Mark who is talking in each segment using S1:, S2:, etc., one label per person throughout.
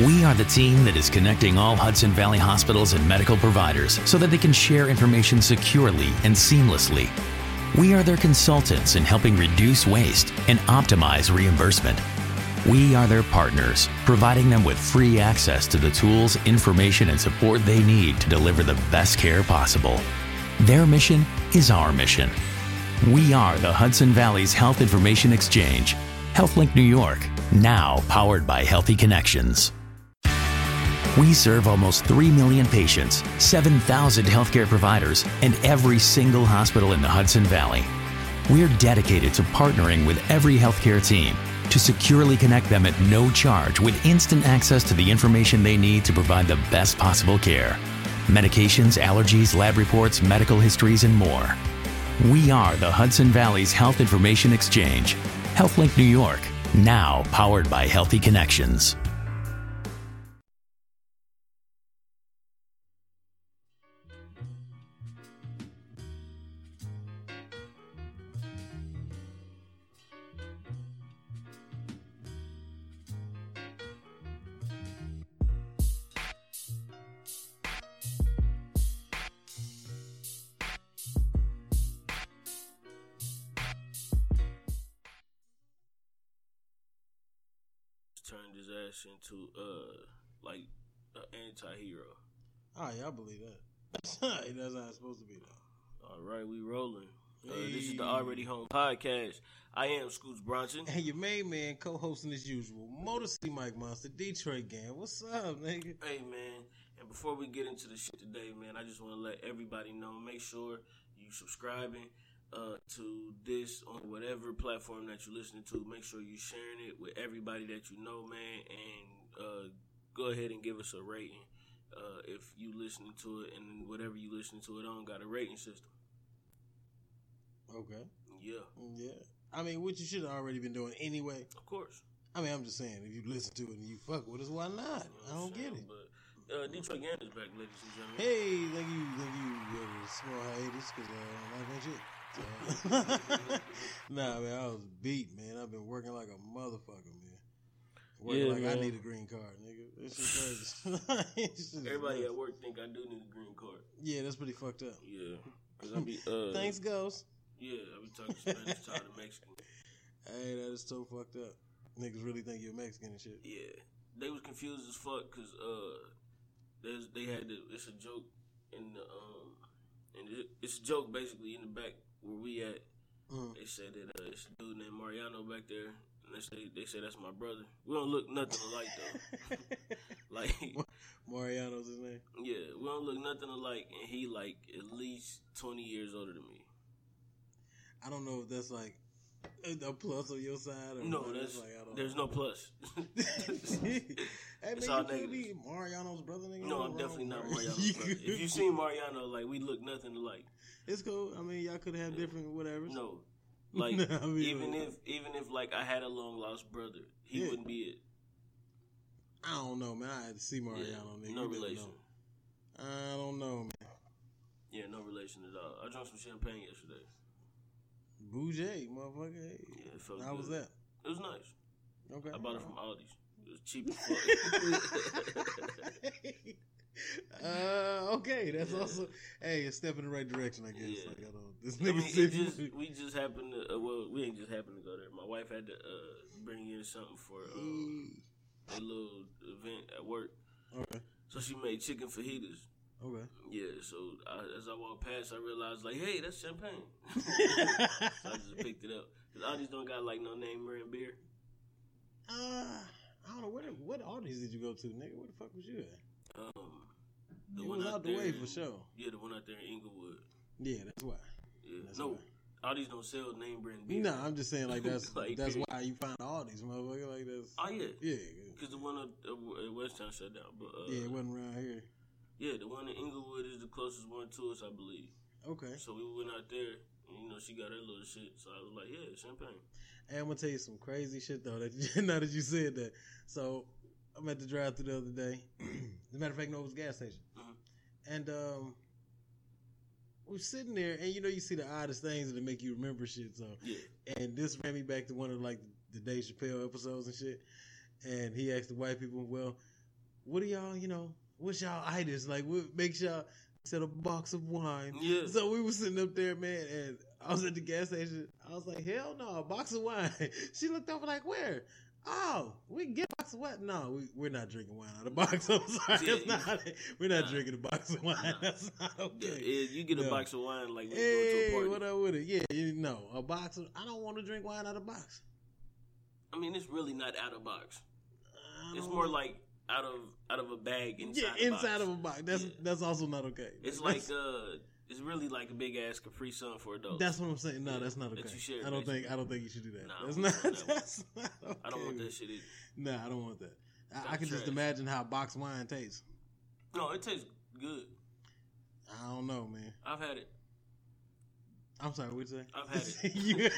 S1: We are the team that is connecting all Hudson Valley hospitals and medical providers so that they can share information securely and seamlessly. We are their consultants in helping reduce waste and optimize reimbursement. We are their partners, providing them with free access to the tools, information, and support they need to deliver the best care possible. Their mission is our mission. We are the Hudson Valley's Health Information Exchange, HealthLink New York, now powered by Healthy Connections. We serve almost 3 million patients, 7,000 healthcare providers, and every single hospital in the Hudson Valley. We're dedicated to partnering with every healthcare team to securely connect them at no charge with instant access to the information they need to provide the best possible care medications, allergies, lab reports, medical histories, and more. We are the Hudson Valley's Health Information Exchange, HealthLink New York, now powered by Healthy Connections.
S2: turned his ass into uh like an anti-hero.
S3: All right, y'all Oh, believe that. That's all right, that's how it's supposed to be, though.
S2: All right, we rolling. Uh, This is the
S3: Hey.
S2: Already Home podcast. I am Scoots Bronson.
S3: And your main man, co-hosting as usual, Motor City Mike Monster, Detroit Gang. What's up, nigga?
S2: Hey man, and before we get into the shit today, man, I just want to let everybody know. Make sure you subscribing uh, to this on whatever platform that you're listening to. Make sure you sharing it with everybody that you know, man, and uh, go ahead and give us a rating uh, if you listening to it, and whatever you listening to it on got a rating system.
S3: Okay,
S2: Yeah,
S3: yeah. I mean, what you should have already been doing anyway.
S2: of course.
S3: I mean, I'm just saying, if you listen to it and you fuck with us, why not?
S2: You know
S3: I
S2: what I'm
S3: don't get
S2: saying?
S3: it.
S2: But uh, Detroit Gang is back, ladies and gentlemen.
S3: Hey, thank you, thank you. uh, small hiatus because I don't like that shit. So- nah, man, I was beat, man. I've been working like a motherfucker, man. Working
S2: Yeah,
S3: like
S2: man.
S3: I need a green card, nigga. This shit crazy. This shit is
S2: Everybody
S3: nuts.
S2: at work think I do need a green card.
S3: Yeah, that's pretty fucked up.
S2: Yeah, cause I be uh,
S3: Thanks, Ghost.
S2: Yeah, I be talking Spanish, talking Mexican.
S3: Hey, that is so fucked up. Niggas really think you're Mexican and shit.
S2: Yeah, they was confused as fuck because uh, there's they had the, it's a joke in the um, and it, it's a joke basically in the back where we at.
S3: Mm.
S2: They said that uh, it's a dude named Mariano back there, and they say they say that's my brother. We don't look nothing alike though. like
S3: Mariano's his name.
S2: yeah, we don't look nothing alike, and he like at least twenty years older than me.
S3: I don't know if that's like a a plus on your side or
S2: No,
S3: whether it's
S2: that's
S3: like I don't
S2: there's no plus.
S3: hey, man,
S2: It's
S3: you
S2: all
S3: could be
S2: negative.
S3: Mariano's brother, nigga.
S2: No,
S3: What's
S2: I'm
S3: wrong
S2: definitely
S3: with
S2: not
S3: Mario?
S2: Mariano.
S3: You
S2: brother. If you
S3: could-
S2: seen Mariano, like we look nothing alike.
S3: it's cool. I mean, y'all could have different whatever.
S2: No, like
S3: No, I mean,
S2: even
S3: like-
S2: if even if like I had a long lost brother, he
S3: Yeah.
S2: wouldn't be
S3: I don't know, man. I had to see
S2: it.
S3: Mariano,
S2: Yeah,
S3: nigga. You
S2: no
S3: never
S2: relation.
S3: know. I don't know, man.
S2: Yeah, no relation at all. I drank some champagne yesterday.
S3: Bougie, motherfucker. Hey.
S2: Yeah, it felt
S3: How was
S2: good.
S3: that?
S2: It was nice.
S3: Okay.
S2: I bought it from Aldi's. It was cheap as fuck.
S3: uh, okay, that's
S2: Yeah.
S3: also hey, a step in the right direction, I guess.
S2: Yeah.
S3: Like, I don't, this
S2: I
S3: nigga
S2: mean, it
S3: said
S2: just, we just happened to. Uh, well, we ain't just happened to go there. My wife had to uh, bring in something for uh, a little event at work,
S3: okay,
S2: so she made chicken fajitas.
S3: okay.
S2: Yeah, so I, as I walked past, I realized like, hey, that's champagne. so I just picked it up because Aldi's don't got like no name brand beer.
S3: Uh, I don't know what what audience did you go to, nigga? Where the fuck was you at?
S2: Um,
S3: You was out the
S2: there
S3: way
S2: in-
S3: for sure.
S2: Yeah, the one out there in Inglewood.
S3: Yeah, that's why.
S2: Yeah.
S3: That's
S2: No,
S3: right.
S2: Aldi's don't sell name brand beer.
S3: No, I'm just saying like that's
S2: Like,
S3: that's
S2: dude.
S3: why you find all these motherfuckers like this.
S2: Oh yeah,
S3: Yeah,
S2: because the one at uh, West Town shut down. But uh,
S3: yeah, it wasn't around here.
S2: yeah, the one in Inglewood is the closest one to us, I believe.
S3: Okay,
S2: So we went out there. And, you know, she got her little shit. So I was like, yeah, champagne.
S3: and I'm gonna tell you some crazy shit though. That you, now that you said that, so I'm at the drive through the other day. As a matter of fact, no, it was a gas station,
S2: Mhm.
S3: and um, we're sitting there, and you know you see the oddest things that make you remember shit. So
S2: Yeah.
S3: and this ran me back to one of like the Dave Chappelle episodes and shit. And he asked the white people, "Well, what do y'all, you know, what's y'all itis? Like, what makes y'all set a box of wine?
S2: Yeah.
S3: So we were sitting up there, man, and I was at the gas station. I was like, hell no, a box of wine. she looked over like, where? Oh, we can get a box of wine. No, we, we're not drinking wine out of box. I'm sorry.
S2: Yeah,
S3: That's not, we're not
S2: nah.
S3: drinking a box of wine.
S2: Nah.
S3: That's not okay.
S2: Yeah, it- you get a
S3: No.
S2: box of wine like when you
S3: Hey,
S2: go to a
S3: what
S2: party.
S3: up with it? Yeah, you know, a box. Of, I don't want to drink wine out of box.
S2: I mean, it's really not out of box.
S3: I
S2: It's
S3: don't
S2: more
S3: want-
S2: like out of out of a bag inside.
S3: yeah,
S2: a
S3: inside
S2: box.
S3: of a box. That's
S2: Yeah.
S3: that's also not okay.
S2: It's like
S3: That's-
S2: uh, it's really like a big ass Capri Sun for adults.
S3: that's what I'm saying. No,
S2: yeah,
S3: that's not okay.
S2: that you share,
S3: I don't
S2: basically.
S3: think I don't think you should do that.
S2: Nah,
S3: that's
S2: we
S3: not.
S2: don't want that one.
S3: That's not okay.
S2: I don't want that shit. Either.
S3: No, I don't want that. I, I
S2: That's
S3: can just
S2: trash.
S3: imagine how box wine tastes.
S2: No, it tastes good.
S3: I don't know, man.
S2: I've had it.
S3: I'm sorry. What'd you say?
S2: I've had it.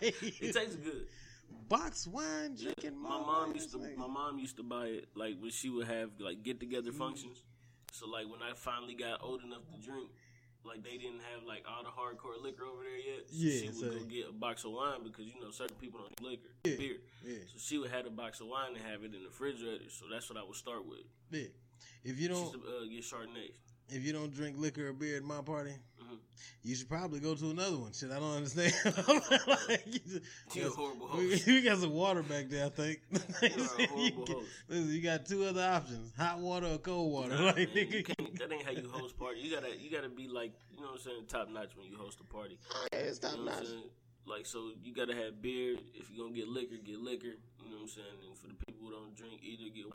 S2: It
S3: you,
S2: tastes good.
S3: box wine
S2: Yeah,
S3: drinking.
S2: my
S3: malt
S2: mom
S3: wine?
S2: used to
S3: That's
S2: my
S3: like- Mm-hmm.
S2: mom used to buy it like when she would have like get together functions. So like when I finally got old enough to drink, like they didn't have like all the hardcore liquor over there yet. So
S3: Yeah,
S2: she would
S3: so-
S2: go get a box of wine because you know certain people don't drink liquor,
S3: Yeah.
S2: beer.
S3: Yeah.
S2: So she would have a box of wine and have it in the refrigerator. So that's what I would start with.
S3: Yeah. If
S2: She
S3: you don't
S2: used to, uh, get Chardonnay.
S3: if you don't drink liquor or beer at my party,
S2: Mhm.
S3: you should probably go to another one. Shit, I don't understand. Like, you just-
S2: You're a horrible
S3: we,
S2: host.
S3: we got some water back there, I think.
S2: You're a horrible host.
S3: Listen, you got two other options: hot water or cold water.
S2: Nah,
S3: like,
S2: man, you
S3: nigga,
S2: can't- that ain't how you host party. You gotta you gotta be like you know what I'm saying top notch when you host a party.
S3: it's
S2: You
S3: top
S2: know what I'm
S3: notch.
S2: saying? Like, so you gotta have beer. If you're gonna get liquor, get liquor. You know what I'm saying? And for the people who don't drink, either get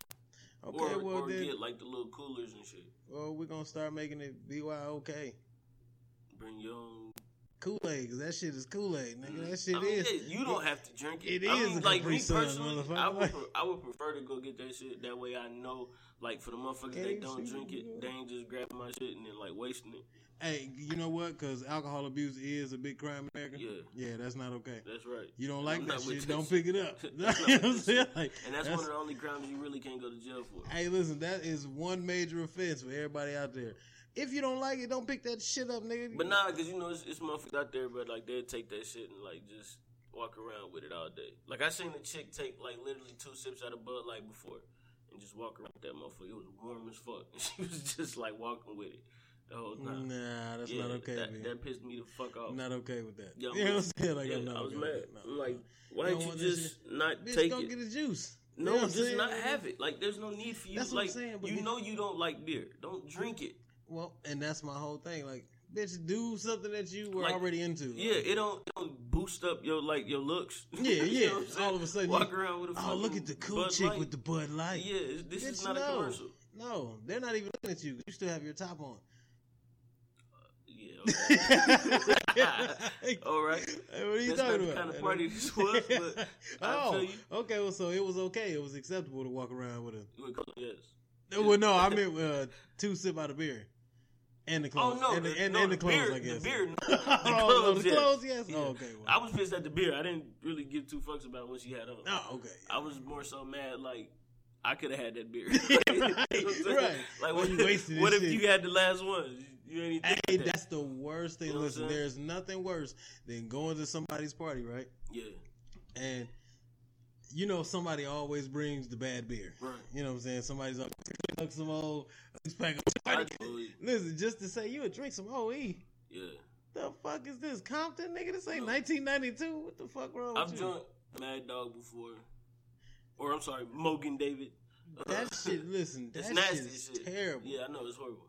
S3: Okay,
S2: or,
S3: well
S2: or
S3: then,
S2: get like the little coolers and shit.
S3: well we're gonna start making it BYOK
S2: Bring your own.
S3: Kool Aid. Cause that shit is Kool Aid, nigga. That shit
S2: Mm-hmm. I mean,
S3: is.
S2: yeah, you don't have to drink it.
S3: It
S2: I
S3: is
S2: mean,
S3: a
S2: like
S3: Capri
S2: me
S3: Sun,
S2: personally,
S3: motherfucker.
S2: I would, pre- I would prefer to go get that shit. That way, I know, like, for the motherfuckers
S3: Can't
S2: that
S3: even
S2: don't
S3: see
S2: drink
S3: what
S2: it,
S3: you
S2: they ain't just grabbing my shit and then like wasting it.
S3: Hey, you know what? Cause alcohol abuse is a big crime in America.
S2: Yeah.
S3: yeah, that's not okay.
S2: That's right.
S3: You don't
S2: And
S3: like
S2: I'm
S3: that
S2: not with
S3: shit,
S2: that
S3: don't
S2: shit.
S3: pick it up.
S2: I'm
S3: You
S2: not
S3: know what I'm
S2: with that
S3: saying? Like,
S2: And that's,
S3: that's-
S2: one of the only crimes you really can't go to jail for.
S3: Hey, listen, that is one major offense for everybody out there. If you don't like it, don't pick that shit up, nigga.
S2: But nah, cause you know it's, it's motherfuckers out there, but like they will take that shit and like just walk around with it all day. Like I seen a chick take like literally two sips out of Bud Light before, and just walk around with that motherfucker. It was warm as fuck, and she was just like walking with it the whole time.
S3: nah, Mm, that's
S2: Yeah,
S3: not okay,
S2: That,
S3: man.
S2: that pissed me the fuck off.
S3: not okay with that.
S2: Yeah, I'm
S3: you know what
S2: mad.
S3: I'm saying? Like,
S2: yeah,
S3: I'm not
S2: I was
S3: okay
S2: mad.
S3: with that. No.
S2: I'm like, why
S3: You
S2: don't
S3: don't
S2: you
S3: want this
S2: just
S3: shit.
S2: not
S3: bitch,
S2: take
S3: don't
S2: it?
S3: get a juice.
S2: no,
S3: You know what I'm
S2: just
S3: saying?
S2: not have it. Like, there's no need for you.
S3: That's what I'm
S2: like,
S3: saying, but
S2: you
S3: bitch-
S2: know you don't like beer. Don't drink it.
S3: Well, and that's my whole thing. Like, bitch, do something that you were
S2: Like,
S3: already into.
S2: Yeah, it don't it don't boost up your like your looks. You
S3: Yeah, yeah.
S2: know what I'm saying?
S3: All of a sudden,
S2: walk
S3: you-
S2: around with a.
S3: Oh, look
S2: fucking
S3: at the cool
S2: Bud
S3: chick
S2: Light.
S3: with the Bud Light.
S2: Yeah, it's- this is
S3: Bitch,
S2: not a
S3: no.
S2: commercial.
S3: No, they're not even looking at you. You still have your top on.
S2: Yeah. Okay. All right.
S3: Hey, what are you
S2: That's
S3: talking
S2: not the
S3: about?
S2: kind of party this was, but I
S3: oh,
S2: feel you.
S3: okay. Well, so it was okay. It was acceptable to walk around with a.
S2: You would call it yes.
S3: Well, no, I meant uh, two sip out of beer, and the
S2: Oh
S3: clothes.
S2: no,
S3: and the,
S2: the,
S3: and,
S2: no,
S3: and the,
S2: the,
S3: clothes.
S2: beer,
S3: I guess
S2: the beer, no. the
S3: Oh, no,
S2: clothes,
S3: the
S2: yes.
S3: clothes, yes.
S2: Yeah.
S3: Oh, okay. Well.
S2: I was pissed at the beer. I didn't really give two fucks about what she had on.
S3: Oh, okay.
S2: I was more so mad like I could have had that beer.
S3: right,
S2: You know what I'm saying?
S3: right.
S2: Like
S3: Well,
S2: what,
S3: you
S2: if,
S3: wasted
S2: what
S3: this
S2: if
S3: shit.
S2: you had the last one? You, you ain't even
S3: Hey,
S2: think of that.
S3: that's the worst thing.
S2: You know what I'm
S3: Listen,
S2: saying?
S3: there's nothing worse than going to somebody's party, right?
S2: Yeah,
S3: And you know somebody always brings the bad beer.
S2: right.
S3: You know what I'm saying? Somebody's like, "Fuck some old six pack of
S2: I believe.
S3: Listen, just to say you would drink some OE.
S2: Yeah.
S3: The fuck is this? Compton, nigga? This ain't
S2: No.
S3: 1992. What the fuck wrong
S2: I've
S3: with you?
S2: drunk Mad Dog before, or I'm sorry, Mogan David. Uh,
S3: That shit, listen,
S2: It's
S3: that
S2: nasty
S3: shit
S2: as
S3: is
S2: shit.
S3: terrible.
S2: Yeah, I know it's horrible.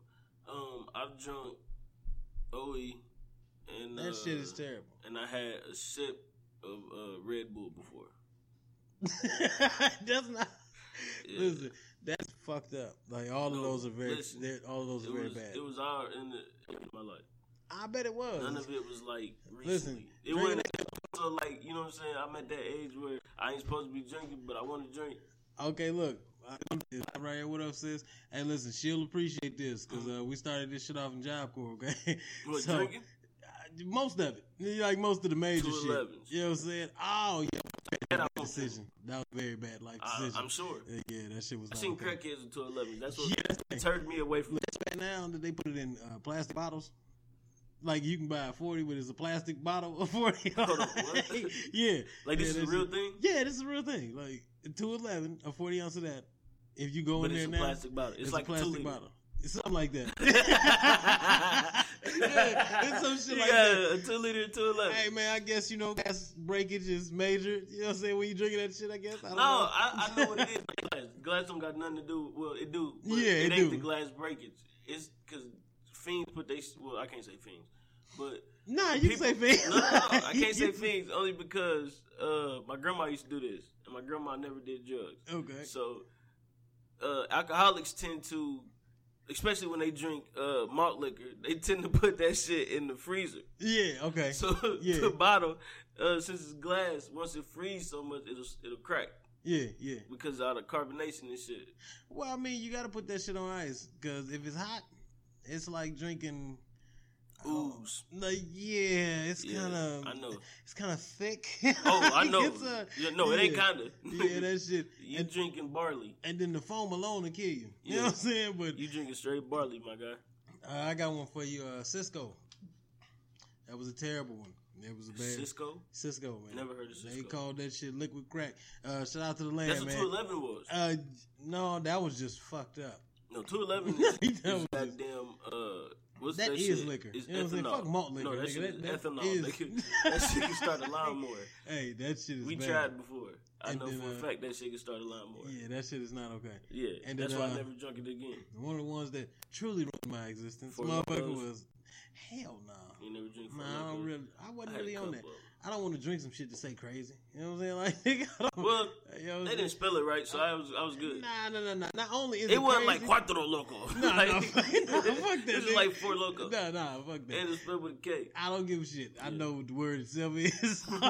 S2: Um, I've drunk OE, and
S3: That
S2: uh,
S3: shit is terrible.
S2: And I had a sip of uh, Red Bull before.
S3: that's not.
S2: Yeah.
S3: Listen, that's fucked up. Like all
S2: No,
S3: of those are very,
S2: listen,
S3: they're- all of those are
S2: It
S3: very
S2: was,
S3: bad.
S2: it was all in, the, in my life.
S3: I bet it was.
S2: None of it was like recently.
S3: Listen,
S2: it
S3: drinking
S2: wasn't so like you know what I'm saying. I'm at that age where I ain't supposed to be drinking, but I want to drink.
S3: Okay, look. I'm I'm right here. What up, sis? Hey, listen, she'll appreciate this because
S2: Mm.
S3: uh, we started this shit off in Job Corps, okay?
S2: What
S3: So,
S2: drinking?
S3: uh, most of it. Like most of the major
S2: Two
S3: shit.
S2: elevens.
S3: You know what I'm saying? Oh, yeah.
S2: That I
S3: Bad
S2: won't do.
S3: decision. That was a very bad life
S2: I,
S3: decision.
S2: I'm sure.
S3: Yeah, yeah, that shit was
S2: I
S3: not
S2: seen
S3: okay.
S2: crackheads until 11. That's what turned me away from.
S3: Right now that they put it in uh, plastic bottles. Like you can buy a forty, but it's a plastic bottle of forty.
S2: Hold on, what?
S3: yeah,
S2: Like this is
S3: Yeah,
S2: a
S3: that
S2: real
S3: shit-
S2: thing.
S3: Yeah, this is a real thing. Like two eleven, a forty ounce of that, If you go
S2: but
S3: in
S2: it's
S3: there
S2: a
S3: now,
S2: plastic bottle. It's, like
S3: a
S2: two
S3: plastic
S2: liter.
S3: bottle. It's something like that. yeah, it's some shit like that.
S2: Yeah, a two liter, two eleven.
S3: Hey man, I guess you know gas breakage is major. You know what I'm saying? When you drinking that shit, I guess. I don't
S2: no,
S3: know.
S2: I, I know what it is. like Glass. glass don't got nothing to do. Well, it do. but
S3: Yeah,
S2: it,
S3: it
S2: ain't
S3: do.
S2: the glass breakage. It's because fiends put they. Well, I can't say fiends, but
S3: Nah, you
S2: people-
S3: can say fiend.
S2: No, no, no, I can't say fiends only because uh, my grandma used to do this, and my grandma never did drugs.
S3: Okay.
S2: So uh, alcoholics tend to, especially when they drink uh, malt liquor, they tend to put that shit in the freezer.
S3: Yeah. Okay.
S2: So
S3: Yeah.
S2: the bottle, uh, since it's glass, once it freezes so much, it'll it'll crack
S3: yeah. Yeah.
S2: because of all the carbonation and shit.
S3: Well, I mean, you got to put that shit on ice because if it's hot, it's like drinking. uh,
S2: Ooze.
S3: Like, yeah, Oh. it's
S2: Yeah,
S3: kind of.
S2: I know.
S3: It's kind of thick.
S2: Oh, I
S3: Like,
S2: know.
S3: it's a-
S2: yeah, no, it ain't
S3: uh, yeah.
S2: kinda.
S3: Yeah, that shit.
S2: you
S3: And,
S2: drinking barley.
S3: and then the foam alone will kill you. You
S2: Yeah.
S3: know what I'm saying? But
S2: You drinking straight barley, my guy.
S3: uh, I got one for you, uh, Cisco. That was a terrible one. That was a bad.
S2: Cisco.
S3: Cisco, man.
S2: Never heard of
S3: They
S2: Cisco.
S3: called that shit liquid crack. Uh, shout out to the land,
S2: That's what
S3: man.
S2: two eleven was.
S3: Uh, no, that was just fucked up.
S2: No, two eleven is,
S3: That
S2: is
S3: was-
S2: goddamn. Uh, what's that,
S3: That is
S2: shit?
S3: liquor.
S2: It's
S3: You know what I'm
S2: ethanol.
S3: saying? Fuck malt liquor,
S2: No, that
S3: nigga.
S2: shit is
S3: That- that
S2: ethanol.
S3: is-
S2: nigga. that shit can start a lawnmower.
S3: Hey, that shit is
S2: We
S3: bad.
S2: tried before. I
S3: And
S2: know
S3: then,
S2: for a
S3: uh,
S2: fact that shit can start a lawnmower. Yeah,
S3: Yeah, that shit is not okay. and
S2: that's
S3: then,
S2: why I
S3: uh,
S2: never drunk it again.
S3: One of the ones that truly ruined my existence,
S2: Four
S3: motherfucker,
S2: Locos.
S3: was hell no.
S2: You never drink.
S3: Nah.
S2: Four
S3: I don't
S2: Locos.
S3: really. I wasn't
S2: I had a
S3: really on that.
S2: couple.
S3: I don't want to drink some shit to say crazy. You know what I'm saying? Like, nigga, I don't,
S2: Well,
S3: you know what I'm
S2: They didn't
S3: saying?
S2: spell it right, so I was I was good.
S3: Nah, nah, nah, nah. Not only is
S2: It wasn't like
S3: crazy,
S2: cuatro loco.
S3: Nah,
S2: like,
S3: nah, fuck- nah, fuck that,
S2: This is
S3: nigga.
S2: like four loco.
S3: Nah, nah, fuck that.
S2: And it's spelled with K.
S3: I don't give a shit. I
S2: Yeah.
S3: know what the word itself is.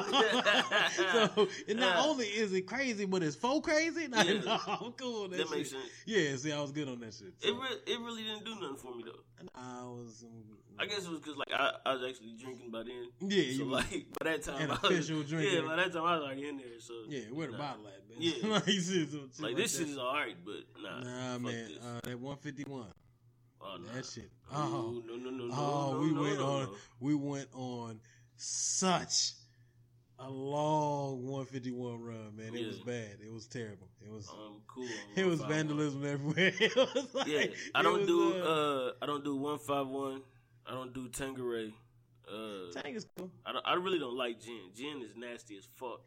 S3: so and not
S2: Yeah.
S3: only is it crazy, but it's faux crazy. Nah,
S2: Yeah.
S3: no, I'm cool on that,
S2: That makes
S3: shit.
S2: sense.
S3: Yeah, see, I was good on that shit.
S2: It
S3: so.
S2: re- it really didn't do nothing for me though.
S3: I was. um,
S2: I guess it was because like I, I was actually drinking by then.
S3: Yeah,
S2: So
S3: you was-
S2: like by that time,
S3: An
S2: I was,
S3: official drinker.
S2: Yeah, by that time I was already in there. So
S3: yeah, where the
S2: nah.
S3: bottle at, man?
S2: Yeah.
S3: like, you see some shit
S2: Like this
S3: that.
S2: shit is all right, but nah.
S3: Nah,
S2: fuck
S3: man,
S2: This.
S3: uh, that 151.
S2: oh, nah.
S3: That shit.
S2: Ooh,
S3: Oh,
S2: no no no no.
S3: oh,
S2: no,
S3: we
S2: no,
S3: went
S2: no,
S3: on.
S2: no.
S3: We went on such a long 151 run, man. It
S2: Yeah.
S3: was bad. It was terrible. It was.
S2: I'm cool. on
S3: It was
S2: 151.
S3: vandalism everywhere. It was like,
S2: Yeah, I
S3: it
S2: don't
S3: was,
S2: do uh, I don't do one five one. I don't do Tangeray. Uh,
S3: Tang is cool.
S2: I, don't, I really don't like gin. Gin is nasty as fuck.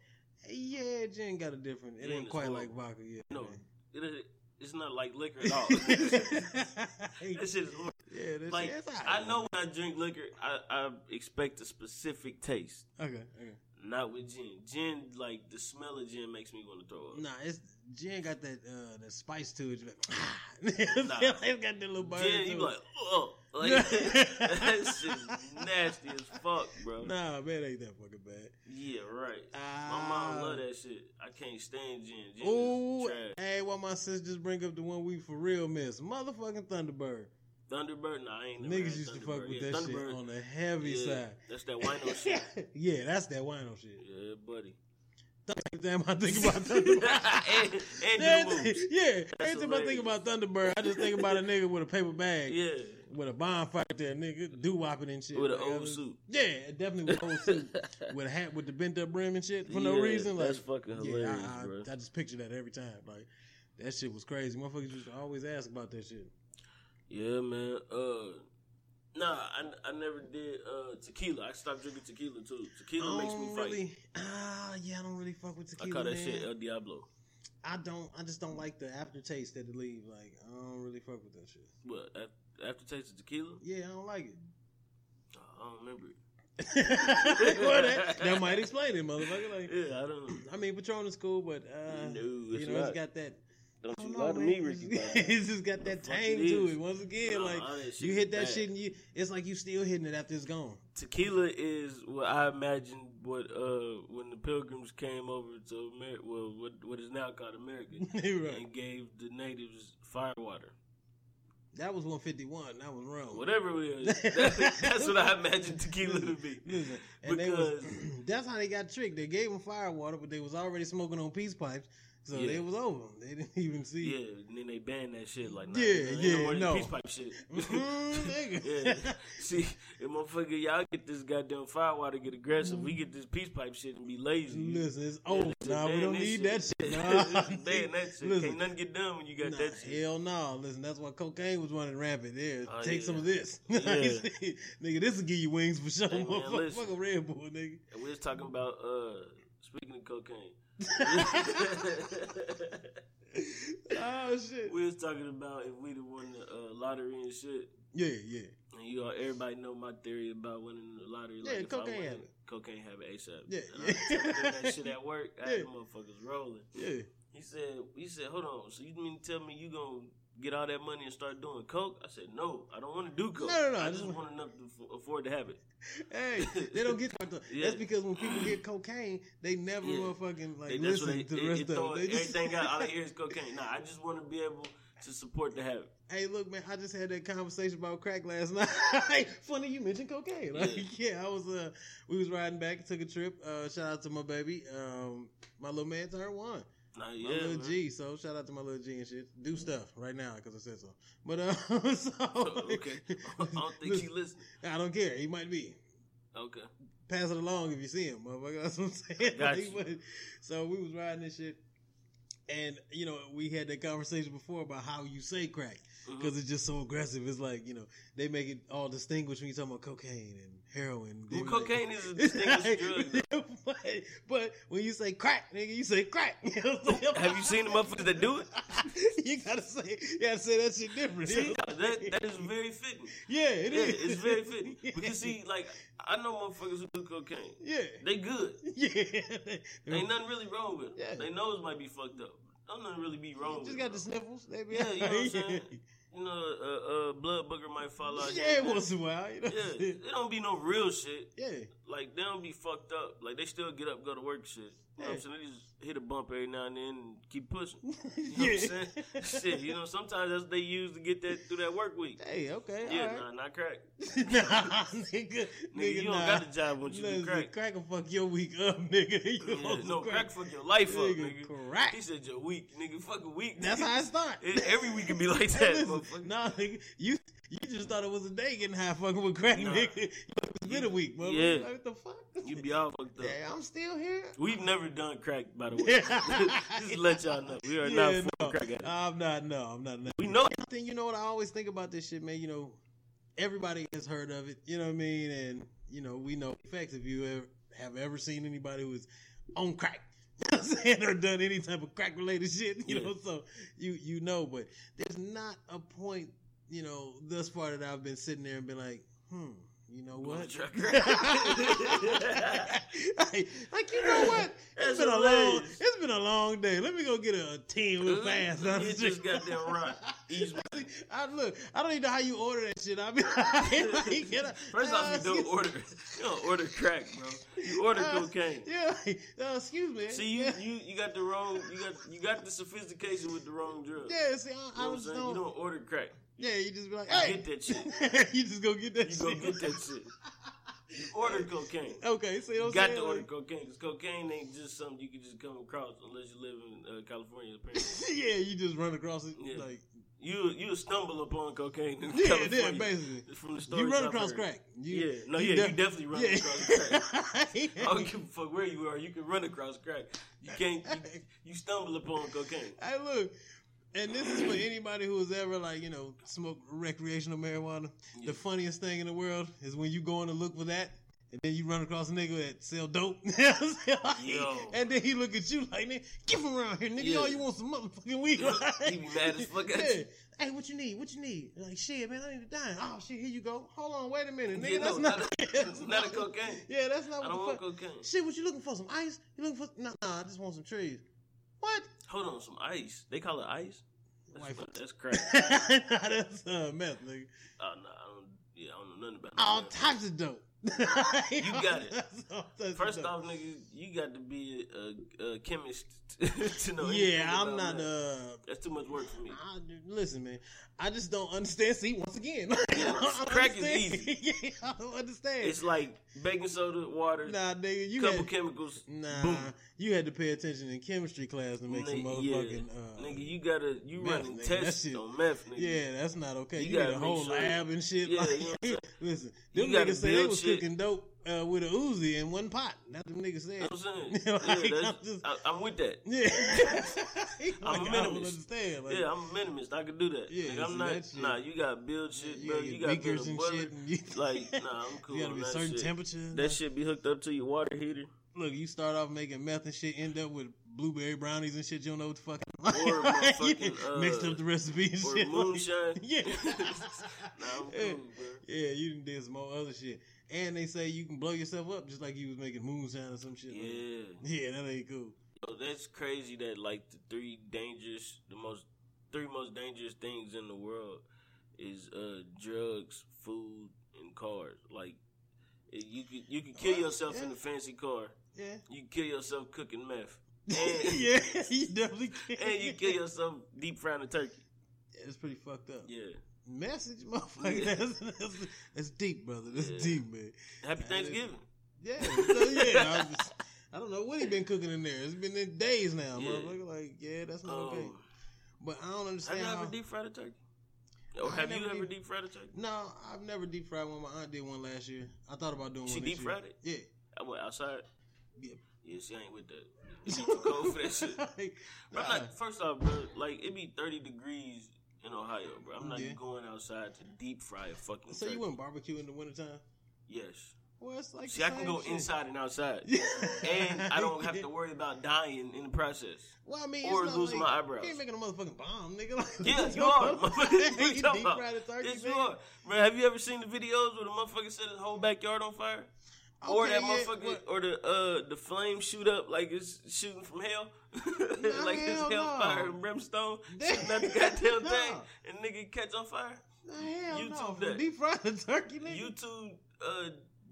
S3: Yeah, gin got a different. It
S2: Gin
S3: ain't
S2: is
S3: quite like
S2: horrible.
S3: vodka. Yeah,
S2: No,
S3: man.
S2: it, it's not like liquor at all.
S3: yeah,
S2: that shit is horrible.
S3: that
S2: Like
S3: shit- it's all
S2: I
S3: right.
S2: know when I drink liquor, I, I expect a specific taste.
S3: Okay, okay.
S2: Not with gin. Gin, like the smell of gin makes me want to throw up.
S3: Nah, it's gin got that uh, that spice to it. You like, it's got that little burn.
S2: gin,
S3: to
S2: you
S3: it.
S2: be like, oh, like
S3: Yeah.
S2: that's just nasty as fuck, bro.
S3: nah, man, ain't that fucking bad.
S2: Yeah, right. My
S3: Ah.
S2: mom love that shit. I can't stand gin. Gin is
S3: Ooh,
S2: trash.
S3: hey, why my sis just bring up the one we for real miss? Motherfucking Thunderbird.
S2: Thunderbird, nah, I ain't never
S3: Niggas
S2: had
S3: used to
S2: Thunderbird.
S3: fuck with
S2: Yeah,
S3: that shit
S2: Thunderbird,
S3: on the heavy
S2: yeah,
S3: side.
S2: That's that wino shit.
S3: yeah, that's that wino shit.
S2: Yeah, buddy.
S3: Every time I think about Thunderbird.
S2: and, and
S3: Yeah,
S2: do the moves.
S3: yeah,
S2: That's
S3: every time I
S2: hilarious.
S3: think about Thunderbird, I just think about a nigga with a paper bag,
S2: Yeah.
S3: with a bonfire there, nigga, do whopping and shit.
S2: With an
S3: Like, I
S2: old
S3: was-
S2: suit.
S3: Yeah, definitely with an old suit, with a hat with the bent up brim and shit for no
S2: Yeah,
S3: reason. Like,
S2: that's fucking hilarious,
S3: yeah, I, I,
S2: bro.
S3: I just picture that every time. Like that shit was crazy. Motherfuckers used to always ask about that shit.
S2: Yeah, man. Uh, nah, I, I never did uh, tequila. I stopped drinking tequila too. Tequila
S3: I
S2: makes me
S3: don't
S2: fight.
S3: Oh, really, ah, yeah, I don't really fuck with
S2: I
S3: tequila.
S2: call that
S3: man.
S2: shit El Diablo.
S3: I don't. I just don't like the aftertaste that it leaves. Like I don't really fuck with that shit.
S2: What? af- Aftertaste of tequila?
S3: Yeah, I don't like it.
S2: Oh, I don't remember it.
S3: well, that, that might explain it, motherfucker. Like,
S2: Yeah, I don't.
S3: I mean, Patron is cool, but uh,
S2: No, it's
S3: you know,
S2: not.
S3: it's got that.
S2: Don't
S3: I
S2: you
S3: don't
S2: lie
S3: know,
S2: to
S3: man.
S2: me, Ricky. Bobby.
S3: it's just got that
S2: The fuck
S3: tang
S2: it
S3: to
S2: is.
S3: it. Once again,
S2: Nah,
S3: like
S2: all that shit
S3: you
S2: is
S3: hit that
S2: bad.
S3: shit, and you it's like you still hitting it after it's gone.
S2: Tequila is what I imagined what uh when the pilgrims came over to America, well, what what is now called America,
S3: right.
S2: and gave the natives firewater.
S3: That was 151. That was wrong.
S2: Whatever it is, that's, that's what I imagined tequila to be.
S3: Listen, and they was,
S2: Because-
S3: that's how they got tricked. They gave them firewater, but they was already smoking on peace pipes. So
S2: Yeah.
S3: they was over them. They didn't even see.
S2: Yeah, and then they banned that shit. Like, nah,
S3: Yeah,
S2: you know, they don't
S3: yeah,
S2: want this
S3: no.
S2: peace pipe shit.
S3: Mhm, nigga.
S2: yeah, see, if motherfucker, y'all get this goddamn firewater, get aggressive. We get this peace pipe shit and be lazy.
S3: Listen, it's over.
S2: It's a
S3: Nah, we
S2: ban
S3: don't
S2: that
S3: need that shit. Nah.
S2: It's a ban that shit.
S3: Listen,
S2: Can't nothing get done when you got
S3: nah,
S2: that shit.
S3: hell no. Listen, that's why cocaine was running rampant. There,
S2: Oh,
S3: take
S2: yeah.
S3: some of this,
S2: Yeah.
S3: nigga. This will give you wings for sure.
S2: Hey, man,
S3: motherfucker.
S2: listen.
S3: Fuck a Red Bull, nigga.
S2: And we was talking about uh, speaking of cocaine.
S3: oh shit.
S2: we was talking about if we'd have won the uh, lottery and shit.
S3: Yeah, yeah.
S2: And you all, everybody know my theory about winning the lottery.
S3: Yeah,
S2: if I
S3: cocaine
S2: won,
S3: habit.
S2: Cocaine habit ASAP.
S3: Yeah,
S2: And
S3: yeah.
S2: I was doing that shit at work. I had
S3: Yeah.
S2: motherfuckers rolling.
S3: Yeah.
S2: He said, he said, hold on. So you mean to tell me you gonna get all that money and start doing coke? I said, no, I don't want to do coke.
S3: No, no, no,
S2: I
S3: I
S2: just
S3: just-
S2: want enough to f- afford to have it.
S3: Hey, they don't get fucked up.
S2: Yeah.
S3: That's because when people get cocaine, they never
S2: Yeah.
S3: motherfucking like
S2: They- that's
S3: listen
S2: what they,
S3: to the
S2: it-
S3: rest
S2: it throw
S3: of it. They just-
S2: everything out. All I hear is cocaine. Nah, I just want to be able to support the habit.
S3: Hey, look, man, I just had that conversation about crack last night. Funny you mentioned cocaine. Like, yeah. I was uh, we was riding back, took a trip. Uh, shout out to my baby, um, my little man turned one.
S2: Nah,
S3: My
S2: yeah,
S3: little
S2: man. Mm-hmm.
S3: G. So shout out to my little G and shit. Do stuff right now because I said so. But uh, so
S2: okay. I don't think he listening.
S3: I don't care. He might be.
S2: Okay.
S3: pass it along if you see him, motherfucker. That's what I'm saying.
S2: Got
S3: Like,
S2: you.
S3: but- so we was riding this shit, and you know we had that conversation before about how you say crack
S2: Mhm.
S3: because it's just so aggressive. It's like you know they make it all distinguished when you talking about cocaine and heroin. They
S2: Well,
S3: be
S2: cocaine is a distinguished drug. though.
S3: Yeah, but, but when you say crack, nigga, you say crack. You know what I'm saying?
S2: Have you seen the motherfuckers that do it?
S3: you gotta say, you gotta say that shit different.
S2: See, that, that is very fitting.
S3: yeah, it
S2: Yeah,
S3: is.
S2: it's very fitting. But
S3: Yeah.
S2: you see, like, I know motherfuckers who do cocaine.
S3: yeah,
S2: They good.
S3: yeah.
S2: Ain't nothing really wrong with them.
S3: Yeah.
S2: They nose might be fucked up. Don't nothing really be wrong
S3: Just
S2: with
S3: got
S2: them.
S3: the sniffles. They be
S2: Yeah, you know what I'm saying?
S3: Yeah.
S2: You know, uh, uh, blood booger might fall out.
S3: Yeah,
S2: here and there.
S3: once in a while. You know?
S2: Yeah, it don't be no real shit.
S3: yeah.
S2: Like, they don't be fucked up. Like, they still get up, go to work shit. You know what I'm
S3: Yeah.
S2: saying? They just hit a bump every now and then and keep pushing. You know
S3: yeah.
S2: what I'm saying? shit, you know, sometimes that's what they use to get that through that work week.
S3: Hey, okay.
S2: Yeah,
S3: all
S2: nah,
S3: right.
S2: not crack.
S3: nah, nigga.
S2: Nigga, you don't
S3: nah.
S2: got a job once you do
S3: Listen,
S2: crack.
S3: will fuck your week up, nigga. You
S2: Yeah,
S3: don't
S2: no, crack fuck your life up,
S3: Nigga,
S2: nigga.
S3: crack.
S2: He said your week, nigga. Fuck a week.
S3: That's
S2: nigga.
S3: how it start.
S2: It- every week can be like that,
S3: Hey, listen,
S2: motherfucker.
S3: nah, nigga, you you just thought it was a day getting high fucking with crack,
S2: Nah.
S3: nigga. It's been a week, motherfucker.
S2: Yeah.
S3: What the fuck?
S2: You be all fucked up.
S3: yeah, I'm still here.
S2: We've never done crack, by the way.
S3: Yeah.
S2: Just to let y'all know, we are
S3: Yeah,
S2: not for
S3: no.
S2: crack. addicts.
S3: I'm not. No, I'm not.
S2: We know
S3: one thing you know what I always think about this shit, man. You know, everybody has heard of it. You know what I mean? And you know, we know the facts. If you ever, have ever seen anybody who's on crack, you know what I'm saying, or done any type of crack related shit, you
S2: Yeah.
S3: know, so you you know. But there's not a point, you know, thus far that I've been sitting there and been like, hmm. You know
S2: Wanna
S3: what?
S2: try crack?
S3: like, like, you know what?
S2: That's
S3: It's been a long,
S2: hilarious.
S3: it's been a long day. Let me go get a ten real fast.
S2: Hit this goddamn rock. Ease my-
S3: See, I look. I don't even know how you order that shit. I be like, like you know,
S2: First
S3: uh,
S2: off, you don't
S3: excuse-
S2: order. You don't order crack, bro. You order
S3: uh,
S2: cocaine.
S3: Yeah. like, uh, excuse me.
S2: See, you,
S3: Yeah.
S2: you you got the wrong. You got you got the sophistication with the wrong drug. You
S3: Yeah. See, I,
S2: know
S3: I
S2: what I'm
S3: was
S2: saying?
S3: just don't.
S2: You don't order crack.
S3: yeah. You just be like,
S2: You
S3: hey.
S2: get that shit.
S3: you just go get that
S2: You
S3: shit.
S2: go get that shit. You order cocaine.
S3: Okay. See what
S2: You
S3: I'm
S2: got
S3: saying?
S2: to order
S3: Like,
S2: cocaine because cocaine ain't just something you can just come across unless you live in uh, California. Apparently.
S3: yeah. You just run across it.
S2: Yeah.
S3: Like
S2: You you stumble upon cocaine in
S3: yeah,
S2: California.
S3: yeah. Basically.
S2: From the stories
S3: You run
S2: I've
S3: across
S2: heard.
S3: crack. You,
S2: yeah, no, yeah, you
S3: def-
S2: definitely run across crack. I don't give a fuck where you are. You can run across crack. You can't. You, you stumble upon cocaine.
S3: Hey, look. And this is for anybody who has ever, like, you know, smoked recreational marijuana.
S2: Yeah.
S3: The funniest thing in the world is when you going to look for that, and then you run across a nigga that sell dope.
S2: Yo.
S3: And then he look at you like, man, get from around here, nigga.
S2: Yeah.
S3: All you want some motherfucking weed.
S2: He be mad as fuck at
S3: Yeah.
S2: you.
S3: Hey, what you need? What you need? Like, shit, man, I need to die. Oh, shit, here you go. Hold on, wait a minute, nigga.
S2: Yeah,
S3: that's
S2: no,
S3: not,
S2: not a-
S3: that's
S2: not a cocaine.
S3: Yeah, that's not
S2: I
S3: what
S2: don't
S3: the
S2: want
S3: fuck.
S2: cocaine.
S3: Shit, what you looking for? Some ice? You looking for? Nah, nah I just want some trees. What?
S2: Hold on, some ice. They call it ice. That's,
S3: Wife-
S2: fu- that's crack.
S3: nah, that's uh, meth, nigga.
S2: Oh no, I don't. Yeah, I don't know nothing about.
S3: All
S2: that.
S3: types of dope.
S2: You got it. First off, nigga, you got to be a, a chemist to know. anything
S3: yeah, I'm
S2: about
S3: not
S2: that.
S3: uh
S2: That's too much work for me.
S3: I, listen, man. I just don't understand. See, once again, I don't
S2: crack is
S3: understand. yeah, I don't understand.
S2: It's like baking soda, water,
S3: nah, nigga, you
S2: couple
S3: had,
S2: chemicals.
S3: nah,
S2: boom.
S3: you had to pay attention in chemistry class to make some
S2: Nigga,
S3: motherfucking.
S2: yeah.
S3: Uh,
S2: nigga, you gotta you
S3: meth,
S2: running
S3: nigga, that
S2: tests
S3: shit-
S2: on meth, nigga.
S3: yeah, that's not okay.
S2: You
S3: You, had
S2: gotta
S3: a
S2: make
S3: whole
S2: sure-
S3: lab and shit.
S2: Yeah,
S3: like,
S2: you know what I'm
S3: listen,
S2: You
S3: them
S2: gotta
S3: niggas say they
S2: build
S3: was
S2: shit.
S3: cooking dope uh, with a Uzi in one pot. That's what them niggas said.
S2: You know what I'm saying,
S3: Like,
S2: yeah,
S3: I'm
S2: that's,
S3: just-
S2: I, I'm with that.
S3: Yeah,
S2: I'm
S3: Like,
S2: a
S3: I don't
S2: minimalist.
S3: understand. Like,
S2: yeah, I'm a minimalist. I can do that.
S3: Yeah,
S2: Nigga, I'm
S3: see,
S2: not.
S3: that shit-
S2: Nah, you gotta build shit,
S3: you
S2: bro.
S3: gotta get
S2: You gotta build
S3: beakers
S2: a
S3: and
S2: boiler.
S3: shit. and you-
S2: Like, nah, I'm cool.
S3: You gotta
S2: on
S3: be
S2: that
S3: certain
S2: shit.
S3: temperature.
S2: That shit be hooked up to your water heater.
S3: Look, you start off making meth and shit, end up with blueberry brownies and shit. You don't know what the fuck.
S2: Or motherfucking, uh,
S3: mixed up the recipe and
S2: or
S3: shit.
S2: moonshine.
S3: yeah.
S2: Nah, I'm
S3: yeah.
S2: cool, bro.
S3: Yeah, you done did some more other shit. And they say you can blow yourself up just like you was making moonshine or some shit. like that.
S2: Yeah.
S3: yeah, that ain't cool.
S2: Yo, that's crazy that like the three dangerous the most three most dangerous things in the world is uh drugs, food, and cars. Like it- you could you could kill
S3: Well,
S2: yourself in
S3: yeah.
S2: a fancy car.
S3: Yeah.
S2: You can kill yourself cooking meth. And,
S3: yeah, you definitely can.
S2: and you kill yourself deep frying a turkey.
S3: Yeah, it's pretty fucked up.
S2: Yeah.
S3: Message, motherfucker.
S2: Yeah.
S3: That's, that's, that's deep, brother. That's
S2: Yeah.
S3: deep, man.
S2: Happy
S3: That is-
S2: Thanksgiving.
S3: Yeah, so, yeah. I, just, I don't know what he been cooking in there. It's been in days now,
S2: Yeah.
S3: motherfucker. Like, yeah, that's not okay.
S2: Um,
S3: But I don't
S2: have
S3: understand.
S2: you
S3: how-
S2: ever deep fried a turkey? Or
S3: I
S2: have you
S3: never
S2: ever
S3: deep-
S2: deep fried a turkey?
S3: no, I've never deep fried one. My aunt did one last year. I thought about doing
S2: She
S3: one.
S2: deep
S3: this
S2: fried
S3: year.
S2: it?
S3: Yeah.
S2: I went outside.
S3: Yeah.
S2: Yeah, she ain't with that. It's too cold for that shit.
S3: Like,
S2: Bro, I'm
S3: nah.
S2: not, first off, bro, like it be 30 degrees in Ohio, bro. I'm not
S3: Yeah.
S2: going outside to deep fry a fucking.
S3: so you
S2: turkey.
S3: wouldn't barbecue in the wintertime?
S2: Yes.
S3: Well, it's like
S2: See,
S3: the
S2: I can
S3: same
S2: go
S3: shit.
S2: inside and outside, and I don't have to worry about dying in the process.
S3: Well, I mean,
S2: or
S3: it's not
S2: lose
S3: like,
S2: my eyebrows.
S3: You ain't making a motherfucking bomb, nigga. Like,
S2: Yes, you
S3: know,
S2: are.
S3: you
S2: You
S3: deep
S2: talking about-
S3: fried a turkey,
S2: Yes, you
S3: nigga.
S2: are. Bro, have you ever seen the videos where the motherfucker set his whole backyard on fire? or
S3: Okay,
S2: that
S3: yeah,
S2: motherfucker,
S3: what-
S2: or the uh the flame shoot up like it's shooting from hell, like it's
S3: hell no.
S2: hellfire and brimstone,
S3: Damn.
S2: shooting out the goddamn
S3: No.
S2: thing, and nigga catch on fire.
S3: Nah, hell
S2: You
S3: no,
S2: took
S3: for
S2: that.
S3: deep fried a turkey, nigga.
S2: YouTube uh,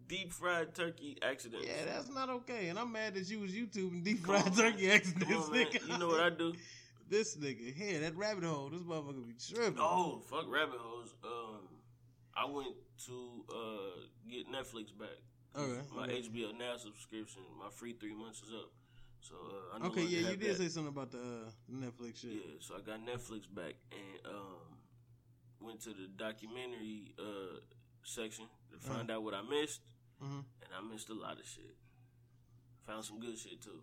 S2: deep fried turkey accident.
S3: yeah, that's not okay. And I'm mad that you was YouTube and deep
S2: Come on,
S3: fried turkey
S2: man.
S3: accidents,
S2: Come on, man.
S3: nigga.
S2: You know what I do?
S3: This nigga here, that rabbit hole. This motherfucker be tripping.
S2: Oh, fuck rabbit holes. Um, I went to uh get Netflix back.
S3: okay.
S2: My
S3: okay.
S2: HBO Now subscription, my free three months is up. So uh, I no
S3: Okay,
S2: longer
S3: yeah, you
S2: have
S3: did
S2: that.
S3: say something about the uh, Netflix shit.
S2: Yeah, so I got Netflix back and um, went to the documentary uh, section to find out what I missed,
S3: Mhm.
S2: and I missed a lot of shit. Found some good shit too.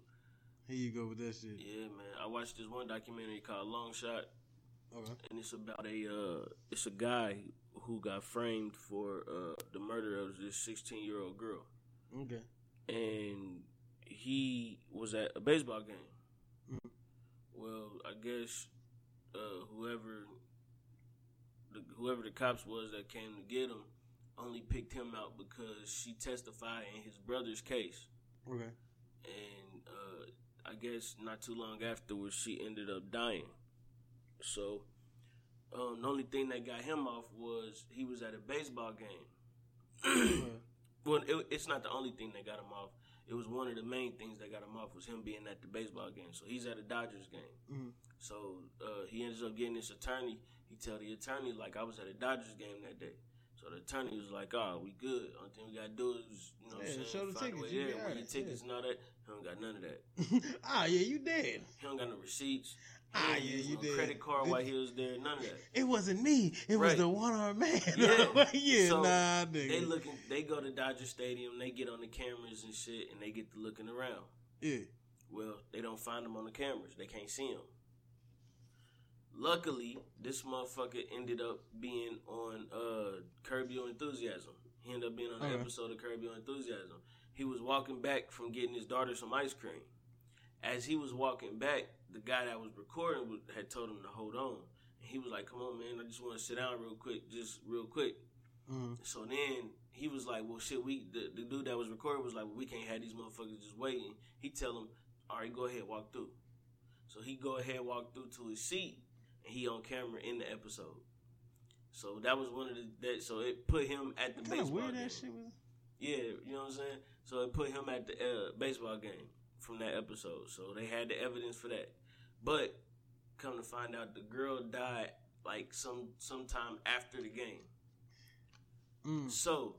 S3: Here you go with that shit.
S2: Yeah, man. I watched this one documentary called Long Shot,
S3: Okay.
S2: and it's about a uh, it's a guy who got framed for uh, the murder of this 16 year old girl,
S3: Okay.
S2: and he was at a baseball game.
S3: Mhm.
S2: Well, I guess uh, whoever the, whoever the cops was that came to get him only picked him out because she testified in his brother's case
S3: Okay.
S2: and uh, I guess not too long afterwards she ended up dying. So um, the only thing that got him off was he was at a baseball game.
S3: okay.
S2: well, it, it's not the only thing that got him off. It was one of the main things that got him off was him being at the baseball game. So he's at a Dodgers game.
S3: Mhm.
S2: So uh, he ends up getting his attorney. He tell the attorney like I was at a Dodgers game that day. So the attorney was like, "Oh, we good. Only thing we gotta do is, you know, what I'm
S3: Yeah,
S2: saying,
S3: show the
S2: find a
S3: tickets.
S2: way-
S3: You
S2: yeah,
S3: be
S2: win
S3: alright,
S2: your
S3: yeah.
S2: tickets and all that. He don't got none of that.
S3: ah, yeah, you did.
S2: He don't got no receipts. He
S3: Ah,
S2: didn't
S3: yeah,
S2: use
S3: you
S2: no
S3: did.
S2: Credit card
S3: Did-
S2: while he was there. None of that.
S3: It wasn't me. It was
S2: Right.
S3: the one armed man.
S2: Yeah.
S3: Yeah, yeah
S2: So,
S3: nah, nigga.
S2: They looking. They go to Dodger Stadium. They get on the cameras and shit, and they get to looking around.
S3: yeah.
S2: Well, they don't find him on the cameras. They can't see him. Luckily, this motherfucker ended up being on uh, Curb Your Enthusiasm. He ended up being on an
S3: Okay.
S2: episode of Curb Your Enthusiasm. He was walking back from getting his daughter some ice cream. As he was walking back, the guy that was recording was- had told him to hold on. And he was like, "Come on, man! I just want to sit down real quick, just real quick."
S3: Mhm.
S2: So then he was like, "Well, shit, we the, the dude that was recording was like, well, we can't have these motherfuckers just waiting." He tell him, "All right, go ahead, walk through." So he go ahead, walk through to his seat, and he on camera in the episode. So that was one of the that. So it put him at the
S3: Kind of
S2: baseball
S3: weird
S2: game.
S3: that shit was.
S2: Yeah, you know what I'm saying. So it put him at the uh, baseball game from that episode. So they had the evidence for that. But come to find out, the girl died like some sometime after the game.
S3: Mm.
S2: So,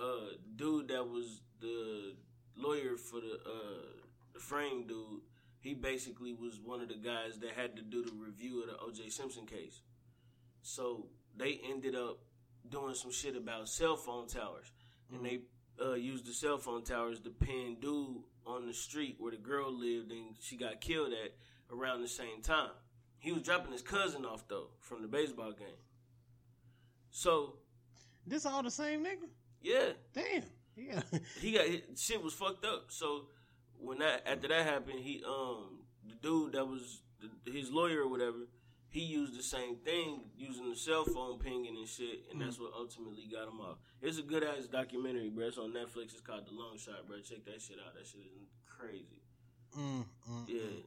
S2: uh, dude that was the lawyer for the uh the frame dude, he basically was one of the guys that had to do the review of the O.J. Simpson case. So they ended up doing some shit about cell phone towers, and they uh, used the cell phone towers to pin dude on the street where the girl lived and she got killed at around the same time. He was dropping his cousin off though from the baseball game. So
S3: This all the same nigga?
S2: yeah,
S3: Damn. Yeah.
S2: he got hit, shit was fucked up. So when that after that happened, he um the dude that was the, his lawyer or whatever, he used the same thing using the cell phone pinging and shit, and that's what ultimately got him off. It's a good ass documentary, bro. It's on Netflix. It's called The Long Shot, bro. Check that shit out. That shit is crazy.
S3: Mm, mm,
S2: Yeah,
S3: mm.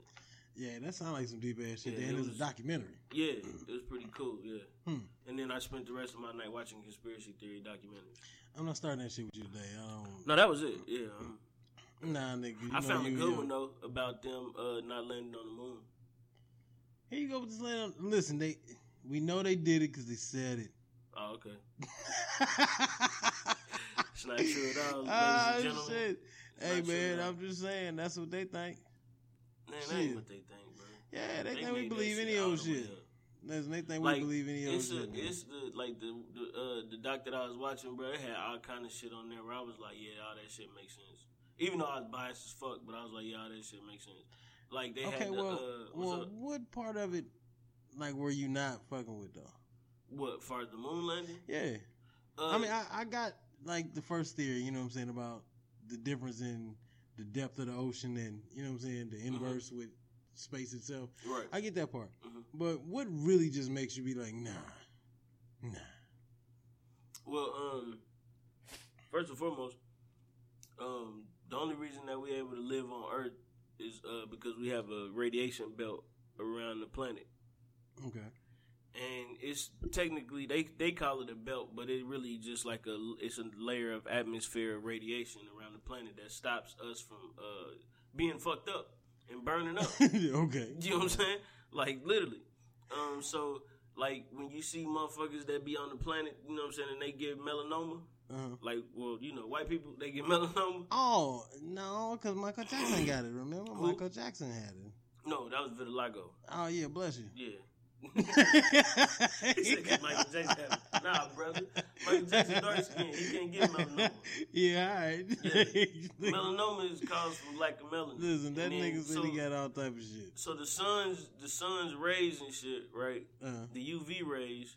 S3: Yeah, that sounds like some deep ass shit.
S2: Yeah,
S3: and
S2: it
S3: it's a
S2: was-
S3: documentary.
S2: yeah, it was pretty cool. Yeah.
S3: Hmm.
S2: And then I spent the rest of my night watching conspiracy theory documentaries.
S3: I'm not starting that shit with you today. I don't.
S2: No, that was it. Yeah. um,
S3: Nah, nigga. Hmm. You
S2: I
S3: know
S2: found a
S3: you,
S2: good
S3: you-
S2: one though about them uh, not landing on the moon.
S3: Here you go with this later. Listen, they we know they did it because they said it.
S2: Oh, okay. It's not true at all, ladies
S3: Ah,
S2: and gentlemen.
S3: shit.
S2: It's
S3: Hey,
S2: not true
S3: man,
S2: at all.
S3: I'm just saying. That's what they think.
S2: Man, that ain't
S3: shit.
S2: what they think, bro.
S3: Yeah, they, think
S2: made
S3: we
S2: that
S3: believe any
S2: shit all
S3: old
S2: the way
S3: shit.
S2: up.
S3: Listen, they think
S2: Like,
S3: we believe any old
S2: It's
S3: shit.
S2: a,
S3: man.
S2: it's the like the the, uh, the doc that I was watching, bro. It had all kind of shit on there where I was like, yeah, all that shit makes sense. Even though I was biased as fuck, but I was like, yeah, all that shit makes sense. Like they
S3: okay,
S2: had the,
S3: well,
S2: uh, what's
S3: well,
S2: up?
S3: what part of it, like, were you not fucking with though?
S2: what far as the moon landing?
S3: Yeah,
S2: Uh,
S3: I mean, I, I got like the first theory. You know what I'm saying about the difference in the depth of the ocean and you know what I'm saying
S2: Uh-huh.
S3: the inverse with space itself.
S2: right.
S3: I get that part,
S2: Mhm.
S3: but what really just makes you be like, nah, nah?
S2: Well, um, first and foremost, um, the only reason that we're able to live on Earth is uh, because we have a radiation belt around the planet,
S3: Okay,
S2: and it's technically they they call it a belt, but it really just like a it's a layer of atmosphere radiation around the planet that stops us from uh, being fucked up and burning up.
S3: okay,
S2: You know what I'm saying? Like literally. Um, so like when you see motherfuckers that be on the planet, you know what I'm saying, and they get melanoma.
S3: uh-huh.
S2: Like, well, you know, white people they get melanoma.
S3: Oh no, because Michael Jackson got it. Remember,
S2: Who?
S3: Michael Jackson had it.
S2: No, that was vitiligo.
S3: Oh yeah, bless you.
S2: Yeah. He said 'cause Michael
S3: yeah,
S2: Jackson. had it. Nah, brother. Michael Jackson dark skin. He can't get melanoma.
S3: all right.
S2: Melanoma is caused from lack of melanin.
S3: Listen, that
S2: And then-
S3: nigga said
S2: so,
S3: he got all type of shit.
S2: So the sun's the sun's rays and shit, right?
S3: Uh,
S2: The UV rays,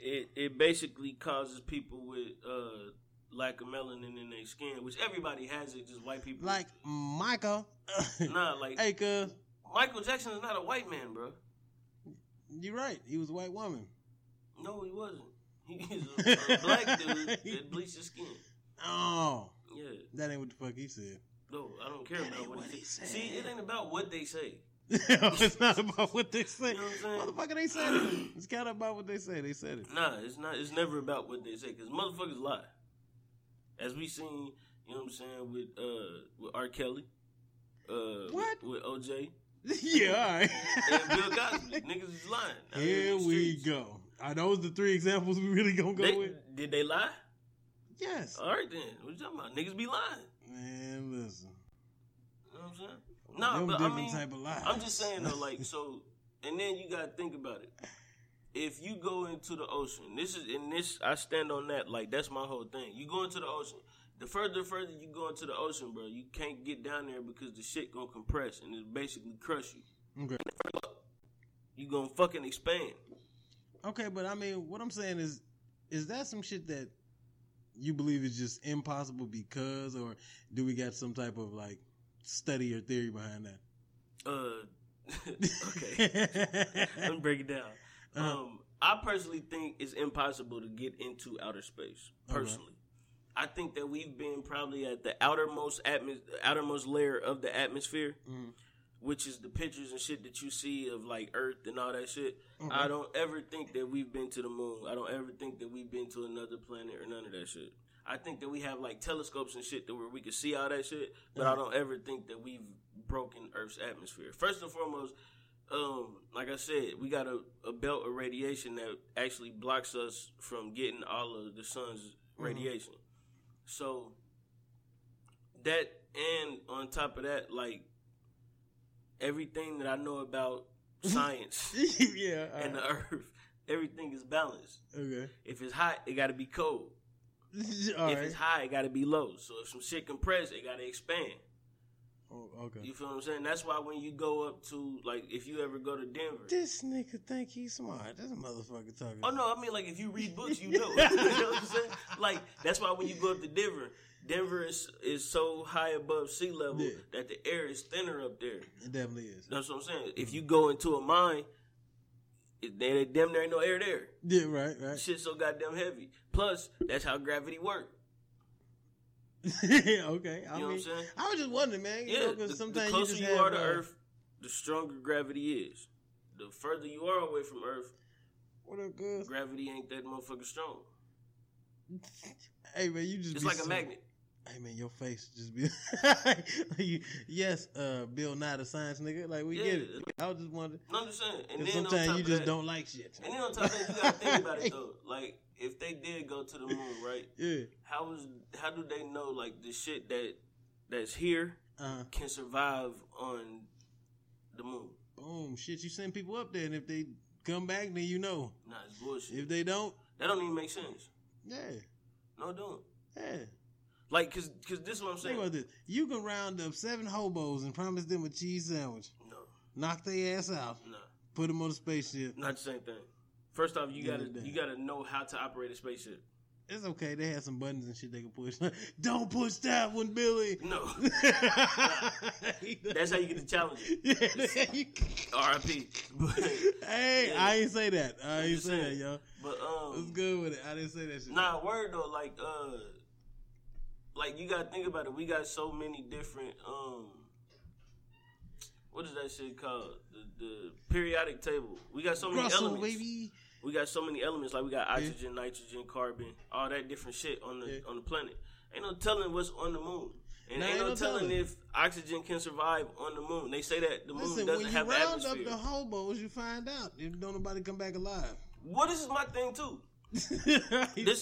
S2: it it basically causes people with uh lack of melanin in their skin, which everybody has it. Just white people.
S3: like Michael.
S2: nah, like
S3: hey, cuz
S2: Michael Jackson is not a white man, bro.
S3: you right. He was a white woman.
S2: No, he wasn't. He's a, a black dude that bleached his skin.
S3: Oh,
S2: Yeah.
S3: that ain't what the fuck he said.
S2: No, I don't care about
S3: ain't
S2: what,
S3: what
S2: he
S3: he
S2: said.
S3: said.
S2: See, it ain't about what they say.
S3: it's not about what they say.
S2: You know what I'm saying?
S3: Motherfucker, they said it. It's kind of about what they say. They said it.
S2: Nah, it's not. It's never about what they say because motherfuckers lie. As we seen, you know what I'm saying with uh with R. Kelly, uh
S3: What?
S2: with, with OJ
S3: yeah, all right.
S2: and Bill Cosby. Niggas is lying. out here
S3: Here
S2: in the
S3: we
S2: streets.
S3: go. Are those the three examples we really gonna go
S2: They-
S3: with?
S2: did they lie?
S3: Yes.
S2: All right then. What you talking about? Niggas be lying.
S3: Man, listen.
S2: You know what I'm saying? Nah,
S3: Them
S2: but I
S3: different
S2: mean,
S3: type of lies.
S2: I'm just saying though, like so, and then you gotta think about it. If you go into the ocean, this is and this I stand on that. Like that's my whole thing. You go into the ocean. The further, further you go into the ocean, bro, you can't get down there because the shit gonna compress and it basically crush you.
S3: Okay.
S2: You gonna fucking expand.
S3: Okay, but I mean, what I'm saying is, is that some shit that you believe is just impossible because, or do we got some type of like study or theory behind that?
S2: Uh, okay. Let
S3: Uh,
S2: me break it down.
S3: Uh-huh.
S2: Um, I personally think it's impossible to get into outer space.
S3: Okay.
S2: Personally, I think that we've been probably at the outermost atmos- outermost layer of the atmosphere,
S3: Mhm.
S2: which is the pictures and shit that you see of like Earth and all that shit. I don't ever think that we've been to the moon. I don't ever think that we've been to another planet or none of that shit. I think that we have like telescopes and shit that where we can see all that shit, but I don't ever think that we've broken Earth's atmosphere. First and foremost, um, like I said, we got a, a belt of radiation that actually blocks us from getting all of the sun's radiation. So that and on top of that, like everything that I know about science
S3: yeah. all
S2: and uh, the
S3: right.
S2: earth, everything is balanced.
S3: okay.
S2: If it's hot, it gotta be cold.
S3: All
S2: if
S3: right.
S2: it's high, it gotta be low. So if some shit compress, it gotta expand.
S3: Oh, okay.
S2: You feel what I'm saying? That's why when you go up to like if you ever go to Denver.
S3: This nigga think he's smart. This motherfucker talking.
S2: Oh no, I mean like if you read books, you know. you know what I'm saying? Like that's why when you go up to Denver, Denver is is so high above sea level
S3: Yeah.
S2: that the air is thinner up there.
S3: It definitely is.
S2: That's what I'm saying. If you go into a mine, it, there damn there ain't no air there.
S3: Yeah, right, right.
S2: Shit's so goddamn heavy. Plus, that's how gravity works.
S3: okay. I
S2: You know what I'm
S3: mean,
S2: saying?
S3: I was just wondering, man. You
S2: Yeah,
S3: know,
S2: the,
S3: 'cause
S2: the
S3: sometimes
S2: closer
S3: you,
S2: you,
S3: just have,
S2: are to
S3: uh,
S2: Earth, the stronger gravity is. The further you are away from Earth,
S3: What up, girls?
S2: gravity ain't that motherfucking strong.
S3: Hey, man, you just
S2: It's
S3: be
S2: like a
S3: so-
S2: magnet.
S3: Hey, man, your face just be. you, yes, uh, Bill Nye the science nigga. Like we
S2: Yeah.
S3: get it. I was just wondering.
S2: You know what I'm saying? And
S3: 'cause
S2: then on top
S3: sometimes you
S2: of
S3: just
S2: that-
S3: don't like shit.
S2: And then on top of that, you gotta think about it though. Like, if they did go to the moon, right?
S3: yeah.
S2: How is how do they know like the shit that that's here
S3: Uh,
S2: can survive on the moon?
S3: boom, shit. You send people up there, and if they come back, then you know.
S2: Nah, it's bullshit.
S3: If they don't,
S2: That don't even make sense.
S3: yeah,
S2: No, it don't.
S3: yeah.
S2: Like, cause, cause this is what I'm saying.
S3: Think about this. You can round up seven hobos and promise them a cheese sandwich,
S2: No,
S3: knock their ass out,
S2: no.
S3: put them on a spaceship.
S2: Not the same thing. First off, you
S3: Yeah,
S2: gotta
S3: they-
S2: you gotta know how to operate a spaceship.
S3: It's okay. They have some buttons and shit they can push. Don't push that one, Billy.
S2: No,
S3: That's
S2: that's how you get the challenge. R.I.P. But,
S3: hey,
S2: Yeah.
S3: I ain't say that. I
S2: I'm
S3: ain't
S2: just
S3: say that,
S2: saying.
S3: yo.
S2: but
S3: What's
S2: um,
S3: good with it? I didn't say that shit.
S2: nah, word though, like uh, like you gotta think about it. We got so many different um, what is that shit called? The, the periodic table. We got so many
S3: Russell,
S2: elements.
S3: baby.
S2: We got so many elements. Like we got oxygen, nitrogen, carbon, all that different shit on the
S3: Yeah.
S2: on the planet. Ain't no telling what's on the moon, and
S3: Nah,
S2: ain't no, telling, if oxygen can survive on the moon. They say that the
S3: Listen,
S2: moon
S3: when
S2: doesn't
S3: you
S2: have
S3: round up
S2: atmosphere.
S3: the hobos, you find out if don't nobody come back alive.
S2: well, this is my thing too. This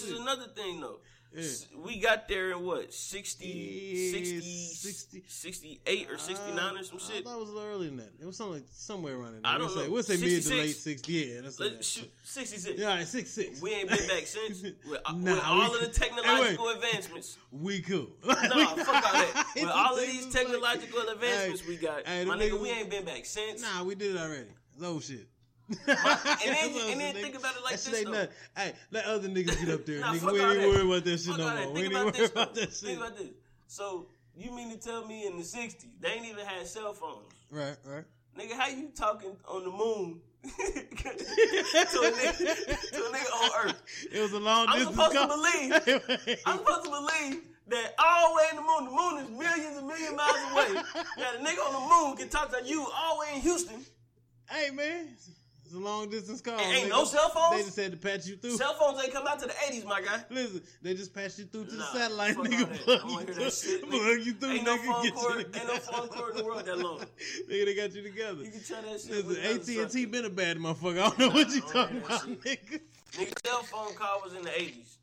S2: is another thing though. S- We got there in what 60,
S3: Yeah,
S2: 60,
S3: 60
S2: 68 or sixty nine or some
S3: Uh, I
S2: shit.
S3: thought it was a little earlier than that. It was something like somewhere around it.
S2: I
S3: We'll
S2: don't
S3: say,
S2: know.
S3: We'll say mid to
S2: 66.
S3: late 60. Yeah, that's like
S2: Let's shoot sixty six.
S3: Yeah, all right, six six.
S2: We ain't been back since with, uh, with
S3: Nah,
S2: all
S3: we-
S2: of the
S3: Hey, wait.
S2: technological advancements.
S3: We cool.
S2: No, fuck all that.
S3: It's
S2: With all of
S3: the
S2: these
S3: same as like-
S2: technological advancements
S3: Hey,
S2: we got,
S3: hey,
S2: my
S3: them
S2: nigga,
S3: niggas-
S2: we ain't been back since.
S3: Nah, we did it already. It's old shit. and
S2: and then think about it like
S3: that shit
S2: this,
S3: ain't
S2: though.
S3: nothing. Hey, let other niggas get up there.
S2: Nah,
S3: nigga,
S2: fuck
S3: we
S2: all
S3: ain't
S2: that.
S3: worried about that shit
S2: Fuck all
S3: no
S2: that.
S3: more. We
S2: Think
S3: ain't
S2: about
S3: worried
S2: this.
S3: about
S2: though.
S3: that shit.
S2: Think about this. So you mean to tell me in the '60s they ain't even had cell phones?
S3: Right, right.
S2: Nigga, how you talking on the moon to, a nigga, to a nigga on Earth?
S3: It was a long
S2: I'm
S3: distance
S2: supposed to
S3: call.
S2: believe. I'm supposed to believe that all the way in the moon, the moon is millions and million miles away. That a nigga on the moon can talk to you all the way in Houston.
S3: hey, man. It's a long distance call.
S2: And ain't
S3: nigga.
S2: no cell phones?
S3: They just had to patch you through.
S2: Cell phones ain't come out to the '80s, my guy.
S3: Listen, they just patched you through to the
S2: Nah,
S3: satellite,
S2: fuck all
S3: nigga.
S2: that.
S3: Plug
S2: I
S3: you
S2: wanna hear that
S3: through,
S2: shit, nigga.
S3: plug you through,
S2: Ain't no
S3: nigga.
S2: phone
S3: get you
S2: cord.
S3: together.
S2: Ain't no phone cord in the world that long.
S3: nigga, they got you together.
S2: You can tell that shit. with another
S3: Listen, AT&T
S2: sucker.
S3: been a bad motherfucker. I don't know what you
S2: Nah, I
S3: talking
S2: don't
S3: about,
S2: hear
S3: nigga.
S2: Nigga, cell phone call was in the '80s.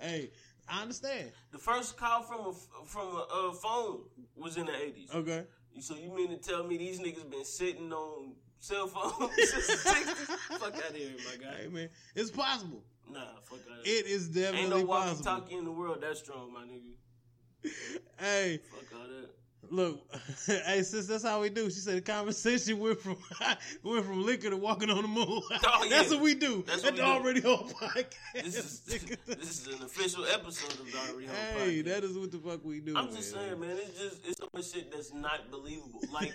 S3: Hey, I understand.
S2: The first call from a f- from a uh, phone was in the '80s.
S3: Okay.
S2: So you mean to tell me these niggas been sitting on cell phones since the '60s? Fuck out of here, my guy.
S3: Hey, man. It's possible.
S2: Nah, fuck out of here.
S3: It is
S2: Ain't
S3: definitely
S2: no walkie
S3: possible.
S2: talkie in the world that strong, my nigga.
S3: Hey,
S2: Fuck all that.
S3: look. hey, sis, that's how we do. She said the conversation went from went from liquor to walking on the moon.
S2: Oh,
S3: That's
S2: yeah.
S3: what we do.
S2: That's
S3: That's,
S2: what we do.
S3: already on podcast.
S2: This is this is an official episode of the Already Home
S3: hey,
S2: Podcast.
S3: that is what the fuck we do.
S2: I'm just saying, man. It's just it's so much shit that's not believable. Like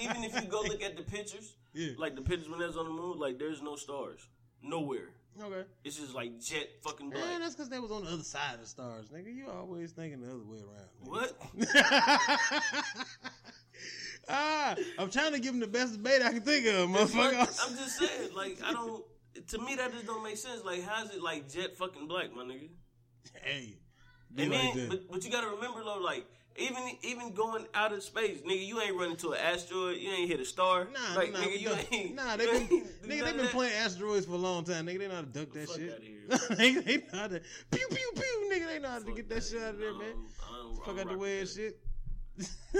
S2: even if you go look at the pictures,
S3: Yeah.
S2: like the pictures when that's on the moon, like there's no stars nowhere.
S3: Okay.
S2: It's just like jet fucking black.
S3: Man, that's because they was on the other side of the stars, nigga. You always thinking the other way around. nigga.
S2: what?
S3: ah, I'm trying to give him the best debate I can think of,
S2: Fuck,
S3: motherfucker.
S2: I'm just saying, like I don't. To me, that just don't make sense. Like, how's it like jet fucking black, my nigga?
S3: hey, Do
S2: and
S3: like
S2: then,
S3: that.
S2: but, but you gotta remember though, like even even going out of space, nigga, you ain't running to an asteroid, you ain't hit a star.
S3: Nah,
S2: like,
S3: nah,
S2: nigga,
S3: we
S2: you
S3: don't-
S2: ain't,
S3: nah,
S2: you
S3: they been,
S2: ain't do none
S3: nigga, they
S2: of
S3: been
S2: that.
S3: playing asteroids for a long time. Nigga, they know how to duck that
S2: fuck
S3: shit.
S2: outta here,
S3: nigga, they know how to pew pew pew. Nigga, they know how to
S2: Fuck
S3: get that shit out of there,
S2: No,
S3: man.
S2: Um, I don't- I
S3: Fuck
S2: don't
S3: out the
S2: rock
S3: way and
S2: with that.
S3: shit.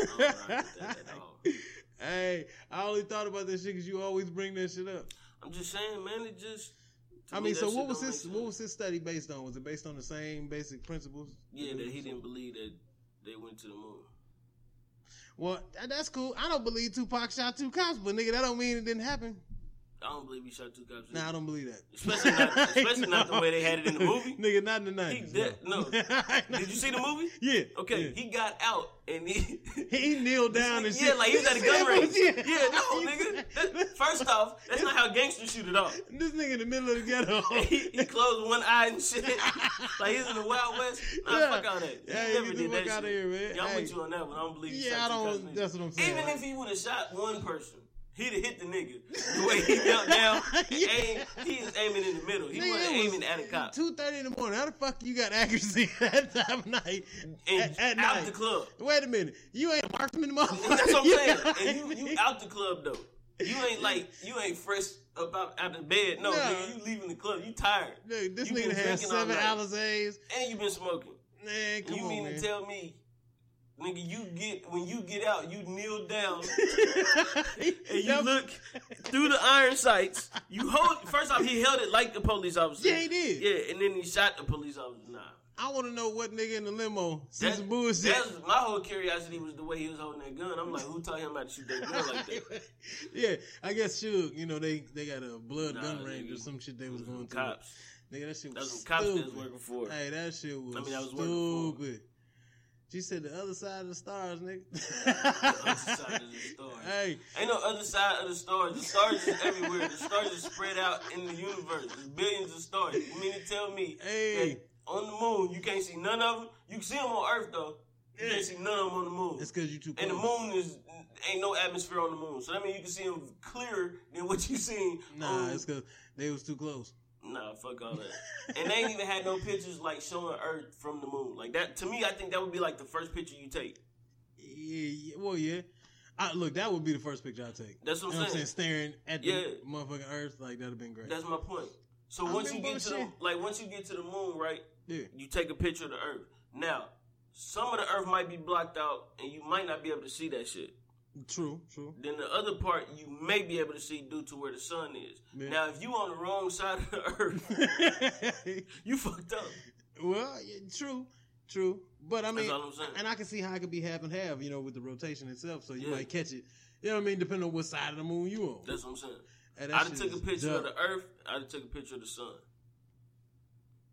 S2: don't rock with that at all.
S3: hey, I only thought about that shit because you always bring that shit up.
S2: I'm just saying, man. It just. to
S3: I
S2: me,
S3: mean,
S2: that
S3: so
S2: shit
S3: what was
S2: don't
S3: his
S2: make
S3: what
S2: sense.
S3: was his study based on? Was it based on the same basic principles?
S2: Yeah, that he didn't believe that they went to the moon.
S3: Well, tha- that's cool. I don't believe Tupac shot two cops, but nigga, that don't mean it didn't happen.
S2: I don't believe he shot two cops.
S3: Nah, I don't believe that.
S2: Especially not- especially not the way they had it in the movie.
S3: nigga, not in the
S2: He
S3: nineties.
S2: did, no. Did you see the movie?
S3: Yeah.
S2: Okay,
S3: yeah.
S2: he got out and he.
S3: He kneeled down and
S2: yeah,
S3: shit.
S2: like he was at a gun range. Yeah, no, nigga. That-
S3: That,
S2: first off, that's not how gangsters shoot at all.
S3: this nigga in the middle of the ghetto.
S2: He, he closed one eye and shit. like he's in the Wild West. Nah,
S3: Yeah.
S2: fuck all that. He
S3: Yeah, he
S2: never
S3: get the
S2: did that
S3: fuck
S2: shit.
S3: outta here, man.
S2: Yeah, I'm
S3: Hey.
S2: with you on that one. I don't believe he
S3: Yeah,
S2: shot two
S3: I don't-
S2: cops, nigga.
S3: that's what I'm saying.
S2: Even if he would have shot one person, he'd have hit the nigga. The way he knelt down, and
S3: Yeah.
S2: aimed, he was aiming in the middle. He wasn't aiming at a cop.
S3: Two thirty in the morning. How the fuck you got accuracy at that time of night?
S2: and
S3: at, at
S2: out
S3: night.
S2: the club.
S3: Wait a minute. You ain't a marksman, motherfucker.
S2: That's what I'm
S3: You
S2: saying.
S3: know what I
S2: And you, you
S3: mean?
S2: out the club though. You ain't like you ain't fresh about out of bed. No,
S3: No.
S2: nigga, you leaving the club. You tired.
S3: Look, this
S2: You been
S3: nigga has
S2: drinking all
S3: seven
S2: night.
S3: Alizés.
S2: and you been smoking.
S3: Man, come
S2: you
S3: on,
S2: mean
S3: man.
S2: to tell me, nigga? You get when you get out, you kneel down and you
S3: That-
S2: look through the iron sights. You hold. First off, he held it like a police officer.
S3: Yeah, he did.
S2: Yeah, and then he shot the police officer. Nah.
S3: I want to know what nigga in the limo said
S2: That's
S3: some bullshit.
S2: That's my whole curiosity was the way he was holding that gun. I'm like, who taught him how to shoot that gun like that?
S3: yeah, I guess Suge, you know, they, they got a blood
S2: Nah,
S3: gun range or
S2: nigga.
S3: some shit they was going through.
S2: Cops.
S3: Nigga, that shit was
S2: That's what cops that was
S3: stupid.
S2: working for.
S3: Hey, that shit was
S2: I mean, that was working for
S3: stupid. She said the other side of the stars, nigga.
S2: other side of the stars.
S3: Hey,
S2: Ain't no other side of the stars. The stars is everywhere. The stars is spread out in the universe. There's billions of stars. You mean to tell me
S3: Hey.
S2: that on the moon you can't see none of them? You can see them on Earth though. You can't see none of them on the moon.
S3: it's because you too
S2: And the
S3: close.
S2: moon is ain't no atmosphere on the moon, so that means you can see them clearer than what you seen.
S3: Nah,
S2: on,
S3: it's because they was too close.
S2: nah, fuck all that. and they ain't even had no pictures like showing Earth from the moon. Like that to me, I think that would be like the first picture you take.
S3: Yeah, yeah, well, yeah. I, look, that would be the first picture I take.
S2: That's what I'm
S3: You know
S2: saying.
S3: Staring at the
S2: Yeah.
S3: motherfucking Earth, like that'd have been great.
S2: That's my point. So
S3: I've
S2: once
S3: been
S2: you get to the,
S3: bullshit.
S2: like once you get to the moon, right?
S3: yeah,
S2: You take a picture of the Earth. Now, some of the Earth might be blocked out, and you might not be able to see that shit.
S3: true, true.
S2: Then the other part you may be able to see due to where the sun is.
S3: Yeah.
S2: Now, if you on the wrong side of the Earth, you fucked up.
S3: well, yeah, true, true. But I mean,
S2: all I'm saying.
S3: and I can see how it could be half and half, you know, with the rotation itself. So you
S2: Yeah.
S3: might catch it. You know what I mean? Depending on what side of the moon you on.
S2: That's what I'm saying.
S3: Hey, that
S2: I done
S3: shit
S2: took a
S3: is
S2: picture of
S3: dope.
S2: the Earth. I done took a picture of the sun.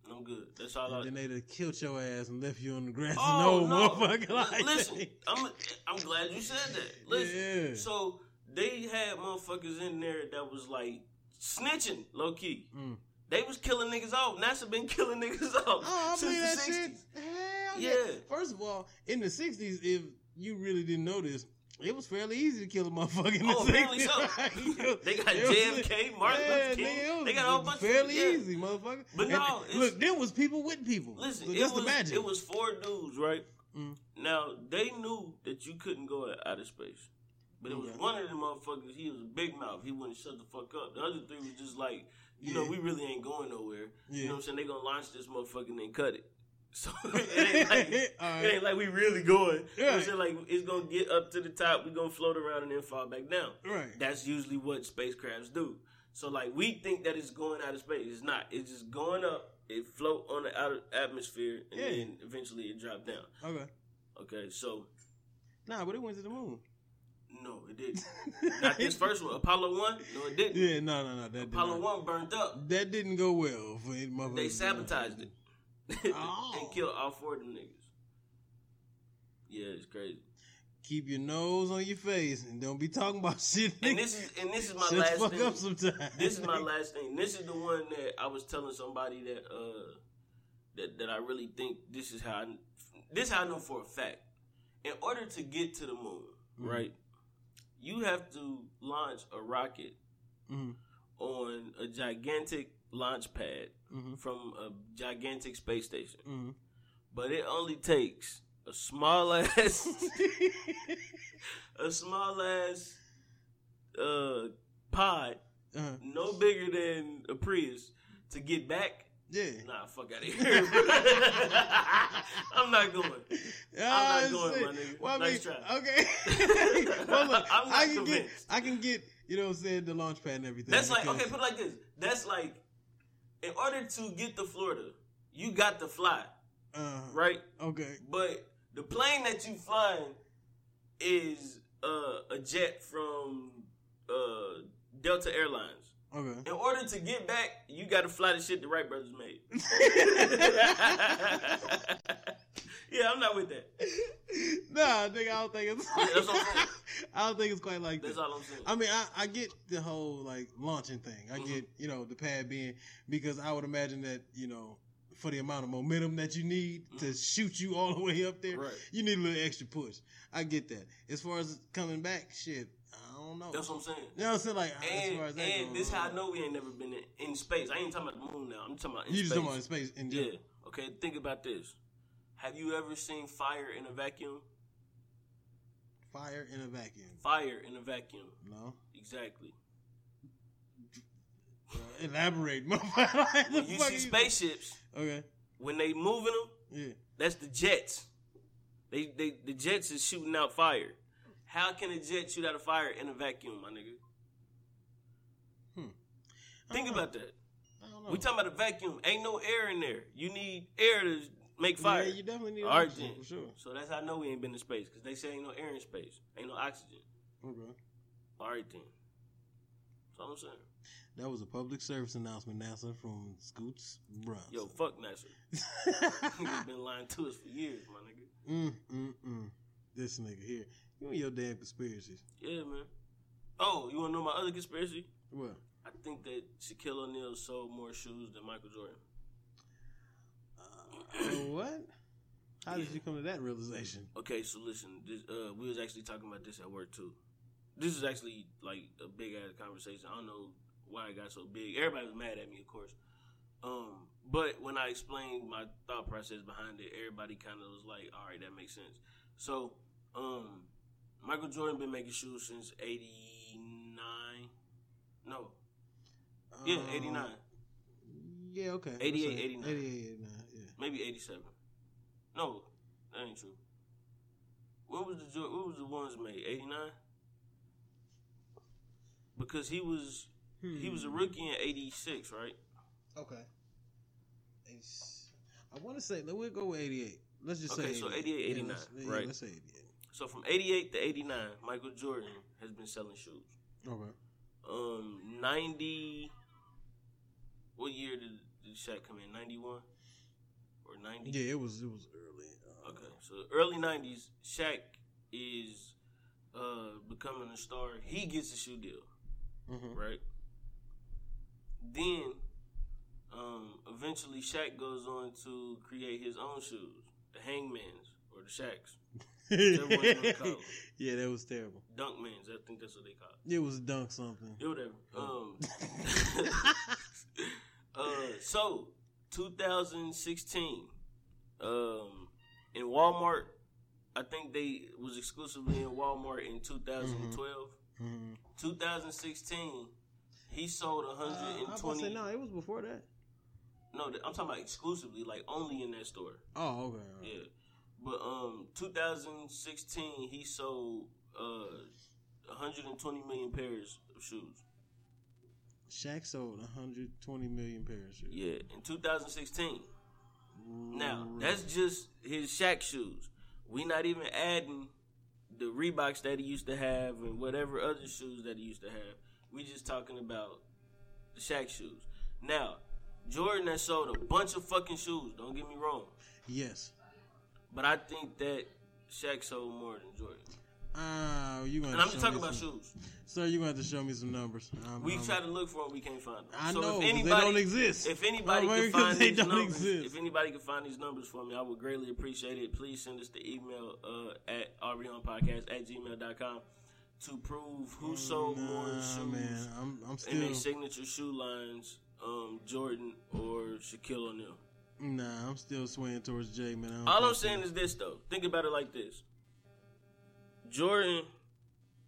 S2: And I'm good. That's all I.
S3: And then they'd have killed your ass and left you on the grass.
S2: uh, Oh,
S3: no,
S2: no.
S3: motherfucker. Like
S2: Listen,
S3: that.
S2: I'm I'm glad you said that. Listen,
S3: Yeah.
S2: so they had motherfuckers in there that was like snitching, low key.
S3: Mm.
S2: They was killing niggas off. NASA been killing niggas off
S3: Oh, I
S2: since
S3: believe
S2: the
S3: that shit.
S2: 60s.
S3: Hell yeah.
S2: Yeah.
S3: First of all, in the sixties, if you really didn't know this, it was fairly easy to kill a motherfucker. In the
S2: Oh, apparently
S3: 60s.
S2: so. They got
S3: It was-
S2: JFK, Martin Luther King.
S3: nigga, it was
S2: They got a whole bunch of-
S3: fairly
S2: yeah.
S3: easy, motherfucker.
S2: But
S3: And
S2: no, it's-
S3: look, then was people with people.
S2: Listen,
S3: so
S2: it
S3: just
S2: was
S3: imagine.
S2: it was four dudes, right?
S3: Mm.
S2: Now they knew that you couldn't go out- out of space, but it was
S3: Okay.
S2: one of the motherfuckers. He was a big mouth. He wouldn't shut the fuck up. The other three was just like, you know,
S3: Yeah.
S2: we really ain't going nowhere. You
S3: Yeah.
S2: know what I'm saying? They gonna launch this motherfucker and then cut it. So it ain't like,
S3: Alright.
S2: it ain't like we really going. You know what I'm
S3: Right.
S2: saying? Like it's gonna get up to the top. We gonna float around and then fall back down.
S3: Right.
S2: That's usually what spacecrafts do. So like we think that it's going out of space. It's not. It's just going up. It float on the outer atmosphere and
S3: Yeah.
S2: then eventually it dropped down.
S3: okay.
S2: Okay, so
S3: Nah, but it went to the moon.
S2: no, it didn't. not this first one, Apollo one. No, it didn't.
S3: Yeah, no, no, no. That did
S2: Apollo
S3: not-
S2: one burned up.
S3: That didn't go well for any motherfucker.
S2: They sabotaged it
S3: Oh.
S2: and killed all four of them niggas. Yeah, it's crazy.
S3: Keep your nose on your face and don't be talking about shit.
S2: And
S3: nigga.
S2: this is and this is my
S3: Shut the
S2: last
S3: fuck
S2: thing.
S3: up sometime.
S2: this is my last thing. This is the one that I was telling somebody that uh that that I really think this is how I, this how I know for a fact. In order to get to the moon, right, you have to launch a rocket
S3: Mhm.
S2: on a gigantic launch pad
S3: Mhm.
S2: from a gigantic space station.
S3: Mhm.
S2: But it only takes a small ass, a small ass uh, pod,
S3: Uh-huh.
S2: no bigger than a Prius, to get back.
S3: Yeah.
S2: Nah, fuck out of here. bro. I'm not going.
S3: Ah,
S2: I'm not going,
S3: shit.
S2: my nigga.
S3: Well, I
S2: Nice
S3: mean,
S2: try.
S3: Okay. well, look,
S2: I'm not
S3: I can get,
S2: convinced.
S3: I can get, you know what I'm saying, the launch pad and everything.
S2: That's like
S3: because-
S2: okay, put it like this. That's like in order to get to Florida, you got to fly,
S3: uh,
S2: right?
S3: Okay.
S2: But the plane that you flying is uh, a jet from uh, Delta Airlines.
S3: Okay.
S2: In order to get back, you got to fly the shit the Wright brothers made. yeah, I'm not with that.
S3: nah, nigga, I don't think it's.
S2: Yeah, that's what I'm saying.
S3: I don't think it's quite like
S2: That's
S3: that.
S2: all I'm saying.
S3: I mean, I, I get the whole like launching thing.
S2: Mm-hmm.
S3: I get you know the pad being because I would imagine that you know for the amount of momentum that you need
S2: Mm-hmm.
S3: to shoot you all the way up there,
S2: Right.
S3: you need a little extra push. I get that. As far as coming back, shit, I don't know.
S2: That's what I'm saying.
S3: you know what I'm saying? Like as
S2: And,
S3: far as that
S2: and
S3: goes,
S2: this
S3: I
S2: how I
S3: don't
S2: know we ain't never been in, in space. I ain't talking about the moon now. I'm talking about in
S3: You
S2: space.
S3: just talking about space in
S2: Yeah.
S3: general.
S2: Okay, think about this. Have you ever seen fire in a vacuum?
S3: Fire in a vacuum.
S2: Fire in a vacuum.
S3: No.
S2: Exactly.
S3: Elaborate, motherfucker. Like, the
S2: When you
S3: fuck
S2: see spaceships,
S3: Okay.
S2: when they moving them,
S3: Yeah.
S2: that's the jets. They, they the jets is shooting out fire. How can a jet shoot out a fire in a vacuum, my nigga? Think about that.
S3: I don't know.
S2: We talking about a vacuum. Ain't no air in there. You need air to make fire.
S3: Yeah, you definitely need
S2: All right,
S3: oxygen,
S2: then.
S3: for sure.
S2: So that's how I know we ain't been in space because they say ain't no air in space, ain't no oxygen.
S3: Okay.
S2: All right then. That's all I'm saying.
S3: That was a public service announcement, NASA, from Scoots Brown.
S2: Yo, fuck NASA. Niggas been lying to us for years, my nigga.
S3: mm, mm, mm. This nigga here. You and your damn conspiracies.
S2: Yeah, man. Oh, you wanna know my other conspiracy?
S3: What?
S2: I think that Shaquille O'Neal sold more shoes than Michael Jordan.
S3: Uh, what? How did you come to that realization?
S2: Okay, so listen, this, uh, we was actually talking about this at work too. This is actually like a big ass conversation. I don't know why it got so big. Everybody was mad at me, of course. Um, but when I explained my thought process behind it, everybody kind of was like, "All right, that makes sense." So, um, Michael Jordan been making shoes since '89. No, yeah,
S3: Um,
S2: '89,
S3: Yeah, okay. That's
S2: 88,
S3: right.
S2: 89.
S3: 88, 89, yeah.
S2: maybe '87. No, that ain't true. What was the Jor- what was the ones made? '89. Because he was he was a rookie in '86, right?
S3: Hmm. Okay. It's- I want to say, let we go with 88. Let's just
S2: Okay,
S3: say
S2: so 88,
S3: Yeah, let's-
S2: 89,
S3: yeah,
S2: right.
S3: Let's say 88.
S2: So from '88 to '89, Michael Jordan has been selling shoes.
S3: Okay.
S2: Um, ninety. What year did, did Shaq come in? Ninety one or ninety?
S3: Yeah, it was it was early. Uh,
S2: Okay, so early nineties, Shaq is uh becoming a star. He gets a shoe deal,
S3: mhm.
S2: right? Then, um, eventually Shaq goes on to create his own shoes, the Hangman's or the Shaq's, Everyone's gonna call.
S3: yeah, that was terrible.
S2: Dunkman's. I think that's what they call. it.
S3: It was dunk something.
S2: Yeah, whatever.
S3: Oh.
S2: Um, uh, so 2016, um, in Walmart, I think they was exclusively in Walmart in 2012.
S3: Mhm.
S2: 2016, he sold
S3: Uh, I was about to
S2: 120.
S3: say no, it was before that.
S2: no, I'm talking about exclusively, like only in that store.
S3: Oh, okay. all right.
S2: Yeah. But um 2016 he sold uh 120 million pairs of shoes.
S3: Shaq sold 120 million pairs. of shoes.
S2: Yeah, in 2016. Now that's just his Shaq shoes. We not even adding the Reeboks that he used to have and whatever other shoes that he used to have. We just talking about the Shaq shoes. Now Jordan has sold a bunch of fucking shoes. Don't get me wrong,
S3: Yes.
S2: but I think that Shaq sold more than Jordan.
S3: Ah, you gonna.
S2: And I'm
S3: show
S2: just talking
S3: me
S2: about
S3: some-
S2: shoes.
S3: Sir, you gonna have to show me some numbers. I'm,
S2: We
S3: I'm-
S2: try to look for them, we can't find them.
S3: I know, 'cause they don't exist.
S2: If anybody
S3: Right,
S2: can
S3: 'cause
S2: find
S3: they
S2: these
S3: don't
S2: numbers,
S3: exist.
S2: if anybody can find these numbers for me, I would greatly appreciate it. Please send us the email uh, at podcast at gmail.com to prove who sold more
S3: Oh, Nah,
S2: shoes
S3: man, I'm, I'm
S2: in their
S3: still.
S2: signature shoe lines, um, Jordan or Shaquille O'Neal.
S3: Nah, I'm still swaying towards Jay, man. I don't
S2: All I'm
S3: think
S2: saying is this though. Think about it like this. Jordan,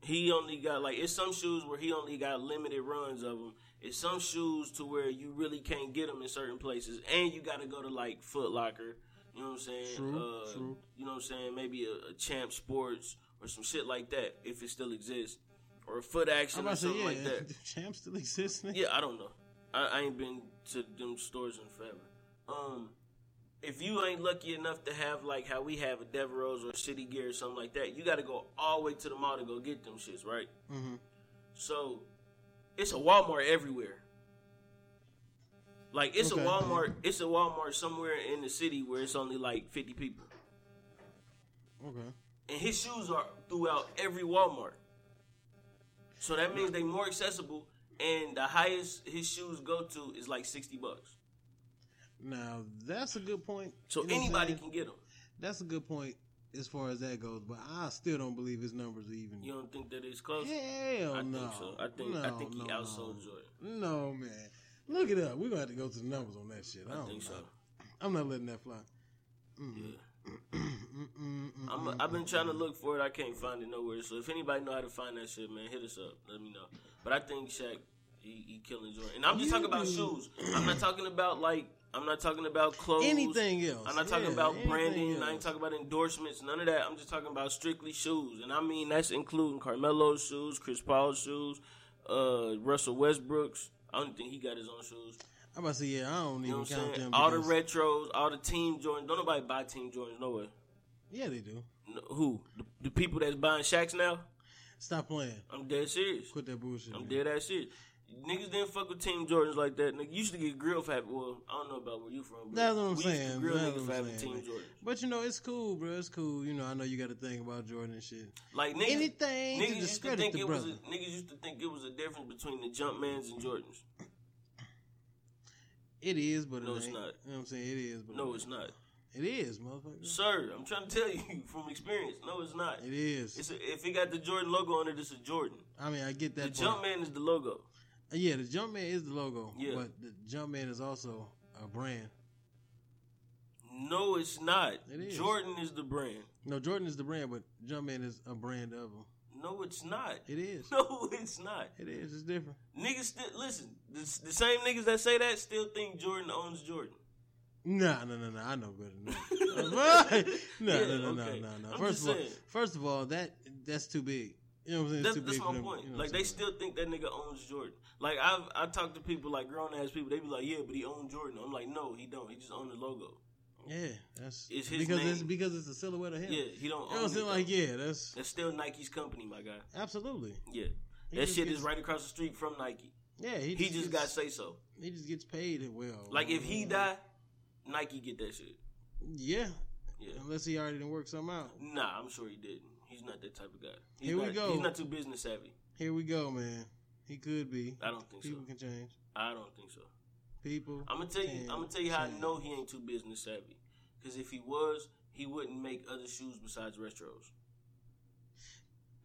S2: he only got like it's some shoes where he only got limited runs of them. It's some shoes to where you really can't get them in certain places, and you got to go to like Foot Locker. You know what I'm saying? Uh,
S3: True, true.
S2: You know what I'm saying? Maybe a, a Champ Sports or some shit like that, if it still exists, or Foot
S3: I'm
S2: Action
S3: about
S2: or
S3: to say,
S2: something
S3: yeah,
S2: like that.
S3: the champ still exists. nigga?
S2: Yeah, I don't know. I, I ain't been to them stores in forever. Um, if you ain't lucky enough to have like how we have a Devereaux or City Gear or something like that, you got to go all the way to the mall to go get them shits, right?
S3: Mhm.
S2: So it's a Walmart everywhere. Like it's
S3: Okay.
S2: a Walmart, it's a Walmart somewhere in the city where it's only like fifty people,
S3: Okay.
S2: and his shoes are throughout every Walmart. So that means they more accessible, and the highest his shoes go to is like sixty bucks.
S3: Now that's a good point.
S2: So
S3: You know what I'm
S2: anybody
S3: saying?
S2: can get them.
S3: That's a good point as far as that goes, but I still don't believe his numbers are even.
S2: You don't think that it's close?
S3: Hell
S2: I
S3: no.
S2: think so. I think
S3: no,
S2: I think he
S3: no,
S2: outsold
S3: no.
S2: Jordan.
S3: No man, look it up. We're gonna have to go to the numbers on that shit. I,
S2: I
S3: don't
S2: think
S3: know.
S2: so.
S3: I'm not letting that fly. Mm.
S2: Yeah.
S3: Mm-mm-mm-mm.
S2: I'm I've been trying to look for it. I can't find it nowhere. So if anybody know how to find that shit, man, hit us up. Let me know. But I think Shaq he, he killing Jordan. And I'm just talking about
S3: Yeah.
S2: shoes. I'm not talking about like I'm not talking about clothes.
S3: Anything else?
S2: I'm not talking
S3: Yeah,
S2: about
S3: anything
S2: branding. I ain't
S3: else.
S2: talking about endorsements. None of that. I'm just talking about strictly shoes, and I mean that's including Carmelo's shoes, Chris Paul's shoes, uh, Russell Westbrook's. I don't think he got his own shoes.
S3: I'm about to say yeah. I don't even
S2: You know what I'm
S3: count
S2: saying?
S3: them.
S2: All the
S3: because-
S2: retros, all the team Jordans. Don't nobody buy team Jordans nowhere.
S3: Yeah, they do.
S2: No, who? The, the people that's buying Shaqs now?
S3: Stop playing.
S2: I'm dead serious.
S3: Quit that bullshit.
S2: I'm
S3: man.
S2: dead ass serious. Niggas didn't fuck with Team Jordans like that. Nigga, you used to get grill for having. Well, I don't know about where you from. but
S3: That's what I'm
S2: we Used
S3: saying.
S2: to grill
S3: That's
S2: niggas
S3: what
S2: for
S3: I'm
S2: having
S3: saying.
S2: Team Jordan.
S3: But you know, it's cool, bro. It's cool. You know, I know you got a thing about Jordan and shit.
S2: Like niggas,
S3: Anything to
S2: niggas used to
S3: discredit
S2: think
S3: the
S2: it was. A,
S3: brother.
S2: niggas used to think it was a difference between the Jumpmans and Jordans.
S3: It is, but
S2: No,
S3: it
S2: it's
S3: ain't.
S2: not.
S3: You know what I'm saying? It is, but
S2: No,
S3: it
S2: it's not,
S3: ain't. It is, motherfucker.
S2: sir. I'm trying to tell you from experience. No, it's not.
S3: it is.
S2: It's a, if it got the Jordan logo on it, it's a Jordan.
S3: I mean, I get
S2: The
S3: that. point.
S2: Jumpman is the logo.
S3: Yeah, the Jumpman is the logo.
S2: Yeah.
S3: But the Jumpman is also a brand.
S2: No, it's not.
S3: It is.
S2: Jordan is the brand.
S3: No, Jordan is the brand, but Jumpman is a brand of them.
S2: No, it's not.
S3: It is.
S2: No, it's not.
S3: It is. It's different.
S2: Niggas, still listen. The, the same niggas that say that still think Jordan owns Jordan.
S3: Nah, no, no, no. I know better than that. no,
S2: Yeah,
S3: no, no,
S2: okay.
S3: no, no, no.
S2: I'm
S3: First
S2: just
S3: of all,
S2: saying.
S3: first of all, that that's too big. You know what I'm saying? It's
S2: That's,
S3: too
S2: that's
S3: big for
S2: my
S3: them.
S2: point.
S3: You know what
S2: like
S3: I'm
S2: they
S3: saying?
S2: still think that nigga owns Jordan. Like I've I talk to people like grown ass people. They be like, yeah, but he owned Jordan. I'm like, no, he don't. He just owned the logo.
S3: Yeah, that's
S2: It's his
S3: because
S2: name.
S3: it's because it's a silhouette of him.
S2: Yeah, he don't.
S3: You know what I'm
S2: own it,
S3: saying? Like,
S2: though.
S3: yeah, that's
S2: That's still Nike's company, my guy.
S3: absolutely.
S2: Yeah,
S3: He
S2: that
S3: just
S2: shit
S3: gets-
S2: is right across the street from Nike.
S3: Yeah, he
S2: He just,
S3: gets, Oh.
S2: got say so.
S3: he just gets paid well.
S2: Like if he die, Nike get that shit.
S3: yeah,
S2: Yeah.
S3: unless he already done worked something out.
S2: Nah, I'm sure he didn't. He's not that type of guy. He's
S3: Here we
S2: not-
S3: go.
S2: He's not too business savvy.
S3: Here we go, man. He could be.
S2: I don't think
S3: People
S2: so.
S3: can change.
S2: I don't think so.
S3: People.
S2: I'm gonna tell you.
S3: can
S2: I'm gonna tell you how I
S3: change.
S2: know he ain't too business savvy. Because if he was, he wouldn't make other shoes besides retros.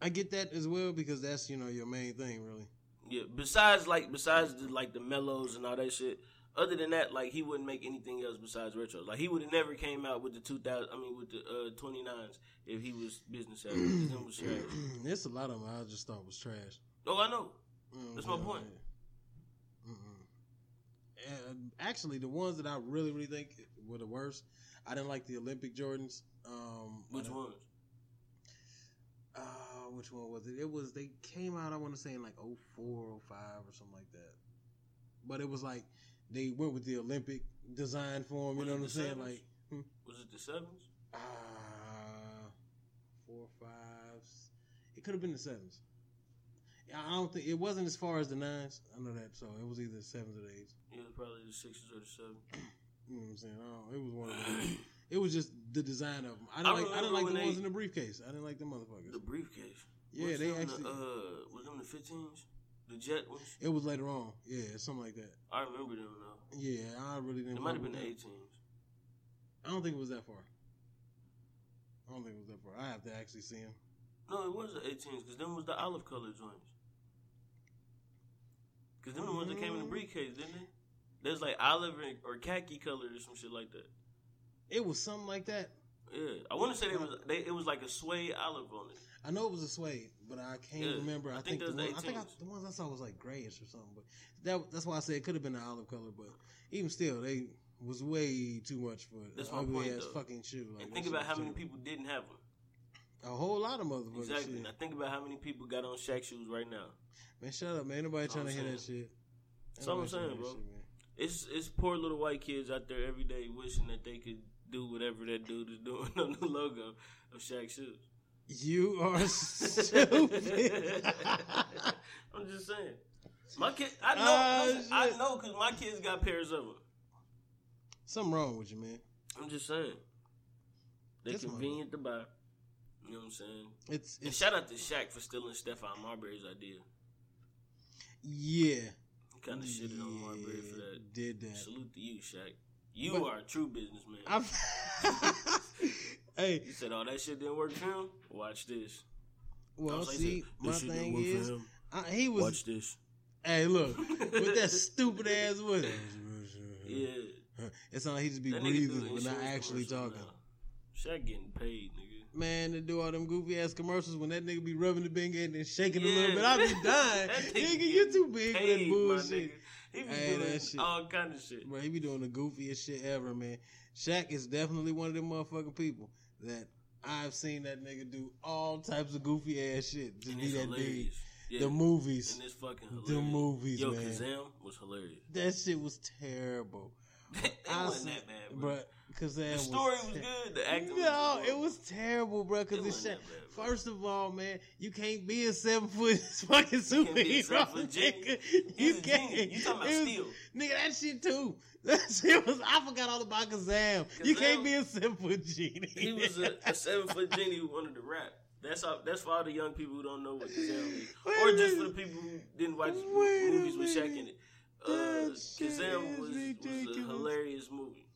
S3: I get that as well because that's you know your main thing, really.
S2: Yeah. Besides, like, besides the, like the mellows and all that shit. Other than that, like, he wouldn't make anything else besides retros. Like, he would have never came out with the 2000. I mean, with the uh, 29s if he was business savvy. 'cause them was trash.
S3: There's a lot of them I just thought was trash.
S2: Oh, I know.
S3: Mm,
S2: That's my
S3: yeah,
S2: point.
S3: yeah. Mm-mm. And actually, the ones that I really, really think were the worst, I didn't like the Olympic Jordans. Um,
S2: Which
S3: I-
S2: ones?
S3: Uh, which one was it? It was they came out. I want to say in like 04, 05 or something like that. But it was like they went with the Olympic design for them. You
S2: Was
S3: know
S2: it
S3: what I'm
S2: the
S3: saying?
S2: sevens?
S3: Like hmm,
S2: Was it the sevens?
S3: uh, four, fives. It could have been the sevens. Yeah, I don't think it wasn't as far as the nines. I know that. So it was either the sevens or the eights.
S2: Yeah, probably the sixes or the sevens.
S3: You know what I'm saying? I don't, it was one of them. It was just the design of them. I didn't
S2: I
S3: like. I didn't
S2: remember
S3: like the
S2: when they-
S3: ones in the briefcase. I didn't like the motherfuckers.
S2: The briefcase.
S3: Yeah,
S2: Was
S3: they
S2: them
S3: actually-
S2: The, uh, was them the 15s? The jet ones?
S3: It was later on. Yeah, something like that.
S2: I remember them though.
S3: Yeah, I really didn't.
S2: It might have been
S3: fuck with
S2: the
S3: that.
S2: 18s.
S3: I don't think it was that far. I don't think it was that far. I have to actually see him.
S2: No, it was the 18s because them was the olive color joints. Because them the ones that came in the briefcase, didn't they? was like olive or, or khaki color or some shit like that.
S3: It was something like that.
S2: Yeah, I want to say it was they, it was like a suede olive on it.
S3: I know it was a suede, but I can't
S2: Yeah,
S3: remember. I,
S2: I
S3: think,
S2: think
S3: the
S2: those
S3: one, I think I,
S2: 18s.
S3: the ones I saw was like grayish or something. But that that's why I said it could have been an olive color. But even still, they was way too much for
S2: That's
S3: an
S2: my
S3: ugly
S2: point,
S3: ass
S2: though.
S3: fucking shoe. Like,
S2: And
S3: that
S2: think
S3: shit
S2: about
S3: was
S2: how many
S3: terrible.
S2: people didn't have them.
S3: A whole lot of motherfuckers.
S2: Exactly.
S3: shit.
S2: Now think about how many people got on Shaq shoes right now.
S3: Man, shut up, man. Ain't Nobody
S2: That's what
S3: trying to hear
S2: I'm
S3: that shit.
S2: That's what I'm
S3: Ain't nobody trying
S2: saying,
S3: to
S2: bro.
S3: hear that shit, man.
S2: It's it's poor little white kids out there every day wishing that they could do whatever that dude is doing on the logo of Shaq shoes.
S3: You are stupid.
S2: I'm just saying. My kid, I know,
S3: Oh,
S2: listen, I
S3: shit.
S2: know, because my kids got pairs of them.
S3: Something wrong with you, man.
S2: I'm just saying. They
S3: That's my-
S2: convenient to buy. You know what I'm saying?
S3: It's
S2: And
S3: it's
S2: shout out to Shaq for stealing Stefan Marbury's idea.
S3: yeah.
S2: He kind of shitted on Marbury for
S3: Yeah,
S2: that.
S3: Did that?
S2: Salute to you, Shaq. You
S3: But-
S2: are a true businessman.
S3: I'm hey,
S2: He said, "Oh, that shit didn't work for him. Watch this." I
S3: well,
S2: was like,
S3: see,
S2: "This
S3: my
S2: shit didn't
S3: thing
S2: work for
S3: is,
S2: him.
S3: I, he was.
S2: watch this.
S3: Hey, look, with that stupid ass with
S2: Yeah,
S3: It's not like he just be
S2: that nigga
S3: breathing,
S2: doing
S3: but not
S2: insurance
S3: actually
S2: commercials
S3: talking.
S2: now. Shaq getting paid, nigga.
S3: Man, they do all them goofy ass commercials when that nigga be rubbing the big end and shaking a
S2: Yeah.
S3: little bit. I be dying.
S2: That nigga
S3: nigga, you too big for that
S2: Paid, my
S3: bullshit.
S2: nigga. He be
S3: Hey,
S2: doing
S3: that shit.
S2: all kind of shit.
S3: Bro, he be doing the goofiest shit ever, man. Shaq is definitely one of them motherfucking people that I've seen that nigga do all types of goofy ass shit. Just
S2: And
S3: be
S2: it's
S3: that big.
S2: hilarious. Yeah.
S3: The movies.
S2: And it's fucking hilarious.
S3: The movies,
S2: Yo,
S3: man.
S2: Kazam was hilarious.
S3: That shit was terrible.
S2: it
S3: I
S2: wasn't
S3: seen-
S2: that bad, bro.
S3: Bro, cause that
S2: the story was good. The acting
S3: No,
S2: was
S3: it was terrible, bro. Cause
S2: It
S3: this shit.
S2: wasn't that bad, bro.
S3: First of all, man, you can't be a seven foot fucking
S2: can't be a
S3: superhero.
S2: seven-foot
S3: nigga.
S2: genius.
S3: You
S2: He's a
S3: can't.
S2: genius. You talking about
S3: It was-
S2: Steel.
S3: Nigga, that shit too. That shit was. I forgot all about Kazam. You
S2: Kazam-
S3: can't be a seven foot genie.
S2: He was a, a seven foot genie who wanted to rap. That's all, that's for all the young people who don't know what Kazam is,
S3: Wait a
S2: or just for the
S3: minute.
S2: people who didn't watch mo-
S3: Wait a
S2: movies with Shaq in it.
S3: minute.
S2: Uh,
S3: That shit
S2: Kazam
S3: is
S2: was, was a
S3: ridiculous.
S2: hilarious movie.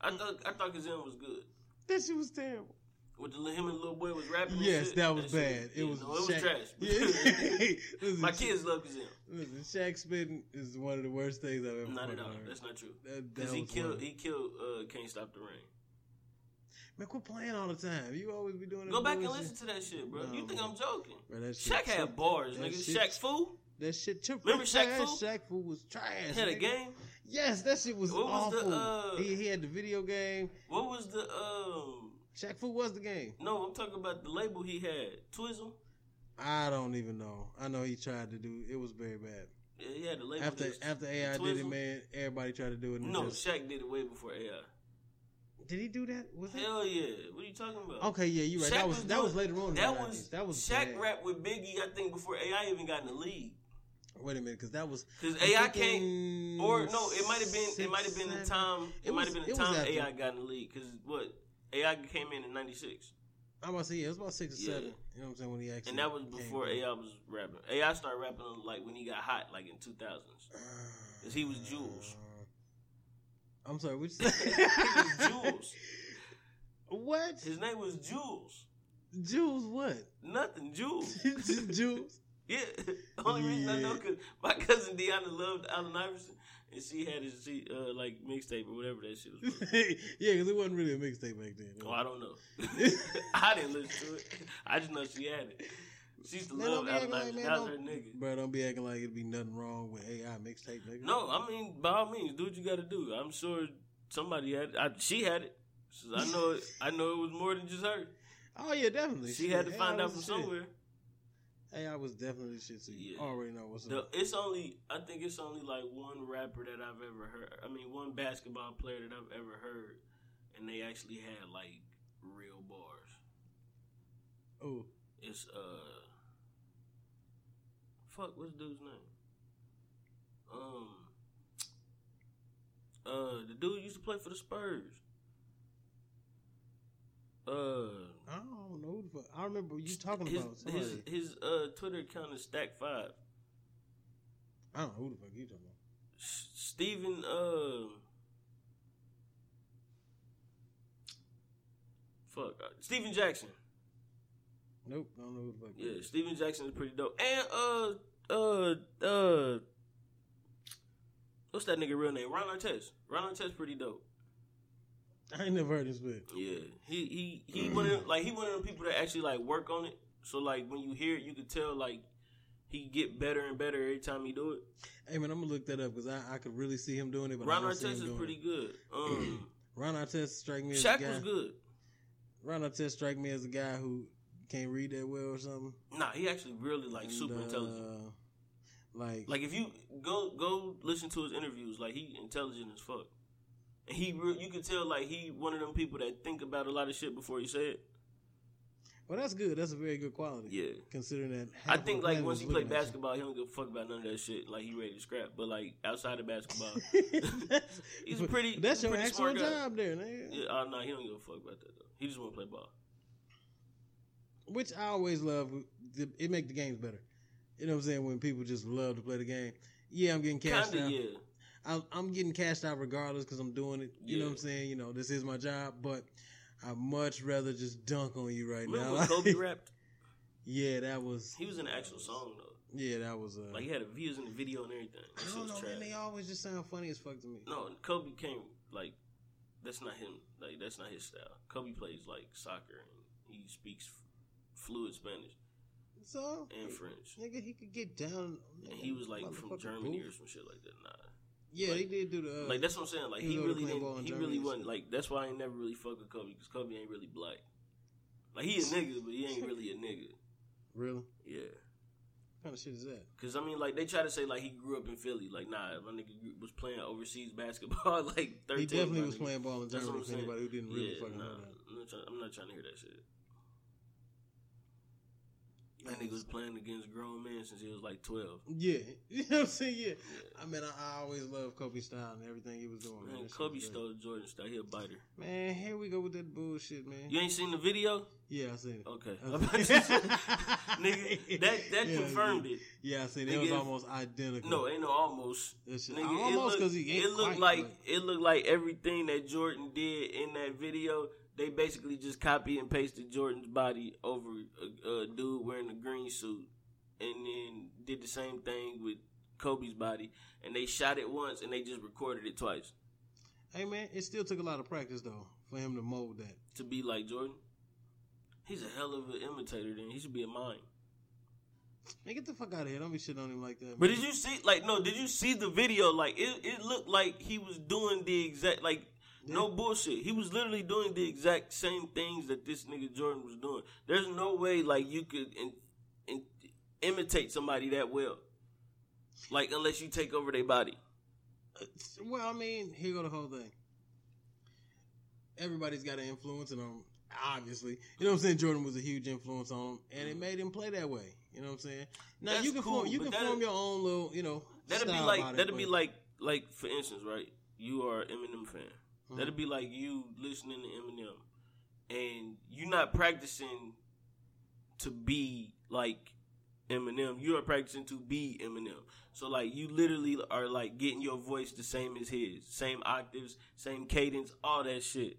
S2: I thought I thought Kazam was good.
S3: that shit was terrible.
S2: With the, him and little boy was rapping. and
S3: Yes,
S2: shit,
S3: that was
S2: shit-
S3: bad. It
S2: yeah,
S3: was.
S2: no, it was
S3: Shaq-
S2: trash.
S3: Yeah. Listen,
S2: My
S3: Shaq-
S2: kids love Kazam.
S3: Listen, Shaq spitting is one of the worst things I've ever.
S2: Not at
S3: fucking
S2: all.
S3: heard.
S2: That's not true.
S3: That- that
S2: Because he
S3: was
S2: killed
S3: wild.
S2: he killed uh, Can't Stop the Rain.
S3: Man, quit playing all the time. You always be doing.
S2: Go
S3: that
S2: back and
S3: bullshit.
S2: listen to that shit, bro.
S3: Nah,
S2: you think
S3: man.
S2: I'm joking?
S3: Bro, that shit-
S2: Shaq had bars,
S3: that
S2: nigga.
S3: shit-
S2: Shaq's fool.
S3: That shit took.
S2: Remember Shaq
S3: trash.
S2: Fu?
S3: Shaq Fu was trash.
S2: Had a
S3: nigga.
S2: game.
S3: Yes, that shit was
S2: What was the,
S3: awful.
S2: uh,
S3: he, he had the video game.
S2: What was the um?
S3: Shaq Fu was the game.
S2: No, I'm talking about the label he had. Twism.
S3: I don't even know. I know he tried to do. It was very bad.
S2: Yeah, he had the label.
S3: After
S2: that's-
S3: after AI did it,
S2: Twizzle.
S3: man, everybody tried to do it. and it
S2: No,
S3: just-
S2: Shaq did it way before AI.
S3: did he do that? Was it?
S2: Hell yeah! What are you talking about?
S3: Okay, yeah, you're right. that was, that
S2: doing-
S3: was later on. in the
S2: That
S3: 90s.
S2: was
S3: that was
S2: Shaq
S3: bad.
S2: rap with Biggie. I think before AI even got in the league.
S3: Wait a minute, because that was
S2: Because
S3: I'm
S2: AI
S3: thinking
S2: came, or no, it might have been,
S3: six,
S2: it might have been the
S3: seven.
S2: time, it,
S3: It
S2: might
S3: was-
S2: have been
S3: it
S2: the
S3: was
S2: time
S3: after-
S2: AI got in the league. Because what AI came in in '96,
S3: I'm about to say yeah, it was about six or
S2: Yeah.
S3: seven. You know what I'm saying? When he actually
S2: and that was
S3: came.
S2: before AI was rapping. AI started rapping like when he got hot, like in 2000s, because he was Jules.
S3: I'm sorry, which he
S2: He was Jules.
S3: What?
S2: His name was Jules.
S3: Jules what?
S2: Nothing, Jules.
S3: Just Jules.
S2: Yeah. Only reason I know
S3: Yeah.
S2: because my cousin Deanna loved Allen Iverson, and she had his she, uh, like mixtape or whatever that shit was.
S3: yeah, because it wasn't really a mixtape back then.
S2: oh, I don't know. I didn't listen to it. I just know she had it. She used to
S3: Man, don't
S2: love
S3: be
S2: Allen
S3: acting like-
S2: Iverson.
S3: man,
S2: that was her
S3: don't-
S2: nigga.
S3: Bro, don't be acting like it'd be nothing wrong with AI mixtape, nigga.
S2: No, I mean by all means, do what you got to do. I'm sure somebody had. It. I, she had it. So I know. it- I know it was more than just her.
S3: Oh yeah, definitely.
S2: She
S3: Shit,
S2: had to
S3: AI
S2: find out
S3: was
S2: from
S3: shit.
S2: somewhere.
S3: AI was definitely shit, so you
S2: Yeah.
S3: already know what's
S2: The,
S3: up.
S2: it's only I think it's only like one rapper that I've ever heard. I mean, one basketball player that I've ever heard, and they actually had like real bars.
S3: Oh,
S2: It's uh, fuck, what's the dude's name? Um, uh, the dude used to play for the Spurs. Uh,
S3: I don't know. who the fuck- I remember you talking
S2: his
S3: about somebody.
S2: his, his uh Twitter account is Stack Five.
S3: I don't know who the fuck you talking about.
S2: S- Steven uh fuck uh, Steven Jackson.
S3: Nope, I don't know who the fuck. you
S2: Yeah, Steven Jackson is pretty dope. And uh uh uh What's that nigga real name? Ron Artest. Ron Artest pretty dope.
S3: I ain't never heard this bit.
S2: Yeah, he he he one of them- like he one of them people that actually like work on it. So like when you hear it, you could tell like he get better and better every time he do it.
S3: Hey man, I'm gonna look that up because I, I could really see him doing it. But
S2: Ron
S3: I don't see him
S2: Artest is
S3: doing
S2: pretty
S3: It.
S2: good. Um,
S3: Ron Artest strike me as a
S2: Shaq
S3: guy.
S2: was good.
S3: Ron Artest strike me as a guy who can't read that well or something.
S2: Nah, he actually really like
S3: And,
S2: super intelligent.
S3: uh, Like,
S2: Like if you go go listen to his interviews, like he intelligent as fuck. And he re- you can tell like he one of them people that think about a lot of shit before he say it.
S3: well, that's good. That's a very good quality.
S2: Yeah.
S3: Considering that.
S2: I
S3: half of
S2: think
S3: the
S2: like
S3: planet
S2: once
S3: is
S2: he
S3: looking
S2: played
S3: at you.
S2: basketball, he don't give a fuck about none of that shit. Like he ready to scrap. But like outside of basketball,
S3: That's-
S2: He's a pretty-
S3: but That's your
S2: pretty
S3: actual
S2: smart guy.
S3: job there, nigga.
S2: yeah, uh, nah, he don't give a fuck about that though. He just want to play ball.
S3: Which I always love. It make the games better. You know what I'm saying? When people just love to play the game. Yeah, I'm getting cashed
S2: Kinda,
S3: out.
S2: yeah.
S3: I'm, I'm getting cashed out regardless because I'm doing it. You know
S2: Yeah.
S3: what I'm saying? You know, this is my job, but I much rather just dunk on you right
S2: Remember
S3: now.
S2: when Kobe rapped?
S3: yeah, that was.
S2: He was in the actual song though.
S3: Yeah, that was. Uh,
S2: Like he had a he was in the video and everything. That
S3: I
S2: shit
S3: don't know,
S2: was
S3: man. They
S2: trash.
S3: always just sound funny as fuck to me.
S2: No, Kobe came like that's not him. Like that's not his style. Kobe plays like soccer and he speaks f- fluid Spanish
S3: So,
S2: and French.
S3: nigga, he could get down.
S2: And he was like from
S3: motherfucking
S2: Germany
S3: booth.
S2: or some shit like that. Nah.
S3: Yeah,
S2: like-
S3: he did do the. Uh,
S2: like that's what I'm saying. Like
S3: he
S2: he
S3: was over
S2: really
S3: playing ball in
S2: didn't. He
S3: Germany
S2: really
S3: and
S2: wasn't. Like that's why I ain't never really fuck with Kobe because Kobe ain't really black. Like he a nigga, but he ain't really a nigga.
S3: really. What
S2: Yeah.
S3: kind of shit is that?
S2: Cause I mean, like they try to say like he grew up in Philly. Like nah, my nigga grew- was playing overseas basketball. like thirteen.
S3: He definitely
S2: my
S3: was
S2: nigga.
S3: playing ball in
S2: That's what I'm
S3: Germany for
S2: saying.
S3: anybody who didn't really
S2: Yeah,
S3: fucking
S2: nah,
S3: know that.
S2: I'm not, trying, I'm not trying to hear that shit. That nigga was playing against grown men since he was like twelve.
S3: Yeah, you know what I'm saying? Yeah. I mean, I, I always loved Kobe style and everything he was doing. Oh, Man,
S2: Man,
S3: That shit
S2: Kobe
S3: was great.
S2: stole Jordan style. He a biter.
S3: Man, here we go with that bullshit, man.
S2: You ain't seen the video?
S3: Yeah, I seen it.
S2: Okay.
S3: I seen it.
S2: nigga, that that
S3: Yeah,
S2: confirmed
S3: yeah.
S2: it.
S3: Yeah, I seen it. It was
S2: Nigga,
S3: almost identical.
S2: No, ain't no almost.
S3: That shit-
S2: Nigga,
S3: almost
S2: it look-
S3: 'cause he ain't
S2: It looked
S3: quite,
S2: like
S3: but-
S2: it looked like everything that Jordan did in that video. They basically just copy and pasted Jordan's body over a, a dude wearing a green suit, and then did the same thing with Kobe's body. And they shot it once, and they just recorded it twice
S3: Hey, man, it still took a lot of practice, though, for him to mold that.
S2: to be like Jordan. He's a hell of an imitator. Then he should be a mime.
S3: Man, get the fuck out of here. Don't be shitting on him like that.
S2: But
S3: man.
S2: did you see like no, did you see the video? Like it, it looked like he was doing the exact like no bullshit. He was literally doing the exact same things that this nigga Jordan was doing. There's no way like you could in, in, imitate somebody that well. Like unless you take over their body.
S3: Well, I mean, here go the whole thing. Everybody's got an influence on him, obviously. You know what I'm saying? Jordan was a huge influence on him, and it made him play that way. You know what I'm saying? Now
S2: Mm. That's
S3: you can
S2: cool,
S3: form you
S2: but
S3: can
S2: that'd-
S3: form your own little, you know.
S2: That'd be
S3: style
S2: like
S3: about it,
S2: that'd be
S3: but-
S2: like like for instance, right? You are an Eminem fan.
S3: uh-huh.
S2: That'd
S3: Mm-hmm.
S2: be like you listening to Eminem, and you're not practicing to be like Eminem. You are practicing to be Eminem. So like you literally are like getting your voice the same as his, same octaves, same cadence, all that shit.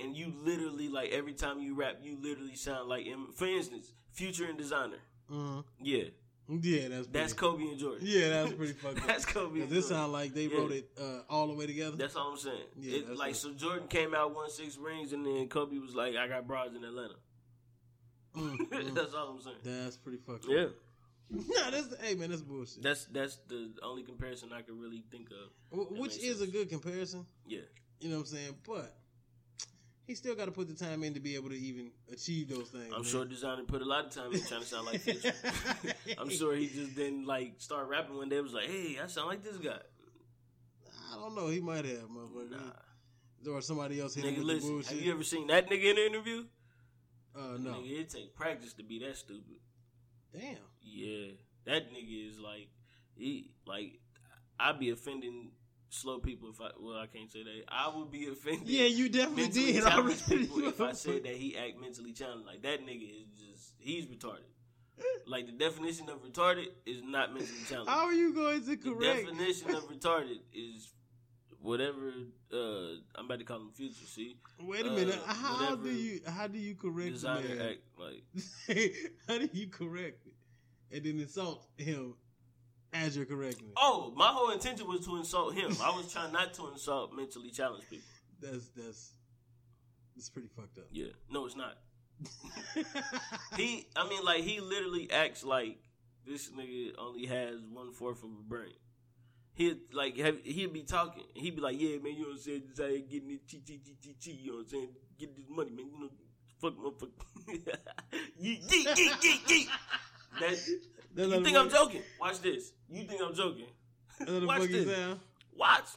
S2: And you literally like every time you rap, you literally sound like Em- for instance, Future and Designer.
S3: Mhm.
S2: Yeah,
S3: yeah, that's
S2: that's
S3: pretty,
S2: Kobe and Jordan.
S3: yeah, that's pretty fucked up.
S2: that's Kobe.
S3: Cause
S2: And
S3: this
S2: Jordan.
S3: sound like they
S2: Yeah.
S3: wrote it uh, all the way together.
S2: That's all I'm saying.
S3: Yeah,
S2: It-
S3: that's
S2: like
S3: what-
S2: so, Jordan came out won six rings, and then Kobe was like, "I got bras in Atlanta."
S3: Mm, mm.
S2: that's all I'm saying.
S3: that's pretty fucked up.
S2: yeah,
S3: no, that's hey man, that's bullshit.
S2: that's that's the only comparison I could really think of.
S3: Wh-
S2: that
S3: Which
S2: makes
S3: is a
S2: sense.
S3: good comparison.
S2: Yeah,
S3: You know what I'm saying? But he still got to put the time in to be able to even achieve those things.
S2: I'm
S3: man.
S2: sure Designer put a lot of time in trying to sound like Future. I'm sure he just didn't like start rapping one day. and Was like, "Hey, I sound like this guy."
S3: I don't know. He might have, motherfucker.
S2: Nah,
S3: Or somebody else hit him
S2: nigga,
S3: with the
S2: listen.
S3: bullshit.
S2: Have you ever seen that nigga in an interview?
S3: uh, no.
S2: Nigga, it take practice to be that stupid.
S3: Damn.
S2: Yeah, that nigga is like, he like, I'd be offending slow people if I well I can't say that I would be offending.
S3: Yeah, you definitely
S2: mentally
S3: did already.
S2: challenged people if I said that he act mentally challenged. Like that nigga is just he's retarded. Like the definition of retarded is not mentally challenged.
S3: How are you going to
S2: the
S3: correct?
S2: definition of retarded is whatever uh I'm about to call him future. See,
S3: Wait a minute.
S2: uh,
S3: how do
S2: whatever
S3: you how do you correct the
S2: designer
S3: man?
S2: act like
S3: how do you correct it and then insult him as you're correcting it.
S2: Oh, my whole intention was to insult him. I was trying not to insult mentally challenged people.
S3: That's that's that's pretty fucked up.
S2: Yeah. No, it's not. He, I mean, like he literally acts like this nigga only has one fourth of a brain. He'd like have, he'd be talking. He'd be like, "Yeah, man, you know what I'm saying? This ain't getting it, chi, chi, chi, chi, chi. You know what I'm saying? Get this money, man. You know, fuck, motherfucker. yeet, yeet, yeet, yeet, yeet. That,
S3: That's
S2: you
S3: how the
S2: think I'm
S3: fuck-
S2: joking? Watch this. You think I'm joking?
S3: that's how the
S2: Watch
S3: fuck you
S2: this.
S3: sound.
S2: Watch.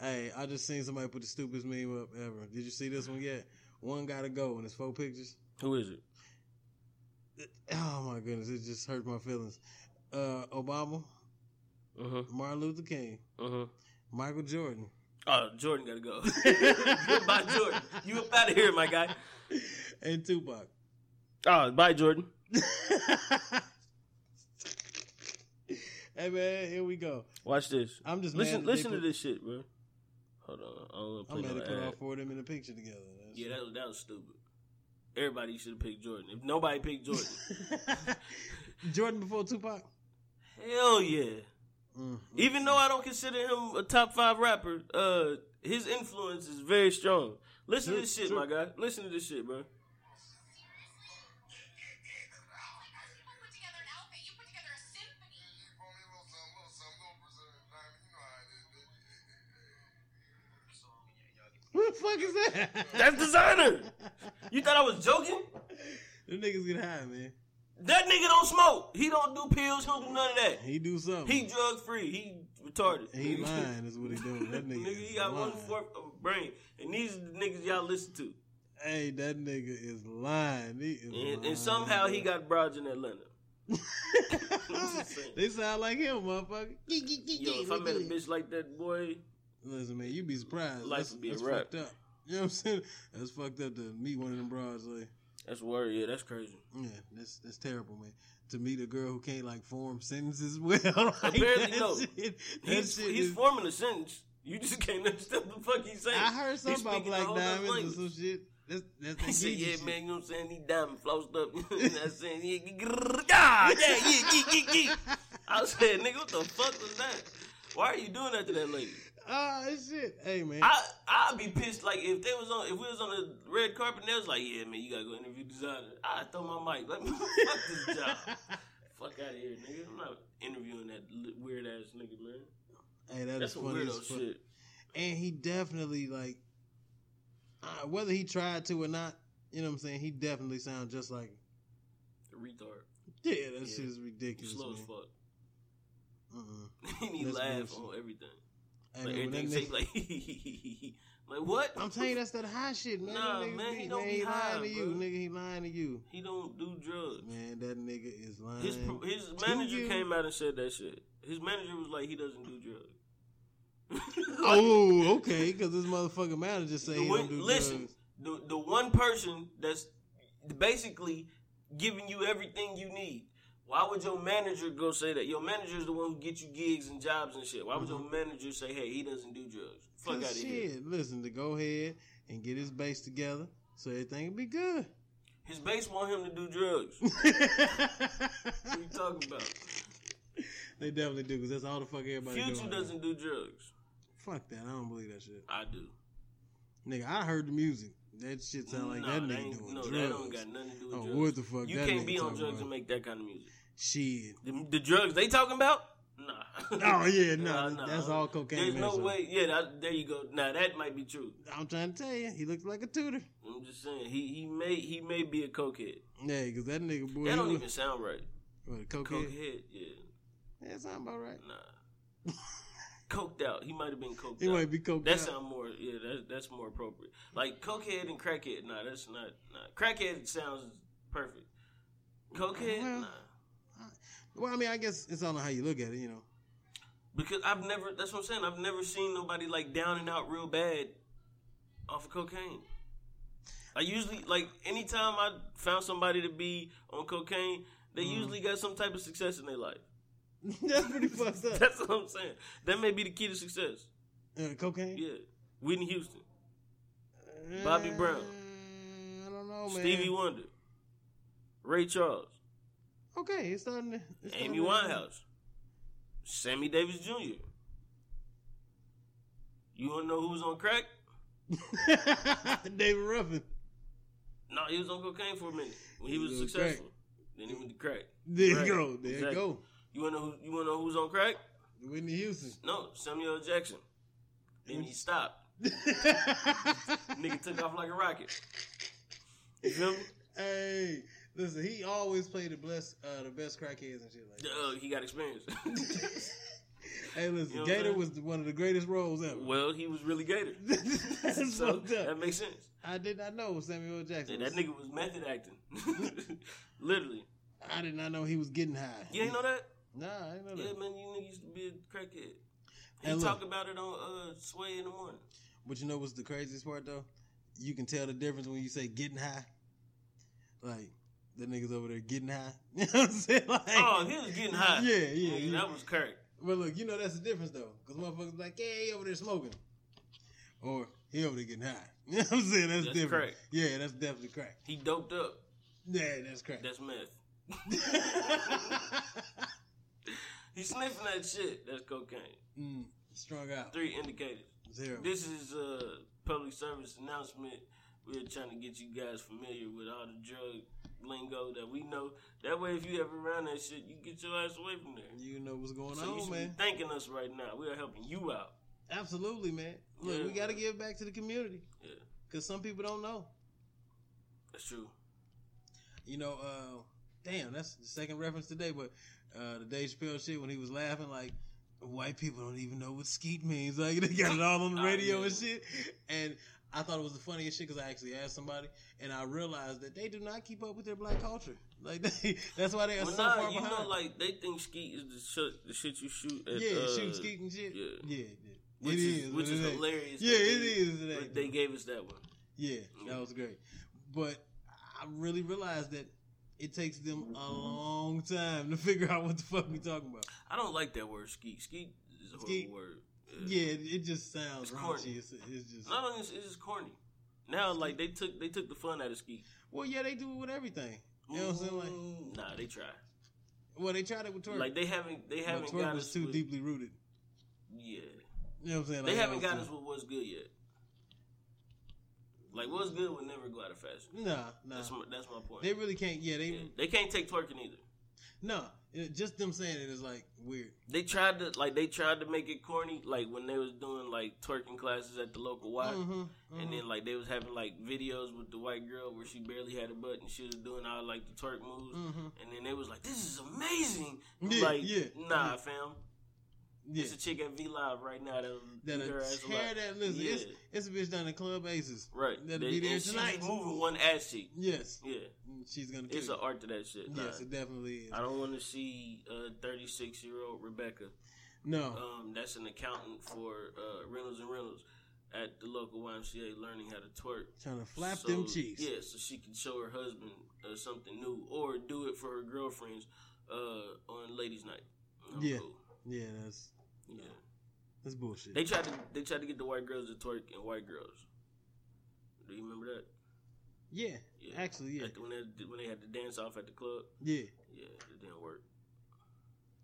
S3: Hey, I just seen somebody put the stupidest meme up ever. Did you see this one yet? One gotta go, and it's four pictures.
S2: Who is it?
S3: Oh my goodness, it just hurt my feelings. Uh, Obama,
S2: Uh huh.
S3: Martin Luther King,
S2: Uh huh.
S3: Michael Jordan.
S2: Oh, Jordan gotta go. bye, Jordan. You up out of here, my guy.
S3: and Tupac.
S2: Oh, bye, Jordan.
S3: hey man, here we go.
S2: Watch this.
S3: I'm just
S2: Listen,
S3: mad that they
S2: listen to
S3: put-
S2: this shit, bro. Hold on, I don't
S3: I'm
S2: wanna
S3: mad
S2: play
S3: they put
S2: no
S3: all
S2: ad.
S3: four of them in a picture together. That's-
S2: Yeah, that was, that was stupid. Everybody should have picked Jordan. If nobody picked Jordan,
S3: Jordan before Tupac.
S2: hell yeah.
S3: Mm.
S2: Even though I don't consider him a top five rapper, uh, his influence is very strong. Listen to
S3: True,
S2: this shit,
S3: true.
S2: my guy. Listen to this shit, bro.
S3: What the fuck is that?
S2: That's designer. You thought I was joking?
S3: Them niggas get high, man.
S2: That nigga don't smoke. He don't do pills. He don't do none of that.
S3: He do something.
S2: He drug free. He retarded.
S3: He lying is what he doing. That nigga,
S2: Nigga,
S3: is
S2: he got
S3: lying.
S2: one fourth of a brain, and these niggas y'all listen to,
S3: Hey, that nigga is lying. He is
S2: and,
S3: lying.
S2: and somehow he got broads in Atlanta. just saying.
S3: they sound like him, motherfucker.
S2: Yo, if I met a bitch like that, boy,
S3: Listen, man, you'd be surprised.
S2: Life
S3: that's
S2: would be a
S3: that's
S2: wrap.
S3: fucked up. You know what I'm saying? That's fucked up to meet one of them broads. Like,
S2: that's word. Yeah, that's crazy.
S3: yeah, that's that's terrible, man. To meet a girl who can't like form sentences well. like,
S2: Apparently,
S3: that
S2: no.
S3: Shit, that
S2: He's,
S3: shit
S2: he's
S3: is-
S2: forming a sentence. You just can't understand the fuck he's saying.
S3: I heard
S2: He's
S3: something about
S2: speaking a
S3: black
S2: whole other
S3: diamonds or
S2: language.
S3: some shit. That's that's
S2: He
S3: that
S2: said,
S3: geeky
S2: "Yeah,
S3: shit.
S2: man, you know what I'm saying? He diamond flossed up. and I said, yeah, yeah, yeah, yeah, yeah, yeah. I said, nigga, what the fuck was that? Why are you doing that to that lady?
S3: Oh shit. Hey man.
S2: I I'd be pissed like if they was on if we was on the red carpet and they was like, yeah man, you gotta go interview designer. I throw my mic like fuck this job, fuck out of here, nigga. I'm not interviewing that weird ass nigga, man.
S3: hey, that
S2: That's
S3: is
S2: some
S3: funny as
S2: weirdo
S3: fuck.
S2: shit.
S3: and he definitely like uh, whether he tried to or not you know what i'm saying he definitely sounds just like him.
S2: Retard.
S3: yeah that
S2: Yeah.
S3: shit is
S2: You
S3: ridiculous
S2: slow as
S3: man.
S2: fuck.
S3: Mm-mm.
S2: and he
S3: That's
S2: laugh
S3: bullshit.
S2: on everything.
S3: Hey,
S2: like
S3: man, when that
S2: everything say
S3: nigga-
S2: like like what?
S3: i'm telling you that's that high shit man
S2: Nah,
S3: That nigga
S2: man, he don't be high,
S3: lying to you
S2: bro.
S3: nigga he lying to you
S2: He don't do drugs.
S3: man that nigga is lying
S2: His pro- his manager
S3: you-
S2: came out and said that shit. His manager was like, he doesn't do drugs.
S3: oh okay because this motherfucking manager say
S2: The
S3: he
S2: one-
S3: don't do
S2: listen,
S3: drugs.
S2: the the one person that's basically giving you everything you need. Why would your manager go say that? Your manager is the one who gets you gigs and jobs and shit. Why would your manager say, "Hey, he doesn't do drugs"? Fuck out
S3: Mm-hmm. Cause
S2: of
S3: shit,
S2: here.
S3: listen to go ahead and get his base together so everything will be good
S2: His base want him to do drugs. what you talking about?
S3: They definitely do because that's all the fuck everybody. do
S2: Future
S3: out
S2: doesn't do drugs.
S3: there. Fuck that! I don't believe that shit,
S2: I do.
S3: nigga. I heard the music. That shit sound like
S2: Nah,
S3: that nigga
S2: ain't-
S3: doing
S2: no,
S3: drugs.
S2: that don't got nothing to do with
S3: Oh,
S2: drugs.
S3: what the fuck
S2: You
S3: that
S2: can't
S3: nigga
S2: be on
S3: talking
S2: drugs
S3: about?
S2: and make that kind of music.
S3: shit.
S2: The, the drugs they talking about? Nah.
S3: Oh, yeah, nah, that's all cocaine
S2: There's no
S3: medicine.
S2: way. Yeah, that, there you go. Now that might be true.
S3: I'm trying to tell you, he looks like a tutor.
S2: I'm just saying he he may he may be a cokehead.
S3: Yeah, because that nigga boy,
S2: That
S3: he
S2: don't
S3: look-
S2: even sound right.
S3: what, a cokehead.
S2: Cokehead, yeah,
S3: Yeah, that sound about right.
S2: nah. Coked out. He might have been coked
S3: He
S2: out.
S3: might be coked
S2: That
S3: out.
S2: sound more. Yeah, that, that's more appropriate. Like cokehead and crackhead. Nah, that's not. Nah, crackhead sounds perfect. Cokehead,
S3: Well-
S2: nah.
S3: Well, I mean, I guess it's all on how you look at it, you know.
S2: Because I've never. That's what I'm saying. I've never seen nobody like down and out real bad off of cocaine. I usually like anytime I found somebody to be on cocaine, they usually got some type of success in their life.
S3: that's pretty fucked up.
S2: That's what I'm saying. That may be the key to success.
S3: Uh, cocaine.
S2: Yeah, Whitney Houston, Bobby Brown.
S3: Uh, I don't know, man.
S2: Stevie Wonder, Ray Charles,
S3: Okay, it's starting. To, it's starting
S2: Amy
S3: to-
S2: Winehouse. Sammy Davis Jr. You wanna know who was on crack?
S3: David Ruffin.
S2: No, he was on cocaine for a minute when he
S3: He
S2: was
S3: was on
S2: successful. Then he went to crack.
S3: There
S2: Right.
S3: you go. There
S2: Exactly.
S3: you go.
S2: You wanna know who, you wanna know who's on crack?
S3: Whitney Houston.
S2: No, Samuel L. Jackson. Then he stopped. Nigga took off like a rocket. You feel me?
S3: hey, listen, he always played the best, uh, the best crackheads and shit like that.
S2: Uh, he got experience.
S3: Hey, listen,
S2: You know what I'm
S3: Gator
S2: saying?
S3: was one of the greatest roles ever.
S2: well, he was really Gator.
S3: That's
S2: So
S3: fucked up.
S2: that makes sense.
S3: I did not know Samuel Jackson.
S2: And that
S3: was-
S2: nigga was method acting. Literally.
S3: I did not know he was getting high.
S2: You ain't know that?
S3: Nah, I didn't know
S2: Yeah,
S3: that.
S2: man, you nigga used to be a crackhead. He
S3: Hey, look.
S2: talked about it on uh, Sway in the morning.
S3: But you know what's the craziest part though? You can tell the difference when you say getting high. Like the niggas over there getting high. You know what I'm saying? Like,
S2: Oh, he was getting high.
S3: Yeah, yeah,
S2: Nigga,
S3: yeah.
S2: That was Kirk.
S3: But look, you know that's the difference though, because motherfuckers like, yeah, he over there smoking, or he over there getting high. You know what I'm saying? That's,
S2: That's
S3: different.
S2: crack.
S3: Yeah, that's definitely crack.
S2: He doped up.
S3: Yeah, that's crack.
S2: That's meth. He sniffing that shit. That's cocaine.
S3: mm, strung out.
S2: Three indicators.
S3: Zero.
S2: This is a public service announcement. We're trying to get you guys familiar with all the drug lingo that we know. That way, if you ever around that shit, you get your ass away from there.
S3: You know what's going
S2: So you
S3: on,
S2: should
S3: man.
S2: be thanking us right now. We are helping you out.
S3: Absolutely, man. Look,
S2: Yeah.
S3: we got to give back to the community
S2: Yeah,
S3: because some people don't know.
S2: that's true.
S3: You know, uh, damn, that's the second reference today, but uh, the Dave Chappelle shit when he was laughing, like, white people don't even know what skeet means. Like, they got it all on the
S2: Oh,
S3: radio
S2: yeah.
S3: and shit. And I thought it was the funniest shit because I actually asked somebody and I realized that they do not keep up with their black culture. Like, they, that's why they are
S2: Well,
S3: so
S2: nah,
S3: far
S2: you
S3: behind.
S2: know, like they think skeet is the shit, the shit you shoot at.
S3: yeah,
S2: uh,
S3: shoot skeet and shit.
S2: yeah.
S3: Yeah, yeah.
S2: which
S3: it
S2: is,
S3: is,
S2: which
S3: but
S2: is
S3: it ain't.
S2: hilarious.
S3: Yeah,
S2: that
S3: it
S2: they-
S3: is, it
S2: but
S3: ain't.
S2: They gave us that one.
S3: Yeah,
S2: Mm-hmm.
S3: that was great. But I really realized that it takes them a long time to figure out what the fuck we talking about.
S2: I don't like that word skeet. Skeet is a
S3: Skeet.
S2: horrible word.
S3: Yeah, it, it just
S2: It's
S3: sounds
S2: corny.
S3: raunchy. It's, it's just
S2: Not only is it's just corny. Now, like they took they took the fun out of skeet.
S3: well, yeah, they do it with everything. You know what I'm saying? Like,
S2: Mm, nah, they try.
S3: well, they tried it with twerk.
S2: Like they haven't they
S3: but
S2: haven't
S3: twerk
S2: got
S3: was
S2: us
S3: too
S2: with,
S3: deeply rooted.
S2: Yeah,
S3: You know what I'm saying?
S2: they
S3: Like,
S2: haven't
S3: that
S2: got
S3: was
S2: us with what's good yet. Like what's good would never go out of fashion.
S3: too- Nah, nah.
S2: That's my that's my point.
S3: They really can't. Yeah, they
S2: Yeah, they can't take twerking either.
S3: no. It, just them saying it is like weird.
S2: They tried to like they tried to make it corny, like when they was doing like twerking classes at the local Y,
S3: Mhm,
S2: and then like they was having like videos with the white girl where she barely had a butt and she was doing all like the twerk moves,
S3: mm-hmm.
S2: and then they was like, "This is amazing!" I'm
S3: Mm. Yeah,
S2: like,
S3: yeah,
S2: nah, fam,
S3: Yeah,
S2: it's a chick at V Live right now that'll
S3: that
S2: beat her ass
S3: tear
S2: alive.
S3: that listen.
S2: Yeah,
S3: It's, it's a bitch down in Club Aces.
S2: right.
S3: That'll
S2: They-
S3: be there
S2: and she's
S3: tonight.
S2: moving one ass cheek.
S3: Yes,
S2: Yeah,
S3: she's gonna.
S2: it's
S3: kill
S2: an art to that shit.
S3: you.
S2: Nah.
S3: Yes, it definitely is.
S2: I don't want to see uh, 36 year old Rebecca.
S3: No.
S2: Um, that's an accountant for uh, Reynolds and Reynolds at the local YMCA, learning how to twerk.
S3: Trying to flap
S2: So,
S3: them cheeks.
S2: Yeah, so she can show her husband uh, something new, or do it for her girlfriends uh, on ladies' night. I'm
S3: Yeah.
S2: cool.
S3: Yeah, that's
S2: yeah.
S3: that's bullshit.
S2: They tried to they tried to get the white girls to twerk and white girls. Do you remember that?
S3: yeah,
S2: Yeah.
S3: actually, yeah,
S2: At the- when they when they had to dance off at the club.
S3: yeah.
S2: Yeah, it didn't work.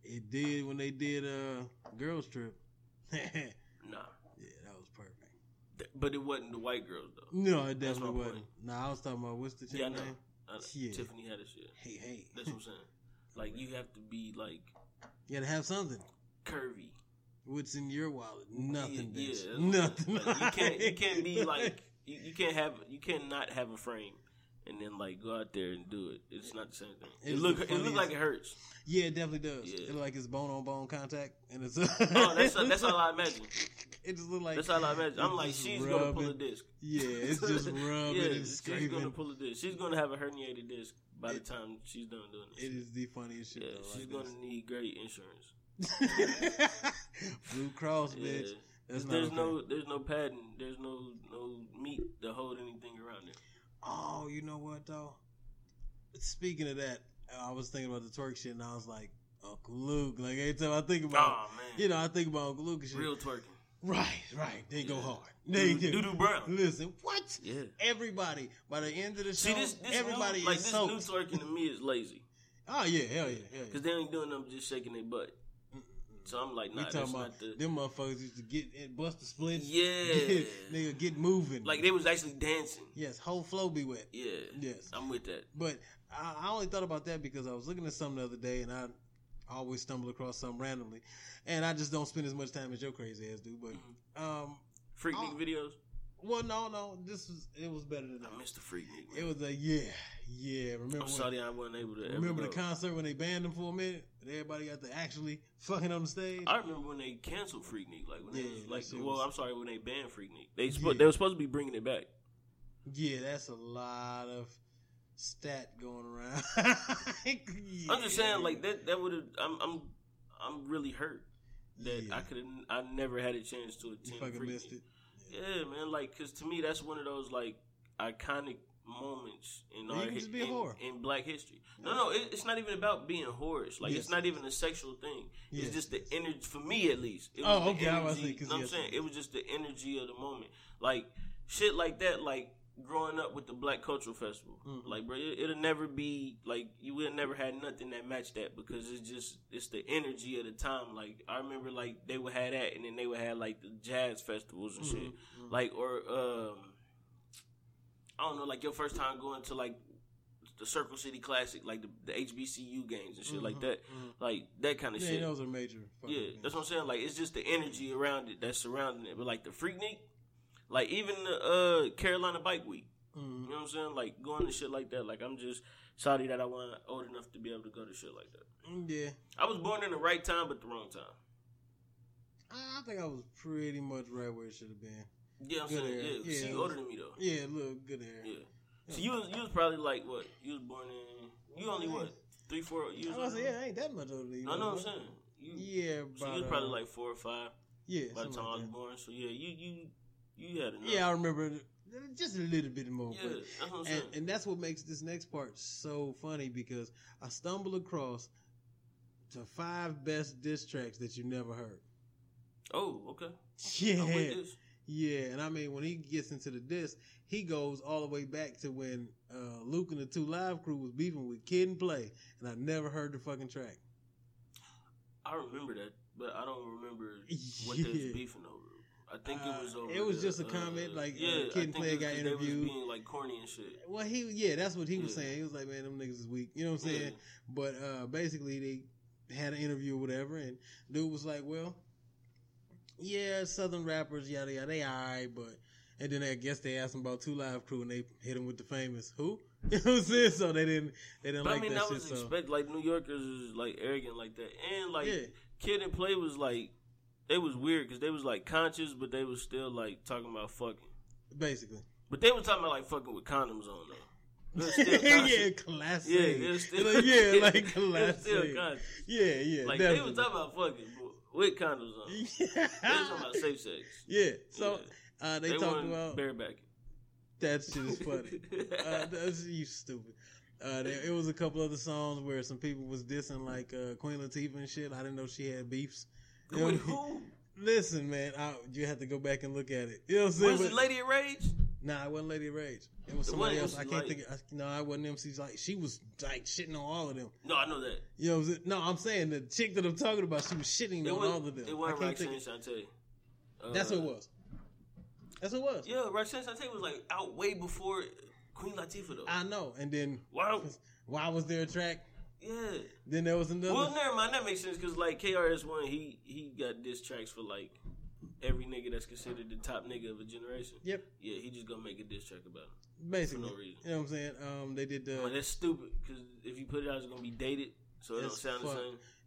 S3: It did when they did uh girls trip. yeah,
S2: Nah,
S3: that was perfect.
S2: Th- but it wasn't the white girls though.
S3: No, it
S2: That's my
S3: definitely wasn't.
S2: point.
S3: Nah, I was talking about what's the chick
S2: Yeah, I know.
S3: name?
S2: I know.
S3: Yeah.
S2: Tiffany had a shit.
S3: Hey, hey.
S2: That's what I'm saying. Like you have to be like
S3: You gotta have something.
S2: curvy.
S3: What's in your wallet? Nothing,
S2: Yeah,
S3: bitch.
S2: that's what I'm saying.
S3: Nothing.
S2: Like, you can't you can't be like you, you can't have you cannot have a frame and then like go out there and do it. It's not the same thing. It,
S3: It's
S2: look
S3: the
S2: it look
S3: funniest-
S2: like it hurts.
S3: Yeah, it definitely does.
S2: Yeah.
S3: It like it's bone on bone contact, and it's
S2: Oh, that's that's all I imagine.
S3: it just look like
S2: That's all I imagine. I'm
S3: it's
S2: like
S3: just
S2: she's gonna pull a
S3: rubbing.
S2: disc.
S3: Yeah, it's just rubbing
S2: yeah,
S3: and
S2: she's gonna
S3: scraping.
S2: pull a disc. She's gonna have a herniated disc by the
S3: It-
S2: time she's done doing this.
S3: It is the funniest shit.
S2: yeah,
S3: though, like
S2: she's
S3: this.
S2: gonna need great insurance.
S3: Blue Cross,
S2: Yeah.
S3: bitch. That's not
S2: there's
S3: okay.
S2: no there's no padding. There's no no meat to hold anything around it.
S3: Oh, you know what though? Speaking of that, I was thinking about the twerk shit, and I was like, Uncle Luke. Like every time I think about,
S2: Oh man.
S3: it, you know, I think about Uncle Luke and shit.
S2: Real twerking.
S3: Right, right. They go hard. They
S2: Doo Doo Brown.
S3: Listen, what?
S2: Yeah.
S3: Everybody by the end of the show,
S2: See this, this
S3: everybody
S2: new, like
S3: is
S2: this
S3: soaked.
S2: new twerking to me is lazy
S3: oh yeah, hell yeah, hell yeah.
S2: because they ain't doing nothing just shaking their butt.
S3: Mm, mm,
S2: So I'm like, nah,
S3: we talking
S2: that's
S3: about
S2: not the.
S3: them motherfuckers used to get and bust the splints.
S2: Yeah.
S3: get, nigga, get moving.
S2: Like they was actually dancing.
S3: yes, whole flow be wet.
S2: Yeah.
S3: Yes.
S2: I'm with that.
S3: But I, I only thought about that because I was looking at something the other day and I always stumble across something randomly, and I just don't spend as much time as your crazy ass do. But
S2: Mm-hmm.
S3: um,
S2: Freak
S3: Oh.
S2: Nick videos.
S3: well, no, no, this was it was better than
S2: I
S3: that.
S2: missed the Freak Nick.
S3: It
S2: man.
S3: was a yeah, yeah. Remember
S2: I'm
S3: when-
S2: sorry I wasn't able to. Ever
S3: Remember the
S2: go.
S3: concert when they banned him for a minute? And everybody got to actually fucking on the stage?
S2: I remember when they canceled Freak Nick. Like when
S3: Yeah,
S2: they
S3: that
S2: was,
S3: shit
S2: like, well,
S3: was-
S2: I'm sorry when they banned Freak Nick. They spo-
S3: Yeah.
S2: they were supposed to be bringing it back.
S3: Yeah, that's a lot of stat going around.
S2: I'm just saying, like that that would have. I'm I'm I'm really hurt that
S3: Yeah.
S2: I could I never had a chance to
S3: You
S2: attend.
S3: fucking
S2: Freak
S3: missed
S2: Nick.
S3: it.
S2: Yeah, man. Like, cause to me, that's one of those like iconic moments in
S3: You
S2: our
S3: can
S2: hi-
S3: just be a
S2: in,
S3: whore.
S2: in Black history. No, no, it, it's not even about being whorish. Like,
S3: Yes.
S2: it's not even a sexual thing.
S3: Yes.
S2: It's just the energy. For me, at least. It
S3: Oh,
S2: the
S3: okay, I was
S2: energy-
S3: thinking, 'cause
S2: know what I'm
S3: yes.
S2: saying it was just the energy of the moment. Like shit, like that. Like growing up with the Black Cultural Festival.
S3: Mhm.
S2: Like, bro, it, it'll never be like you would have never had nothing that matched that because it's just it's the energy of the time. Like I remember, like they would have that, and then they would have like the jazz festivals and
S3: Mm-hmm.
S2: shit. Like or um, I don't know, like your first time going to like the Circle City Classic, like the, the HBCU games and shit like that. Like that kind of
S3: Mm-hmm. Yeah,
S2: shit.
S3: those are major. fucking
S2: Yeah,
S3: events.
S2: that's what I'm saying. Like it's just the energy around it that's surrounding it. But like the Freaknik, like even the uh, Carolina Bike Week. You know what I'm saying? Like going to shit like that. Like I'm just sorry that I wasn't old enough to be able to go to shit like that.
S3: Mm, yeah.
S2: I was born in the right time, but the wrong time.
S3: I I think I was pretty much right where it should have been.
S2: Yeah, I'm
S3: Good
S2: saying
S3: era.
S2: yeah. See,
S3: Yeah, it
S2: you
S3: was-
S2: older than me though.
S3: Yeah, look, good hair.
S2: Yeah. So you was you was probably like what? You was born in you only what three four years
S3: I
S2: old.
S3: was like, yeah, I ain't that much older than you.
S2: No, no, I'm
S3: man.
S2: saying you.
S3: Yeah,
S2: So you
S3: about,
S2: was probably
S3: uh,
S2: like four or five
S3: yeah,
S2: by the
S3: something
S2: time I
S3: like
S2: was
S3: that.
S2: born. So yeah, you you you had enough.
S3: Yeah, I remember it, just a little bit more.
S2: yeah.
S3: but
S2: That's what I'm saying.
S3: and, and that's what makes this next part so funny because I stumbled across the five best diss tracks that you never heard.
S2: Oh, okay. I'm with
S3: Yeah,
S2: this.
S3: yeah, and I mean when he gets into the diss, he goes all the way back to when uh, Luke and the Two Live Crew was beefing with Kid and Play, and I never heard the fucking track.
S2: I remember that, but I don't remember what they
S3: Yeah.
S2: was beefing over. I think
S3: Uh,
S2: it was over.
S3: it was
S2: the,
S3: just a comment,
S2: uh,
S3: like, uh,
S2: yeah,
S3: Kid and
S2: I think
S3: Play
S2: it was
S3: got
S2: 'cause they was
S3: interviewed.
S2: being like corny and shit.
S3: Well, he yeah, that's what he was
S2: Yeah.
S3: saying. He was like, man, them niggas is weak. You know what I'm
S2: Yeah.
S3: saying? But uh, basically, they had an interview or whatever, and dude was like, well, yeah, Southern rappers, yada yada, they all right, but. And then I guess they asked him about Two Live Crew, and they hit him with the famous "Who?" You know what I'm saying? So they didn't, they didn't
S2: But
S3: like
S2: I mean,
S3: that
S2: that
S3: shit.
S2: was
S3: So
S2: expect like New Yorkers is like arrogant like that, and like
S3: Yeah.
S2: Kid and Play was like they was weird because they was like conscious, but they was still like talking about fucking.
S3: basically,
S2: But they was talking about like fucking with condoms on though. They was still conscious.
S3: yeah, classic.
S2: Yeah, they're still,
S3: like, yeah, like
S2: they was
S3: classic.
S2: still conscious.
S3: yeah, yeah,
S2: Like they
S3: definitely.
S2: was talking about fucking but with condoms on. They was talking about safe sex.
S3: yeah. So
S2: Yeah.
S3: uh, they,
S2: They,
S3: talked
S2: talking
S3: about
S2: about bareback.
S3: that shit is funny. uh, that's you stupid. Uh, there, it was a couple other songs where some people was dissing like uh, Queen Latifah and shit. I didn't know she had beefs. You know
S2: With
S3: what I mean?
S2: who?
S3: Listen, man, I, you have to go back and look at it. You know what I'm saying?
S2: Was it
S3: But-
S2: Lady of Rage?
S3: Nah, it wasn't Lady Rage. It was somebody
S2: wasn't
S3: else. I can't
S2: MC
S3: think. Of, I, no, it wasn't MC's. Like she was like shitting on all of them.
S2: No, I know that.
S3: You know what I'm saying? No, I'm saying the chick that I'm talking about, she was shitting
S2: It
S3: on all of
S2: wasn't,
S3: them.
S2: it
S3: I
S2: wasn't
S3: can't
S2: Roxanne
S3: think.
S2: Shante. Uh,
S3: That's what it was. That's what it was.
S2: Yeah, Roxanne Shante was like out way before Queen Latifah though.
S3: I know. And then
S2: wow.
S3: why was there a track?
S2: Yeah.
S3: Then there was another.
S2: Well, never mind. That makes sense because like KRS One, he he got diss tracks for like every nigga that's considered the top nigga of a generation.
S3: Yep,
S2: Yeah, he just gonna make a diss track about him.
S3: basically.
S2: no reason.
S3: You know what I'm saying? Um, they did
S2: Like,
S3: the
S2: that's stupid because if you put it out, it's gonna be dated, so it don't
S3: As
S2: sound the
S3: fuck.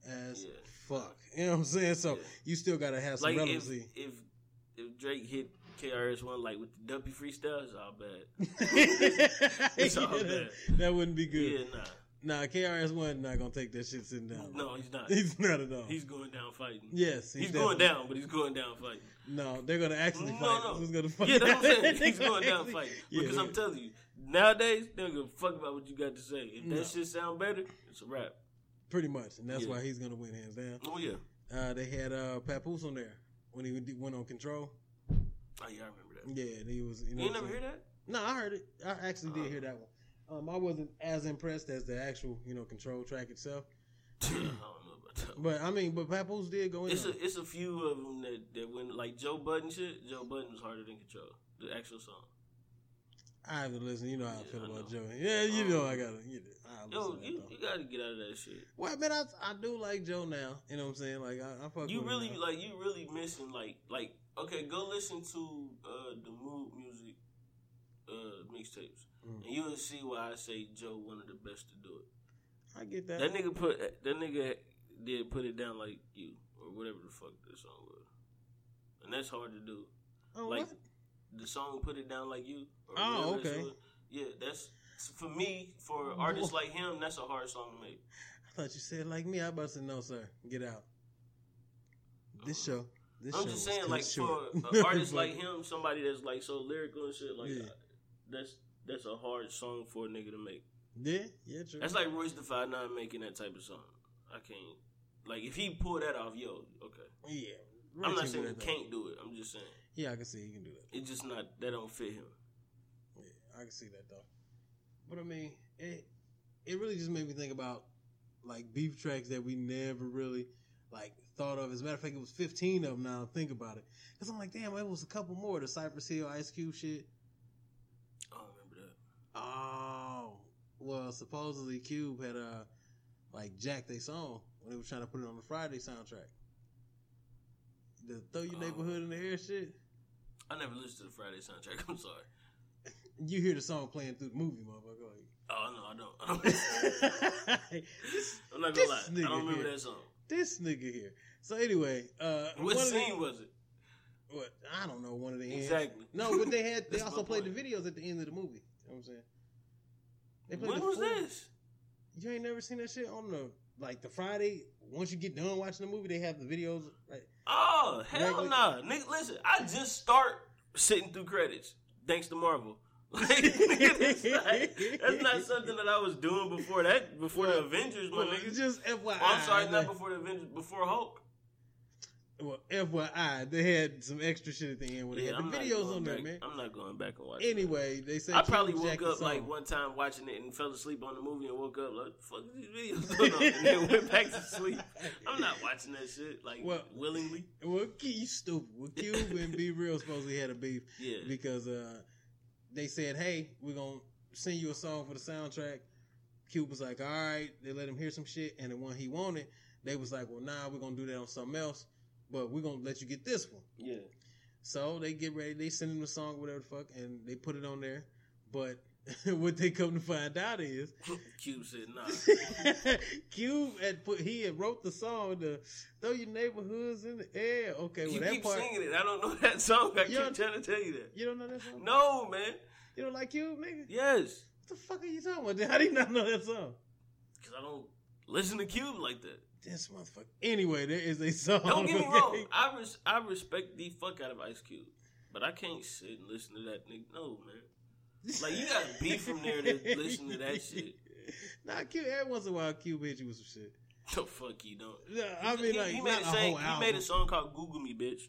S2: same.
S3: as
S2: yeah.
S3: fuck. You know what I'm saying? So
S2: Yeah.
S3: you still gotta have some
S2: Like if,
S3: relevancy.
S2: if if Drake hit KRS One like with the dumpy freestyle, it's all bad. It's all
S3: Yeah,
S2: bad.
S3: that, that wouldn't be good.
S2: Yeah, nah,
S3: Nah, KRS one not gonna take that shit sitting down.
S2: no, he's not.
S3: he's not at all.
S2: He's going down fighting.
S3: yes,
S2: he's
S3: definitely-
S2: going down, but he's going down fighting.
S3: No, they're gonna actually
S2: No,
S3: fight.
S2: no.
S3: Who's gonna fight?
S2: Yeah, that's what I'm saying.
S3: They're
S2: He's going down
S3: actually-
S2: fighting
S3: Yeah,
S2: because
S3: yeah.
S2: I'm telling you, nowadays they don't give a fuck about what you got to say. If that
S3: No.
S2: shit sound better, it's a rap.
S3: pretty much, and that's
S2: Yeah.
S3: why he's gonna win hands down.
S2: Oh yeah,
S3: Uh, they had uh, Papoose on there when he went on control.
S2: oh yeah, I remember that.
S3: Yeah, and he was. You, know
S2: You
S3: what
S2: ain't
S3: I'm
S2: never Oh.
S3: saying?
S2: hear that?
S3: No, I heard it. I actually did hear that one. Um, I wasn't as impressed as the actual, you know, control track itself.
S2: I don't know about though.
S3: But I mean, but Papoose did go in.
S2: It's a,
S3: though.
S2: it's a few of them that, that went like Joe Budden shit. Joe Budden was harder than Control, the actual song.
S3: I have to listen. You know how I
S2: Yeah,
S3: feel
S2: I
S3: about
S2: know.
S3: Joe. Yeah, you
S2: Um,
S3: know I gotta. You know, I
S2: Yo,
S3: listen to
S2: you,
S3: that,
S2: you
S3: though.
S2: got to get out of that shit.
S3: Well, man, I, I do like Joe now. You know what I'm saying? Like I, I fuck.
S2: You
S3: with
S2: really
S3: him now.
S2: like you really missing like like okay, go listen to uh, the Mood Music uh, mixtapes,
S3: Mm.
S2: and you'll see why I say Joe one of the best to do it.
S3: I get that.
S2: That nigga put that nigga did put it down like you or whatever the fuck the song was, and that's hard to do.
S3: oh,
S2: like
S3: what?
S2: the song "Put It Down Like You." Or
S3: Oh,
S2: whatever that
S3: okay.
S2: was. Yeah, that's for me. For artists like him, that's a hard song to make.
S3: I thought you said like me. I about to say, no, sir. Get out. This
S2: Uh-uh.
S3: show. This
S2: I'm
S3: show
S2: just
S3: was
S2: saying,
S3: cut
S2: like
S3: short.
S2: for an artist
S3: But-
S2: like him, somebody that's like so lyrical and shit, like
S3: Yeah.
S2: uh, that's that's a hard song for a nigga to make.
S3: Yeah, yeah, true.
S2: That's like Royce the Five Nine making that type of song. I can't. Like if he pulled that off, yo, okay.
S3: yeah.
S2: I'm
S3: Rich
S2: not
S3: can
S2: saying
S3: do
S2: he
S3: that, though.
S2: can't do it. I'm just saying
S3: Yeah, I can see he can do that.
S2: it's just not that don't fit him.
S3: Yeah, I can see that though. But I mean, it it really just made me think about like beef tracks that we never really like thought of. As a matter of fact, it was fifteen of them. Now I think about it, because I'm like, damn, it was a couple more. The Cypress Hill Ice Cube shit.
S2: I don't remember that.
S3: Oh, well, supposedly Cube had uh like jacked their song when they were trying to put it on the Friday soundtrack. The throw your
S2: Oh.
S3: neighborhood in the air shit.
S2: I never listened to the Friday soundtrack. I'm sorry.
S3: You hear the song playing through the movie, motherfucker. Like,
S2: Oh no, I don't. I don't.
S3: this,
S2: I'm not
S3: This
S2: gonna lie. I
S3: nigga
S2: don't remember
S3: here.
S2: that song.
S3: this nigga here. So anyway, uh,
S2: What
S3: one of the-
S2: scene was it?
S3: what, I don't know. One of the ends.
S2: Exactly.
S3: No, but they had. They
S2: That's
S3: also
S2: my
S3: played
S2: point.
S3: the videos at the end of the movie. You know what I'm saying. They played
S2: When
S3: the
S2: was
S3: full-
S2: this?
S3: You ain't never seen that shit on the like the Friday. Once you get done watching the movie, they have the videos. Like,
S2: Oh hell
S3: Regular-
S2: nah, nigga. Listen, I just start sitting through credits thanks to Marvel. Like, nigga, that's, not, that's not something that I was doing before that. Before the Avengers, my
S3: well,
S2: nigga.
S3: just FYI.
S2: Oh, I'm sorry,
S3: like,
S2: not before the Avengers. Before Hulk.
S3: Well, FYI, they had some extra shit at the end where they had
S2: I'm
S3: the
S2: not
S3: videos
S2: going
S3: on there,
S2: back-
S3: man.
S2: I'm not going back and watching. that.
S3: Anyway, they said
S2: I probably
S3: Cube
S2: woke
S3: jacked the
S2: up like
S3: song.
S2: one time watching it and fell asleep on the movie and woke up like fuck is these videos going on and then went back to sleep. I'm not watching that shit like
S3: Well-
S2: willingly.
S3: Well, Q- you stupid. Well, Cube and B Real supposedly had a beef
S2: Yeah.
S3: because uh, they said, "Hey, we're gonna send you a song for the soundtrack." Cube was like, "All right." They let him hear some shit, and the one he wanted, they was like, "Well, nah, we're gonna do that on something else, but we're gonna let you get this one."
S2: Yeah.
S3: So they get ready, they send him the song, whatever the fuck, and they put it on there. But what they come to find out is
S2: Cube said nah.
S3: Cube had put he had wrote the song to throw your neighborhoods in the air. Okay,
S2: You
S3: well that
S2: keep
S3: part
S2: singing it. I don't know that song. I
S3: You
S2: keep
S3: don't-
S2: trying to tell you that.
S3: you don't know that song.
S2: No, man.
S3: You don't like Cube, nigga.
S2: Yes.
S3: What the fuck are you talking about? dude? How do you not know that song?
S2: Because I don't listen to Cube like that.
S3: This motherfucker. Anyway, there is a song.
S2: Don't get me
S3: okay?
S2: wrong. I res- I respect the fuck out of Ice Cube. But I can't sit and listen to that nigga. No, man. Like, you got beef from there to listen to that shit.
S3: Nah, Cube. Every once in a while, Cube hit you with some shit.
S2: No, fuck you don't.
S3: Nah, I mean,
S2: he,
S3: like
S2: he
S3: not
S2: made
S3: a
S2: a song,
S3: whole album.
S2: he made a song called Google Me, bitch.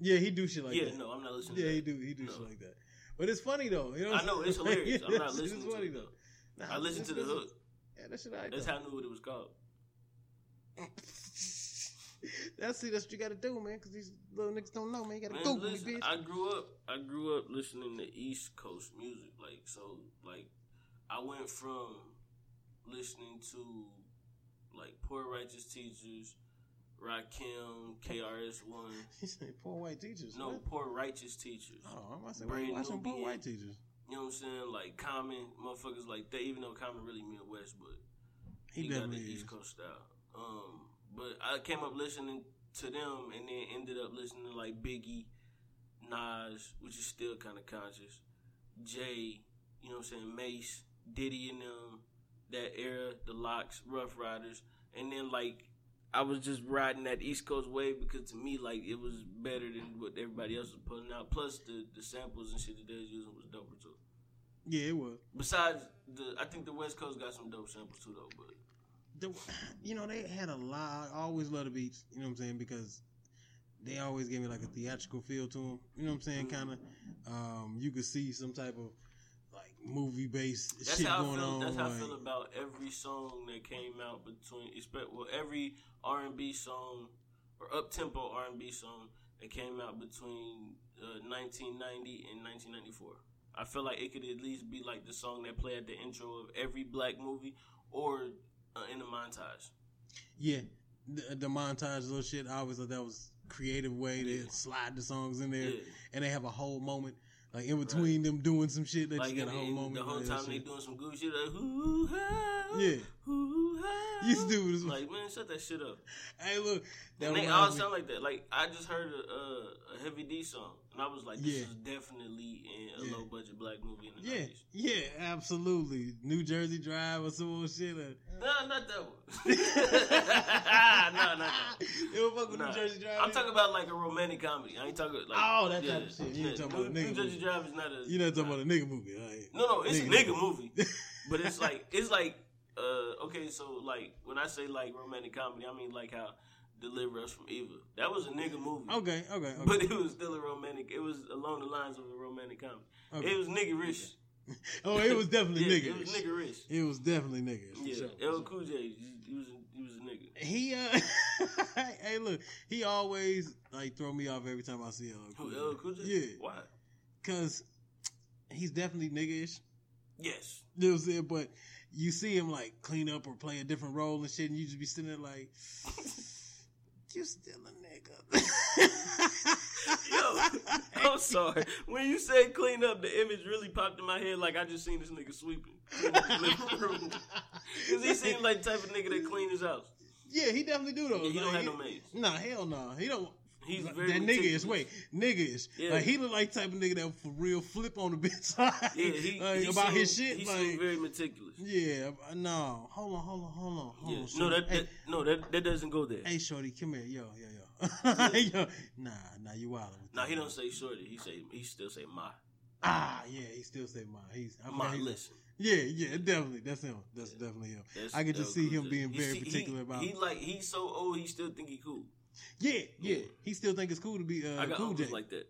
S3: yeah, he do shit like
S2: yeah,
S3: that.
S2: no, I'm not listening.
S3: yeah,
S2: to
S3: he
S2: that.
S3: do. He do
S2: No.
S3: shit like that. But it's funny though. You know.
S2: I know it's hilarious. I'm not
S3: It's
S2: listening to
S3: funny,
S2: it though.
S3: though. Nah,
S2: I listen
S3: it's-
S2: to the
S3: it's-
S2: hook.
S3: Yeah, that shit. I
S2: That's how I knew what it was called.
S3: That's see, that's what you gotta do, man. Because these little niggas don't know, man. You gotta
S2: Man,
S3: Google me,
S2: listen,
S3: bitch.
S2: I grew up. I grew up listening to East Coast music. Like so, like I went from listening to like Poor Righteous Teachers, Rakim, KRS One.
S3: He said, poor white teachers.
S2: No,
S3: what?
S2: Poor Righteous Teachers.
S3: Oh, I'm about to say, why
S2: Brand
S3: you watching
S2: new
S3: poor
S2: BA.
S3: white teachers?
S2: You know what I'm saying? Like Common, motherfuckers like that. Even though Common really Midwest, but
S3: He,
S2: he, got the
S3: definitely is.
S2: East Coast style. Um, but I came up listening to them, and then ended up listening to like Biggie, Nas, which is still kind of conscious, Jay, you know what I'm saying, Mace, Diddy, and them, that era, the Locks, Rough Riders, and then like. I was just riding that East Coast wave because to me, like, it was better than what everybody else was putting out. Plus, the, the samples and shit that they was using was doper too.
S3: Yeah, it was.
S2: Besides, the I think the West Coast got some dope samples too, though. But
S3: The, you know, they had a lot. I always love the beats. You know what I'm saying? Because they always gave me like a
S2: Mm-hmm.
S3: theatrical feel to them. You know what I'm saying? Kind of. Um, you could see some type of like movie based
S2: That's
S3: shit
S2: how
S3: going
S2: I feel.
S3: on.
S2: That's how I
S3: like-
S2: feel about every song that came out between, expect well, every R and B song or up tempo R and B song that came out between uh, 1990 and 1994. I feel like it could at least be like the song that played at the intro of every black movie or uh, in the montage.
S3: yeah, the, the montage little shit. I always thought that was creative way to
S2: Yeah.
S3: slide the songs in there,
S2: Yeah.
S3: and they have a whole moment like in between them doing some shit. They
S2: Like
S3: just
S2: in,
S3: got a whole
S2: in-
S3: moment.
S2: the whole
S3: of that
S2: time they
S3: shit.
S2: doing some goofy shit, like hoo ha,
S3: Yeah.
S2: hoo ha.
S3: These dudes-
S2: like man, shut that shit up.
S3: Hey, look, that
S2: and they all
S3: reminds me-
S2: sound like that. Like I just heard a, a, a Heavy D song, and I was like, "This
S3: Yeah.
S2: is definitely in a
S3: Yeah.
S2: low budget black movie in the
S3: Yeah,
S2: 90s.
S3: yeah, absolutely. New Jersey Drive or some old shit. Or,
S2: No, not that one. no, not that.
S3: They don't fuck with
S2: Nah.
S3: New Jersey Drive.
S2: I'm talking about like a romantic comedy. I ain't talking like
S3: Oh, that type of shit. You ain't talking
S2: New,
S3: about
S2: New
S3: nigga
S2: Jersey
S3: movie.
S2: Drive is not a.
S3: You're not talking about a nigga movie, all right?
S2: No, no, it's a
S3: Nigga
S2: nigga movie, but it's like it's like uh okay, so like when I say like romantic comedy, I mean like how Deliver Us from Evil. That was a nigga movie.
S3: Okay, okay, okay.
S2: But it was still a romantic. It was along the lines of a romantic comedy.
S3: Okay.
S2: It was nigga rich.
S3: oh, it was definitely
S2: yeah,
S3: nigga.
S2: It was nigga rich.
S3: It was definitely nigga. for
S2: Yeah,
S3: sure.
S2: L Cool J. He he was a, he was a nigga.
S3: He uh, hey, look, he always like throw me off every time I see LL Cool
S2: Who
S3: J.
S2: L Cool J?
S3: Yeah,
S2: Why?
S3: because he's definitely niggish.
S2: Yes.
S3: You know what I'm saying? But you see him like clean up or play a different role and shit, and you just be sitting there like, you still a
S2: Yo,
S3: nigga.
S2: I'm sorry. When you said clean up, the image really popped in my head like I just seen this nigga sweeping. Because he seemed like the type of nigga that clean his house.
S3: yeah, he definitely do though.
S2: Yeah, he don't
S3: Like,
S2: have no maids.
S3: Nah, hell no. He don't.
S2: He's
S3: like,
S2: very
S3: that nigga is
S2: meticulous.
S3: wait nigga is
S2: Yeah.
S3: like he look like type of nigga that for real flip on the bitch like,
S2: Yeah, he,
S3: like,
S2: he
S3: about
S2: seemed,
S3: his shit
S2: He
S3: like
S2: seemed very meticulous.
S3: yeah uh, no hold on hold on hold on hold
S2: Yeah.
S3: on
S2: No,
S3: shorty.
S2: that,
S3: Oh, hey,
S2: that no that that doesn't go there.
S3: hey shorty come here yo yo yo, yo nah nah you wild
S2: No, he don't say shorty. He say he still say my
S3: ah yeah he still say my he's I
S2: my
S3: forgot he-
S2: listen.
S3: yeah yeah definitely that's him that's definitely him
S2: That's-
S3: I could
S2: that
S3: just
S2: was
S3: see him
S2: cool.
S3: being
S2: He
S3: very
S2: see- he-
S3: particular about
S2: He like he's so old. He still think he cool.
S3: yeah yeah
S2: Yeah.
S3: he still think it's cool to be uh,
S2: I got
S3: cool
S2: uncles
S3: J
S2: like that.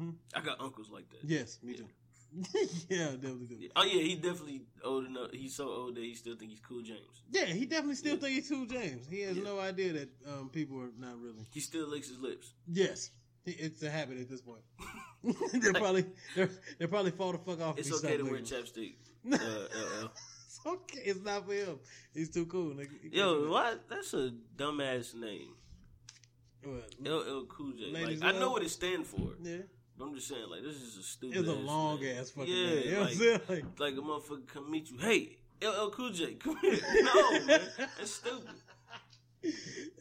S3: Mhm.
S2: I got uncles like that.
S3: yes me
S2: Yeah.
S3: too yeah definitely do.
S2: Yeah. Oh yeah, he definitely old enough. He's so old that he still think he's cool, James.
S3: Yeah, he definitely still
S2: Yeah.
S3: think he's Cool James. He has
S2: Yeah.
S3: no idea that um, people are not really.
S2: He still licks his lips.
S3: Yes, He- it's a habit at this point. they're probably they're they probably fall the fuck off. if
S2: It's
S3: Oh, he stop
S2: okay to wear
S3: licking them.
S2: chapstick. Uh, LL.
S3: It's okay, it's not for him. He's too cool. nigga. He can't do
S2: Yo,
S3: that.
S2: why? That's a dumbass name.
S3: What?
S2: LL Cool J.
S3: Ladies
S2: Like, I know
S3: love.
S2: what it stands for,
S3: Yeah,
S2: but I'm just saying, like, this is a stupid.
S3: it's a
S2: ass
S3: long
S2: name.
S3: ass fucking. name. You know what
S2: like-
S3: I'm saying? Like,
S2: like a motherfucker come meet you. Hey, LL Cool J, come here. No, man, that's stupid.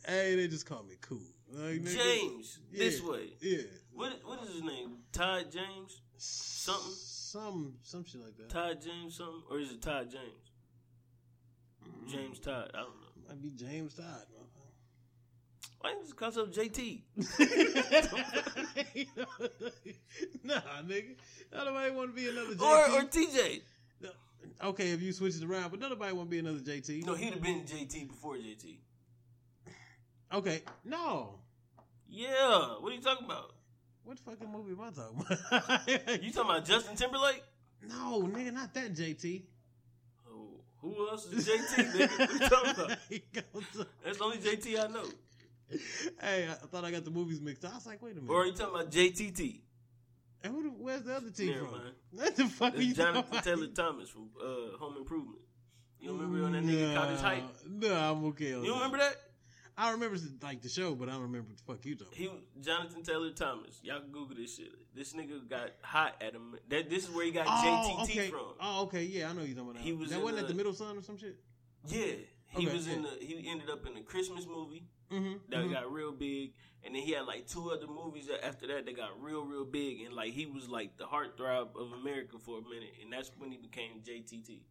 S3: hey, they just call me cool. Like, nigga,
S2: James, this
S3: yeah.
S2: way.
S3: Yeah,
S2: What what is his name? Todd James, something.
S3: some some shit like that.
S2: Todd James, something, or is it Todd James? James Todd. I don't know.
S3: Might be James Todd. man.
S2: Why didn't you just call himself JT?
S3: nah, nigga. Not nobody want to be another
S2: Or
S3: JT.
S2: or TJ?
S3: okay, if you switch it around, but not nobody want to be another JT.
S2: No, he'd have been JT before JT.
S3: Okay, no.
S2: Yeah. What are you talking about?
S3: What fucking movie am I talking about?
S2: You talking about Justin Timberlake?
S3: no, nigga, not that JT.
S2: Oh, who else is JT? Nigga? What you talking about?
S3: He goes,
S2: That's the only JT I know.
S3: hey, I thought I got the movies mixed up. I was like, wait a minute.
S2: Or are you talking about JTT?
S3: And who the, where's the other team
S2: Never
S3: from?
S2: mind.
S3: What the fuck are
S2: That's
S3: you
S2: Jonathan
S3: talking
S2: Taylor
S3: about?
S2: Thomas from uh, Home Improvement. You remember when that nigga
S3: Mm,
S2: caught his hype?
S3: No, I'm okay.
S2: You remember that?
S3: I remember like the show, but I don't remember what the fuck you talking.
S2: He Jonathan Taylor Thomas. Y'all can Google this shit. This nigga got hot at him. That this is where he got
S3: about.
S2: JTT
S3: okay.
S2: from.
S3: Oh, okay. Yeah, I know you talking about. That.
S2: He was
S3: that
S2: in
S3: wasn't
S2: the-
S3: at the Middle Sun or some shit.
S2: Yeah, he
S3: Okay,
S2: was in
S3: yeah.
S2: the. He ended up in a Christmas movie
S3: Mm-hmm.
S2: that got real big, and then he had like two other movies that after that that got real, real big, and like he was like the heartthrob of America for a minute, and that's when he became JTT.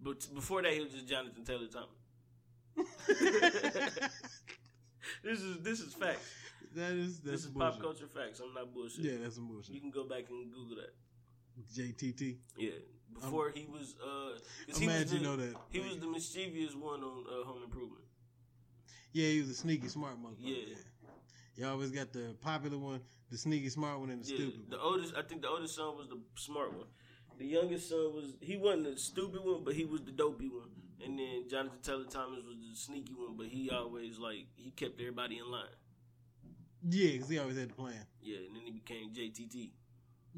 S2: But before that, he was just Jonathan Taylor Thomas. This is this is facts.
S3: that is that's
S2: This is
S3: bullshit.
S2: pop culture facts. I'm not bullshit.
S3: Yeah, that's some
S2: You
S3: bullshit.
S2: can go back and Google that.
S3: JTT.
S2: Yeah. Before he was, uh, 'cause
S3: I'm
S2: he
S3: mad
S2: was
S3: you
S2: the-
S3: know that.
S2: He
S3: Like-
S2: was the mischievous one on uh, Home Improvement.
S3: Yeah, he was a sneaky smart motherfucker. Yeah.
S2: Yeah.
S3: You always got the popular one, the sneaky smart one, and the
S2: yeah,
S3: stupid
S2: the
S3: one.
S2: oldest. I think the oldest son was the smart one, The youngest son was he wasn't the stupid one, but he was the dopey one. And then Jonathan Taylor Thomas was the sneaky one, but he always like he kept everybody in line.
S3: Yeah, because he always had the plan.
S2: Yeah, and then he became JTT.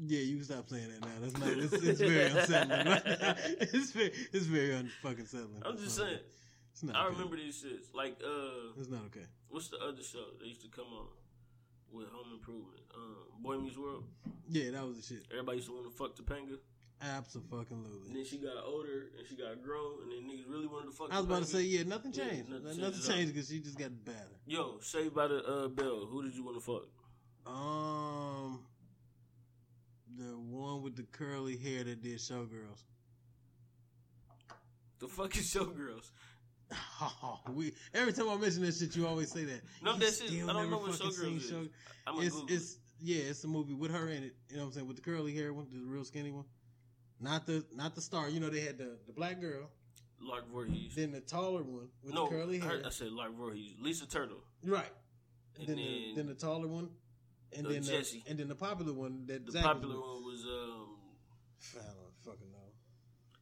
S3: Yeah, you can stop saying that now. That's not. It's, it's very unsettling. Right now. It's very, it's very unfucking settling.
S2: I'm just saying.
S3: It's not
S2: I
S3: okay.
S2: remember these shits. Like uh,
S3: It's not okay.
S2: what's the other show that used to come on with Home Improvement? Um, Boy Meets World.
S3: Yeah, that was the shit.
S2: Everybody used to want to fuck Topanga. And
S3: Absolutely.
S2: then she got older and she got grown, and then niggas really wanted to fuck.
S3: I was about to
S2: Topanga.
S3: say, yeah, nothing
S2: Yeah,
S3: changed.
S2: nothing
S3: nothing
S2: changes
S3: changed
S2: at all.
S3: 'cause changed because she just got better.
S2: Yo, Saved by the uh, Bell. Who did you want to fuck?
S3: Um, the one with the curly hair that did Showgirls.
S2: The fucking showgirls.
S3: Oh, we every time I mention that shit, you always say that.
S2: No,
S3: You
S2: that's it.
S3: still
S2: I don't
S3: never
S2: know what
S3: fucking
S2: Showgirls
S3: seen
S2: is.
S3: Show-
S2: I'm gonna
S3: It's
S2: Google it.
S3: it's yeah, it's a movie with her in it. You know what I'm saying? With the curly hair one, the real skinny one. Not the not the star. You know they had the the black girl,
S2: Lark Voorhees.
S3: then the taller one with
S2: no,
S3: the curly
S2: her-
S3: hair.
S2: I said Lark Voorhees. Lisa Turtle.
S3: Right.
S2: And
S3: And
S2: then-
S3: then, the, then the taller one, and
S2: Uh,
S3: then the,
S2: Jesse.
S3: and then the popular one that
S2: The
S3: Zach was
S2: popular
S3: with.
S2: one was um.
S3: I don't fucking know.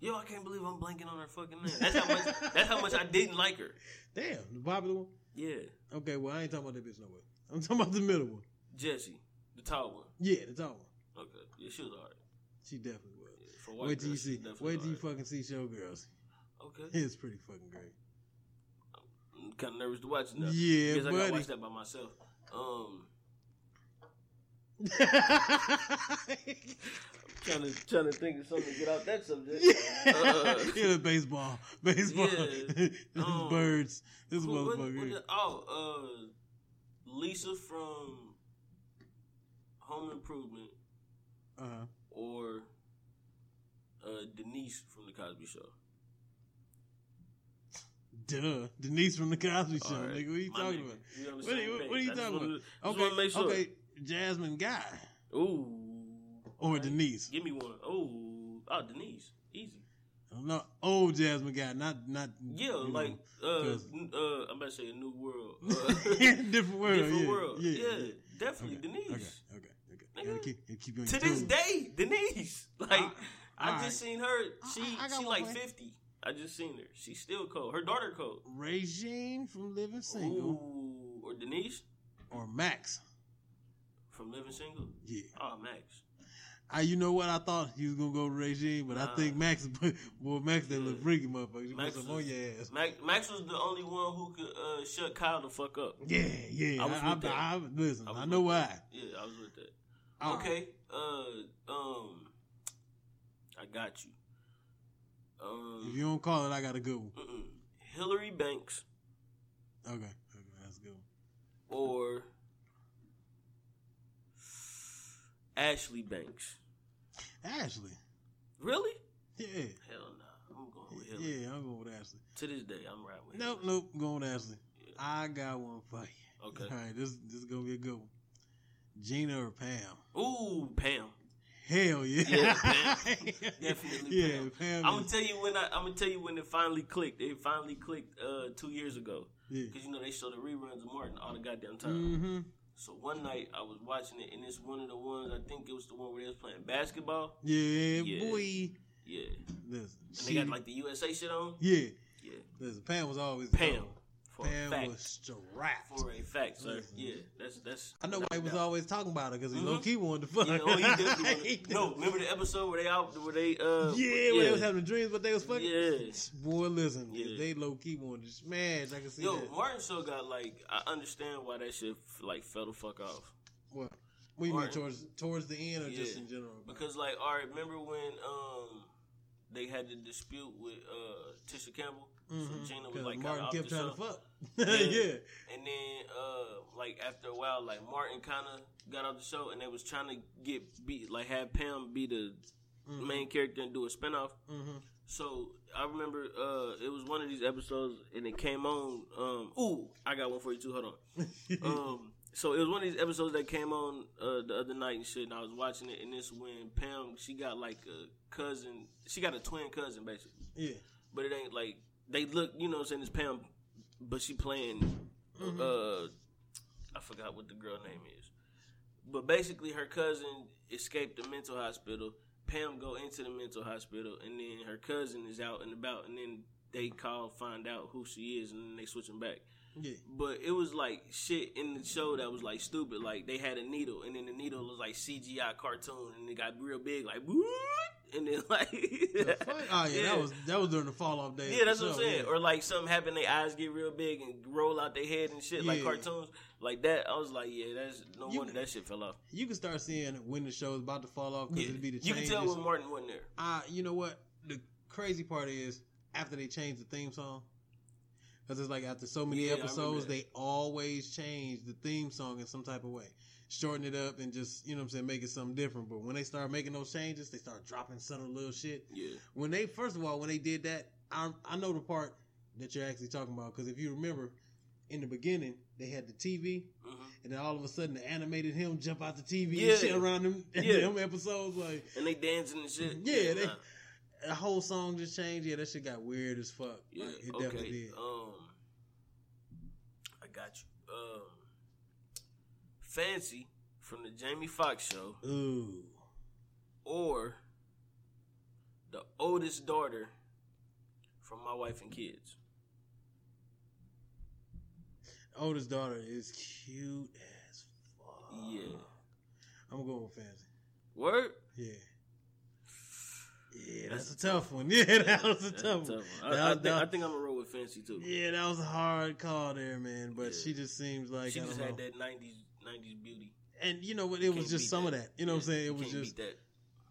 S2: Yo, I can't believe I'm blanking on her fucking name. That's how much. that's how much I didn't like her.
S3: Damn, the popular one.
S2: Yeah,
S3: Okay, well I ain't talking about that bitch no way. I'm talking about the middle one.
S2: Jesse, the tall one.
S3: Yeah, the tall one.
S2: Okay, yeah, she was alright.
S3: She definitely was.
S2: Yeah, for white
S3: Wait till
S2: girl,
S3: you
S2: she was
S3: see.
S2: definitely
S3: Wait till you
S2: alright.
S3: fucking see Showgirls.
S2: Okay,
S3: It's pretty fucking great.
S2: I'm kind of nervous to watch it now.
S3: Yeah,
S2: because I gotta
S3: buddy.
S2: watch that by myself. Um, trying to trying to think of something to get out that subject. Uh,
S3: yeah, the baseball, baseball,
S2: Yeah. Um,
S3: birds. This
S2: Who- what-
S3: motherfucker.
S2: what the- oh, uh, Lisa from Home Improvement
S3: uh-huh.
S2: or uh, Denise from The Cosby Show.
S3: Duh, Denise from the Cosby Show.
S2: All right.
S3: Nigga, what are you
S2: My
S3: talking
S2: nigga.
S3: about?
S2: We on the
S3: What are
S2: same
S3: you- what-
S2: page.
S3: what are you
S2: I just
S3: talking
S2: wanna- Just
S3: Okay,
S2: wanna make sure.
S3: okay, Jasmine Guy
S2: Ooh.
S3: or
S2: Right.
S3: Denise?
S2: Give me one. Ooh. Oh, Denise. Easy.
S3: No, old Jasmine Guy, not not.
S2: Yeah,
S3: you know,
S2: like uh,
S3: cause-
S2: n- uh, I'm about to say a new world. Uh,
S3: different world.
S2: different
S3: yeah,
S2: world.
S3: Yeah,
S2: Yeah, definitely
S3: Okay,
S2: Denise.
S3: okay, okay, okay.
S2: Nigga.
S3: Gotta keep, gotta keep you on
S2: To
S3: your
S2: this
S3: toes.
S2: day, Denise. Like I,
S3: Ah, all right.
S2: just seen her. She
S3: I- I got
S2: she
S3: one
S2: like
S3: for you.
S2: fifty. I just seen her. She's still cold. Her daughter cold.
S3: Regine from Living Single
S2: Ooh, or Denise
S3: or Max.
S2: from Living Single.
S3: Yeah.
S2: Oh, Max.
S3: I, you know what? I thought he was gonna go with Regine, but
S2: Nah.
S3: I think Max. Well, Max, that little freaky motherfucker. You put
S2: Max
S3: some
S2: was-
S3: on your ass.
S2: Max, Max was the only one who could uh, shut Kyle the fuck up.
S3: Yeah, yeah.
S2: I
S3: I
S2: was
S3: I,
S2: with that.
S3: I- listen,
S2: I
S3: I,
S2: was
S3: know
S2: with
S3: why.
S2: Yeah, I was with that.
S3: All right.
S2: Okay. Uh, um, I got you. Um,
S3: If you don't call it, I got a good one.
S2: mm-mm. Hillary Banks
S3: Okay, okay that's a good. One.
S2: or Ashley Banks.
S3: Ashley.
S2: Really?
S3: Yeah,
S2: Hell no. I'm going with Hillary.
S3: yeah. I'm going with Ashley.
S2: To this day, I'm right with.
S3: Nope,
S2: Hillary.
S3: nope. Going with Ashley.
S2: Yeah.
S3: I got one for you.
S2: Okay.
S3: All right, this this is gonna be a good one. Gina or Pam?
S2: Ooh, Pam.
S3: Hell yeah.
S2: Yeah, Pam. Definitely
S3: yeah,
S2: Pam.
S3: Pam.
S2: I'm gonna
S3: is-
S2: tell you when I. I'm gonna tell you when it finally clicked. It finally clicked uh, two years ago
S3: yeah.
S2: because you know they show the reruns of Martin all the goddamn time.
S3: Mm-hmm.
S2: So one night I was watching it, and it's one of the ones I think it was the one where they was playing basketball.
S3: Mm-hmm. Yeah,
S2: Yeah.
S3: boy.
S2: Yeah, and
S3: Listen,
S2: they
S3: she,
S2: got like the USA shit on.
S3: yeah.
S2: Yeah,
S3: Listen, Pam was always
S2: Pam for a
S3: Pam
S2: fact.
S3: was strapped.
S2: For a fact, sir.
S3: Listen.
S2: Yeah, that's that's.
S3: I know why he was
S2: all.
S3: always talking about her because he
S2: Mhm.
S3: low key wanted to fuck.
S2: Yeah, oh, he definitely.
S3: He
S2: wanted- no, remember the episode where they out where they uh
S3: Yeah, when they was having dreams, but they was fucking.
S2: Yeah.
S3: Boy, listen,
S2: Yeah.
S3: they low key wanted to smash. I can see
S2: Yo,
S3: that.
S2: Martin Show got like I understand why that shit like fell the fuck off
S3: What? What you mean
S2: Martin.
S3: towards towards the end or just
S2: Yeah.
S3: in general?
S2: because like all right, remember when um they had the dispute with uh Tisha Campbell,
S3: Mhm.
S2: so Gina was
S3: Because
S2: like
S3: Martin
S2: kinda
S3: kept
S2: off the show.
S3: trying to fuck.
S2: Yeah.
S3: yeah.
S2: And then, uh, like after a while, like Martin kind of got off the show, and they was trying to get be like have Pam be the
S3: Mm-hmm.
S2: main character and do a spinoff.
S3: hmm
S2: So I remember uh, it was one of these episodes, and it came on. Um, ooh, I got one for you too. Hold on.
S3: Mm-hmm.
S2: Um, so it was one of these episodes that came on uh, the other night and shit, and I was watching it, and this when Pam she got like a cousin, she got a twin cousin basically
S3: Yeah.
S2: but it ain't like they look. You know what I'm saying? It's Pam, but she playing.
S3: Mm-hmm.
S2: Uh, I forgot what the girl name is, but basically her cousin escaped the mental hospital. Pam go into the mental hospital, and then her cousin is out and about, and then they call, find out who she is, and then they switch 'em back.
S3: Yeah.
S2: But it was like shit in the show that was like stupid. Like they had a needle, and then the needle was like CGI cartoon, and it got real big, like "Whoop," and then like
S3: The fuck? Oh yeah, that was that was during the fall off days.
S2: yeah, that's what I'm
S3: So,
S2: saying.
S3: yeah.
S2: Or like something happened, their eyes get real big and roll out their head and shit, like
S3: Yeah.
S2: cartoons, like that. I was like, yeah, that's no
S3: You-
S2: wonder that shit fell off.
S3: you can start seeing when the show is about to fall off because
S2: Yeah.
S3: it'd be the
S2: you can
S3: changes.
S2: tell when Martin wasn't there.
S3: Uh, you know what? The crazy part is after they changed the theme song, because it's like after so many
S2: Yeah, I remember
S3: episodes,
S2: that.
S3: they always change the theme song in some type of way, shorten it up and just you know what I'm saying, make it something different. But when they start making those changes, they start dropping subtle little shit.
S2: Yeah,
S3: When they first of all, when they did that, I I know the part that you're actually talking about because if you remember, in the beginning they had the TV
S2: Mhm.
S3: and then all of a sudden the animated him jump out the TV
S2: Yeah.
S3: and shit around them,
S2: Yeah.
S3: them episodes like.
S2: and they dancing and shit.
S3: Yeah, they,
S2: nah.
S3: the whole song just changed. Yeah, that shit got weird as fuck.
S2: Yeah,
S3: Like, it
S2: okay.
S3: definitely did.
S2: Um, I got you. Um, Fancy from the Jamie Foxx show,
S3: Ooh.
S2: or the oldest daughter from My Wife and Kids.
S3: Oldest daughter is cute as fuck.
S2: Yeah.
S3: I'm going with Fancy.
S2: Word.
S3: Yeah. Yeah, that's a tough one. Yeah, that was a
S2: That's
S3: tough one.
S2: I,
S3: That
S2: I
S3: was-
S2: think,
S3: that-
S2: I think I'm gonna roll with Fancy too.
S3: Yeah, that was a hard call there, man. But
S2: Yeah.
S3: she just seems like
S2: she
S3: I
S2: just
S3: don't
S2: had
S3: know.
S2: that '90s '90s beauty.
S3: And you know what? It was
S2: Can't
S3: just
S2: beat
S3: some of that. You know what I'm
S2: Yeah,
S3: saying?
S2: you
S3: It was
S2: can't
S3: just
S2: beat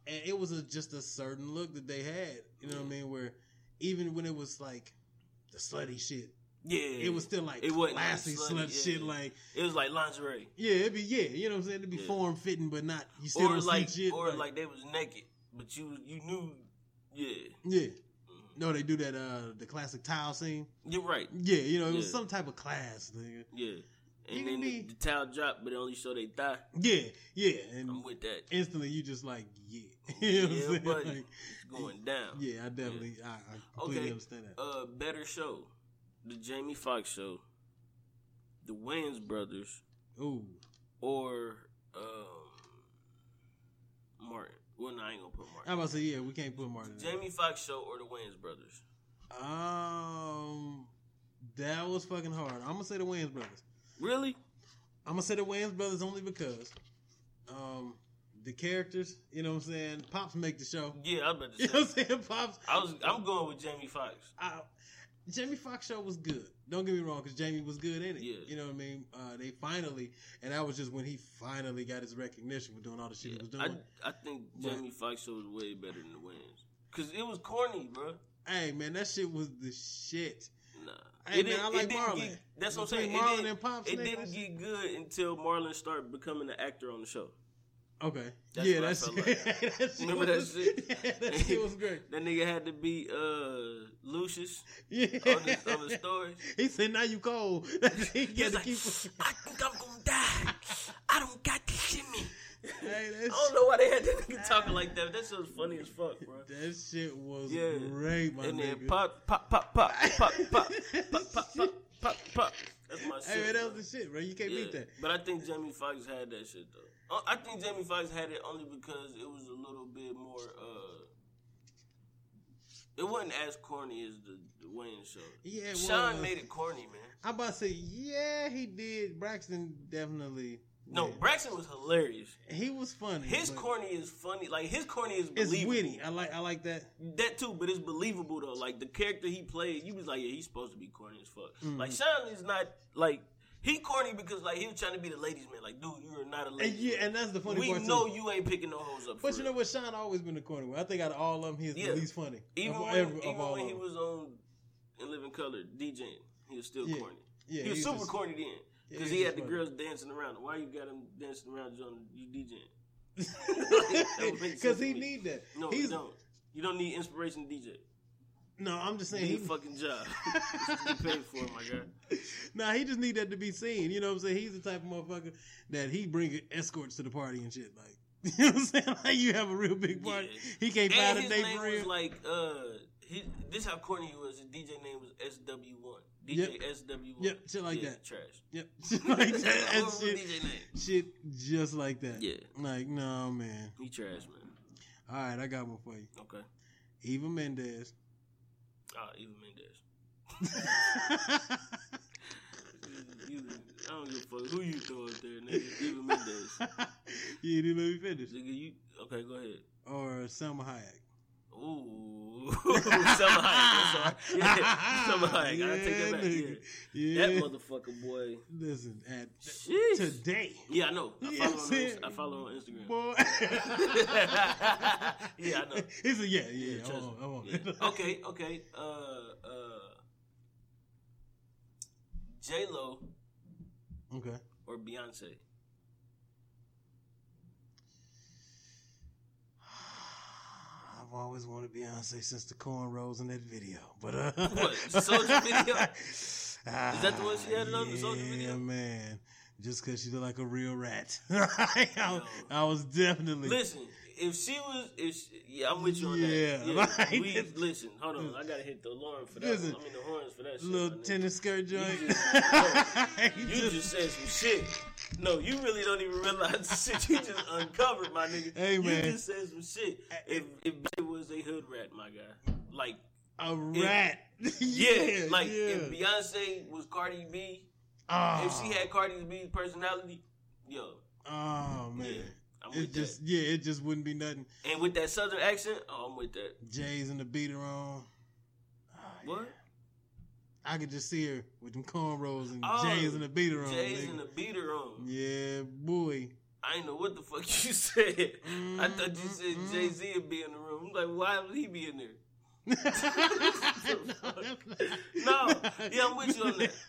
S2: that.
S3: and it was a, just a certain look that they had. You know what I
S2: Yeah.
S3: mean? Where even when it was like the slutty shit,
S2: Yeah,
S3: it was still like
S2: It wasn't like
S3: classy
S2: slutty,
S3: slut shit.
S2: yeah.
S3: Like
S2: it was like lingerie,
S3: yeah, it'd be yeah, you know what I'm saying? It'd be
S2: Yeah.
S3: form fitting, but not you still
S2: or
S3: don't
S2: like,
S3: see shit.
S2: or like, they was naked, but you you knew. Yeah, Mm-hmm.
S3: yeah, no, they do that uh the classic tile scene.
S2: you're right.
S3: Yeah, you know it was
S2: Yeah.
S3: some type of class, nigga.
S2: Yeah. And
S3: You
S2: then
S3: be-
S2: the, the towel dropped, but it only showed they thigh.
S3: Yeah, yeah, and
S2: I'm with that.
S3: instantly you just like yeah, you know what
S2: yeah,
S3: I'm saying?
S2: buddy.
S3: Like,
S2: it's going down.
S3: yeah, I definitely, I, I completely
S2: Okay.
S3: understand that.
S2: Uh, better show, the Jamie Foxx show, the Wayans brothers,
S3: Ooh,
S2: or um, Martin. Well, no, I ain't gonna put
S3: I'm
S2: Martin.
S3: about to say yeah, we can't put Martin. in there.
S2: Jamie Foxx show or the Wayans brothers.
S3: Um, that was fucking hard. I'm gonna say the Wayans brothers.
S2: Really?
S3: I'm gonna say the Wayans brothers only because, um, the characters. You know what I'm saying? Pops make the show.
S2: Yeah, I'm about
S3: You
S2: to
S3: know what
S2: say.
S3: I'm saying? Pops.
S2: I was. I'm going with Jamie Foxx.
S3: I, Jamie Foxx show was good. Don't get me wrong, because Jamie was good in it.
S2: Yeah.
S3: You know what I mean? Uh, they finally, and that was just when he finally got his recognition for doing all the shit he was
S2: I,
S3: doing.
S2: I think
S3: But-
S2: Jamie Foxx show was way better than the Wayans because it was corny, bro.
S3: hey man, that shit was the shit.
S2: Nah.
S3: Hey,
S2: It
S3: man,
S2: didn't-
S3: I
S2: it
S3: like
S2: didn't
S3: Marlon.
S2: Get, that's what I'm
S3: Between
S2: saying.
S3: Marlon
S2: it didn't,
S3: and Pops,
S2: it
S3: nigga,
S2: didn't
S3: that
S2: get good until Marlon started becoming an actor on the show.
S3: Okay.
S2: That's
S3: yeah,
S2: what I
S3: that's
S2: felt like.
S3: that shit
S2: Remember
S3: was-
S2: that shit?
S3: Yeah, that shit was great.
S2: That nigga had to be uh, Lucius
S3: Yeah.
S2: on the, on the stories.
S3: He said, "Now you cold."
S2: He
S3: he got
S2: was
S3: to
S2: like,
S3: keep.
S2: I think I'm gonna die. I don't got this in me.
S3: Hey,
S2: I
S3: that,
S2: don't
S3: shit,
S2: know why they had that nigga talking like that. but That shit was funny as fuck, bro.
S3: that shit was
S2: Yeah.
S3: great, my
S2: And then
S3: nigga.
S2: pop, pop, pop, pop, pop, pop, pop, pop, pop, pop, pop. That's my shit.
S3: hey, man,
S2: bro.
S3: that was the shit, bro. You can't
S2: Yeah,
S3: beat that.
S2: But I think Jamie Foxx had that shit though. Uh, I think Jamie Foxx had it only because it was a little bit more. uh It wasn't as corny as the, the Wayne show.
S3: Yeah, it
S2: Sean
S3: was.
S2: made it corny, man.
S3: I'm about to say, yeah, he did. Braxton definitely.
S2: No,
S3: yeah.
S2: Braxton was hilarious.
S3: he was funny.
S2: His
S3: but
S2: corny is funny. Like his corny is
S3: It's
S2: believable.
S3: witty. I like. I like that.
S2: That too, but it's believable though. Like the character he played, you was like, yeah, he's supposed to be corny as fuck.
S3: Mm-hmm.
S2: Like Sean is not like he corny because like he was trying to be the ladies man. Like, dude, you are not a
S3: And
S2: ladies.
S3: yeah,
S2: man.
S3: and that's the funny
S2: we
S3: part too.
S2: know you ain't picking no hoes up.
S3: but
S2: for
S3: you
S2: real.
S3: know what? Sean always been the corner one. I think out of all of them, he's
S2: Yeah.
S3: the least funny.
S2: Even
S3: of,
S2: when,
S3: every- of
S2: even
S3: all
S2: when
S3: of
S2: he
S3: them.
S2: was on In Living Color DJing, he was still
S3: Yeah.
S2: corny.
S3: Yeah,
S2: he was
S3: he's
S2: super
S3: just-
S2: corny then
S3: he's
S2: because he
S3: just
S2: had the
S3: funny.
S2: girls dancing around. him. Why you got him dancing around you on you DJing? don't make
S3: because
S2: sense
S3: he
S2: to me.
S3: need that.
S2: No,
S3: he's
S2: you don't. You don't need inspiration to DJ.
S3: no. I'm just saying
S2: You
S3: he
S2: need a fucking job. you paid for it, my guy.
S3: Nah, he just need that to be seen. You know what I'm saying? He's the type of motherfucker that he bring escorts to the party and shit. Like, you know what I'm saying? Like, you have a real big party.
S2: Yeah.
S3: He can't
S2: And
S3: find
S2: his
S3: a date
S2: name
S3: for real.
S2: was like uh, he, this how corny he was. His DJ name was SW1. DJ
S3: Yep.
S2: SW1.
S3: Yep, shit like
S2: Yeah,
S3: that.
S2: Trash.
S3: yep. Shit like that. And
S2: Horrible
S3: shit,
S2: DJ name.
S3: shit just like that.
S2: Yeah.
S3: Like, no, man.
S2: He trash man.
S3: All right, I got one for you.
S2: Okay.
S3: Eva Mendes.
S2: Ah, Eva Mendes. You, I don't give a fuck who you throw up there, nigga. Eva Mendes.
S3: you didn't let me finish.
S2: Nigga, you okay? Go ahead.
S3: Or Selma Hayek.
S2: Ooh, Selma Hayek. I'm sorry. Yeah, Selma Hayek. I take that back.
S3: nigga.
S2: Yeah.
S3: Yeah.
S2: That motherfucker boy.
S3: Listen, at
S2: Sheesh.
S3: today,
S2: Yeah, I know. I
S3: Yeah,
S2: follow,
S3: I'm
S2: on,
S3: saying.
S2: Inst- I follow on Instagram.
S3: boy.
S2: Yeah, I know.
S3: It's a yeah, yeah. oh,
S2: Yeah,
S3: I
S2: trust
S3: want- I
S2: me.
S3: want it.
S2: Yeah. Okay, okay. Uh, uh, J Lo
S3: Okay.
S2: or Beyonce?
S3: I've always wanted Beyonce since the cornrows in that video. But uh,
S2: What, the Soulja video?
S3: Is
S2: that the one she had it on, the Soulja video?
S3: Ah, man. Just because she looked like a real rat. I, I was definitely.
S2: Listen, if she was, if she, yeah, I'm with you on
S3: Yeah,
S2: that.
S3: like-
S2: we, listen, hold on, I gotta hit the alarm for that.
S3: Listen,
S2: I mean the horns for that shit.
S3: little
S2: my nigga.
S3: tennis skirt joint.
S2: You just- You just, said some shit. No, you really don't even realize the shit you just uncovered, my nigga.
S3: Hey, man.
S2: You just said some shit. If if Beyonce was a hood rat, my guy, like
S3: a rat.
S2: yeah, like
S3: yeah.
S2: if Beyonce was Cardi B,
S3: oh,
S2: if she had Cardi B's personality, yo,
S3: oh man,
S2: yeah, I'm
S3: it
S2: with
S3: just yeah, it just wouldn't be nothing.
S2: that. And with that southern accent, oh, I'm with that.
S3: Jay's and the beat her on. Ah, yeah.
S2: What?
S3: I could just see her with them cornrows and
S2: Oh,
S3: Jay's and the beater on.
S2: Jay's
S3: nigga.
S2: in the beater on.
S3: Yeah, boy.
S2: I ain't know what the fuck you said. I thought you said
S3: Mm-hmm.
S2: Jay Z would be in the room. I'm like, why would he be in there? No, yeah, I'm with you on that.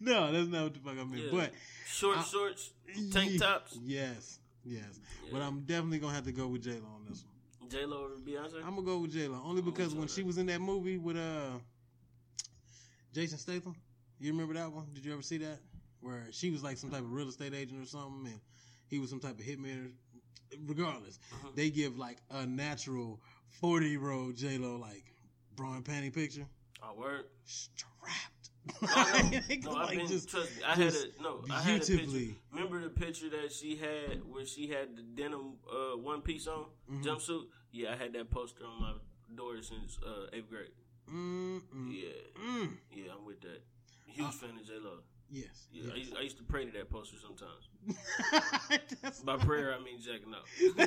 S3: No, that's not what the fuck I meant.
S2: Yeah.
S3: But
S2: Short
S3: I-
S2: shorts, tank tops.
S3: Yes, yes. But
S2: Yeah.
S3: I'm definitely gonna have to go with J Lo on this one.
S2: J Lo or Beyonce?
S3: I'm gonna go with J Lo only
S2: with
S3: because when
S2: J-Lo.
S3: she was in that movie with uh Jason Statham, you remember that one? Did you ever see that? Where she was like some type of real estate agent or something, and he was some type of hitman. or- Regardless,
S2: Uh-huh.
S3: they give like a natural forty year old J Lo like bra and panty picture,
S2: I work.
S3: strapped.
S2: Oh, no.
S3: They go,
S2: no, I've
S3: like,
S2: been,
S3: just-
S2: trust me, I had
S3: just
S2: a no, I had a picture.
S3: beautifully.
S2: Remember the picture that she had where she had the denim uh, one piece on
S3: Mm-hmm.
S2: jumpsuit? Yeah, I had that poster on my door since uh, eighth grade.
S3: Mm, mm,
S2: Yeah,
S3: mm.
S2: yeah, I'm with that.
S3: Uh,
S2: Huge fan of J Lo.
S3: Yes.
S2: Yeah, I, used, I used to pray to that poster sometimes.
S3: That's-
S2: By prayer, I mean jacking up. yeah,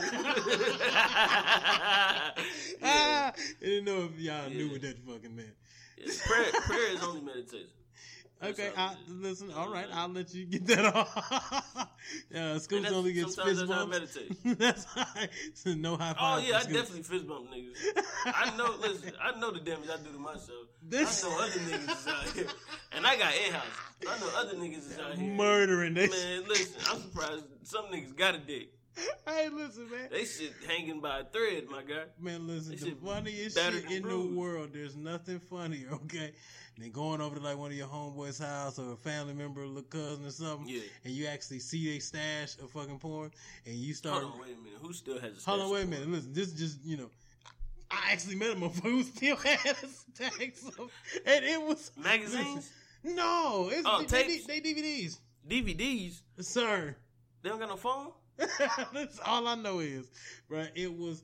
S3: Ah, I didn't know if y'all knew
S2: Yeah.
S3: what that fucking meant.
S2: yeah. Prayer, prayer is only meditation. That's
S3: Okay,
S2: how
S3: I,
S2: it is.
S3: listen.
S2: That's
S3: All
S2: how
S3: right,
S2: it is.
S3: I'll let you get that off. uh,
S2: And
S3: Scooch
S2: that's-
S3: only gets
S2: sometimes
S3: fist
S2: that's how I
S3: bumps.
S2: meditate.
S3: that's high. So no high
S2: Oh
S3: five.
S2: yeah, I
S3: for Scooch.
S2: definitely fist bump niggas. I know. Listen, I know the damage I do to myself.
S3: This-
S2: I know other niggas is out here, and I got in house. I know other niggas is out here.
S3: murdering this.
S2: Man, listen, I'm surprised some niggas got a dick.
S3: Hey, listen, man.
S2: They shit hanging by a thread, my guy.
S3: Man, listen.
S2: This
S3: The
S2: shit
S3: funniest
S2: battered
S3: shit
S2: and
S3: in
S2: bruised.
S3: the world. There's nothing funnier. Okay, than going over to like one of your homeboys' house or a family member, a little cousin or something,
S2: Yeah.
S3: and you actually see they stash of fucking porn, and you start.
S2: Hold on, wait a minute. Who still has? A
S3: Hold on,
S2: stash
S3: wait a
S2: of
S3: minute. Listen, this is just you know, I actually met a motherfucker who still had a stack, so, and it was
S2: porn? Magazines,
S3: no, it's
S2: Oh,
S3: D- they,
S2: tapes?
S3: they DVDs,
S2: DVDs.
S3: sir.
S2: They don't got no phone.
S3: Uh-huh. That's all I know is, bruh, It was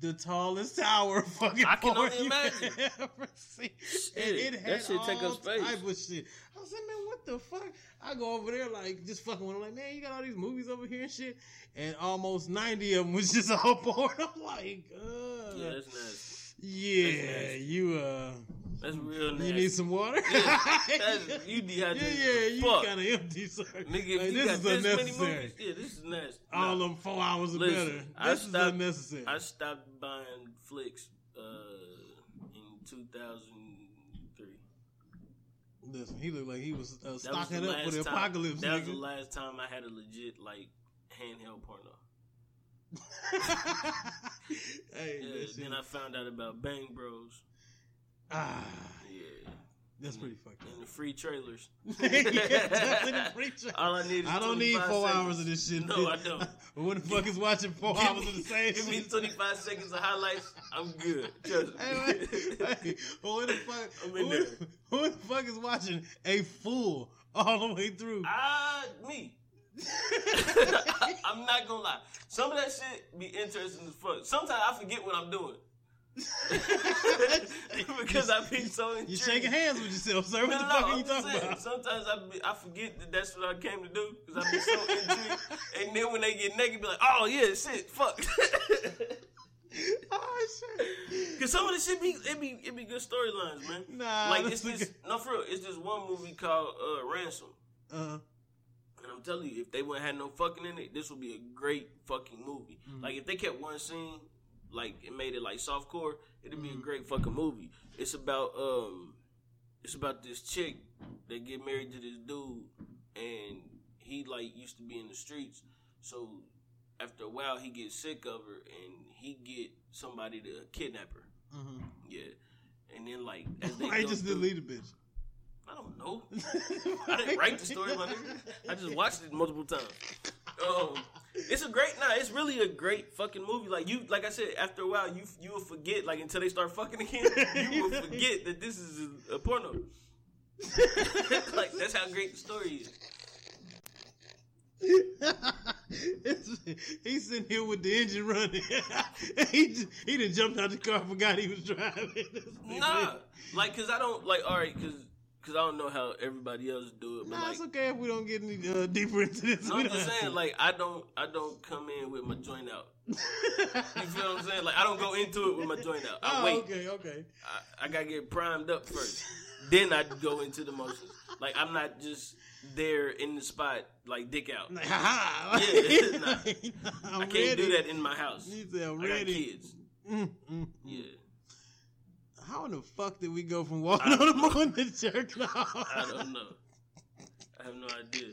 S3: the tallest tower of fucking
S2: I can
S3: porn
S2: only
S3: you
S2: imagine.
S3: ever seen. And it
S2: that
S3: had
S2: shit take up
S3: all
S2: space.
S3: Type of shit. I was like, man, what the fuck? I go over there like just fucking with them. Like, man, you got all these movies over here and shit, and almost ninety of them was just all porn. I'm like, uh,
S2: Yeah, that's nasty. That's
S3: Yeah,
S2: nasty.
S3: you uh,
S2: That's real nasty.
S3: you need some water.
S2: That's, you
S3: yeah,
S2: dehydrated.
S3: yeah, you
S2: Fuck.
S3: kind of empty, sir.
S2: Nigga, if
S3: Like,
S2: you got this many movies,
S3: unnecessary.
S2: yeah, this is nasty.
S3: All
S2: Nah.
S3: them four hours or
S2: Listen,
S3: better. This
S2: I
S3: is
S2: stopped-
S3: unnecessary.
S2: I stopped buying flicks uh, in 2003.
S3: Listen, he looked like he was uh,
S2: That was
S3: stocking up for the
S2: time,
S3: apocalypse.
S2: That was the
S3: nigga.
S2: last time I had a legit like handheld porno.
S3: hey,
S2: Yeah,
S3: that shit-
S2: then I found out about Bang Bros.
S3: ah,
S2: Yeah,
S3: that's pretty fucked
S2: and the free trailers.
S3: up. Yeah, that's in the preacher.
S2: All I need. Is
S3: I don't need
S2: 25
S3: four
S2: seconds.
S3: hours of this shit.
S2: No, I don't.
S3: What the fuck is watching four
S2: Give
S3: hours
S2: me-
S3: of the same
S2: Give me
S3: shit?
S2: 25 seconds of highlights. I'm good. Trust me.
S3: hey, wait, wait. Who the fuck?
S2: I'm in
S3: Who, the- who the fuck is watching a fool all the way through?
S2: Ah, me. I'm not gonna lie. Some of that shit be interesting as fuck. Sometimes I forget what I'm doing. because I be so intrigued.
S3: You shaking hands with yourself, sir. What
S2: No,
S3: the
S2: no,
S3: fuck
S2: I'm
S3: are you
S2: just
S3: talking
S2: saying,
S3: about?
S2: Sometimes I, be, I forget that that's what I came to do because I be so intrigued. And then when they get naked, be like, oh yeah, shit, fuck.
S3: Oh shit.
S2: Cause some of this shit be it be it be good storylines, man.
S3: Nah,
S2: like it's
S3: that's
S2: this
S3: okay.
S2: no for real. It's this one movie called uh, Ransom,
S3: Uh,
S2: and I'm telling you, if they wouldn't had no fucking in it, this would be a great fucking movie.
S3: Mm.
S2: Like if they kept one scene, like it made it like softcore, it'd be
S3: Mm.
S2: a great fucking movie. It's about um, it's about this chick that get married to this dude, and he like used to be in the streets, so after a while he gets sick of her, and he get somebody to kidnap her.
S3: mhm.
S2: Yeah. And then like as they
S3: I
S2: go
S3: just
S2: through-
S3: deleted bitch.
S2: I don't know. I didn't write the story, my nigga. I just watched it multiple times. Um, it's a great nah, it's really a great fucking movie. Like you like I said, after a while you you will forget, like until they start fucking again, you will forget that this is a, a porno. like that's how great the story is.
S3: It's- He's sitting here with the engine running. he just, he done jumped out the car, forgot he was driving. This nigga.
S2: Nah. Like cause I don't like all right, cause cause I don't know how everybody else do it, but
S3: nah,
S2: like
S3: it's okay if we don't get any uh, deeper into this.
S2: No,
S3: We
S2: I'm
S3: don't
S2: just
S3: have
S2: saying, like, I don't, I don't come in with my joint out. you feel what I'm saying? Like, I don't go into it with my joint out. I
S3: Oh,
S2: wait.
S3: okay, okay.
S2: I, I gotta get primed up first. then I go into the motions. Like, I'm not just there in the spot, like dick out.
S3: Like, ha ha.
S2: Yeah, nah.
S3: I'm
S2: I can't
S3: ready.
S2: do that in my house.
S3: You said, I'm
S2: I got
S3: ready.
S2: kids.
S3: Mm, mm.
S2: Yeah,
S3: How in the fuck did we go from walking on the moon to jerking off?
S2: I don't know. I have no idea.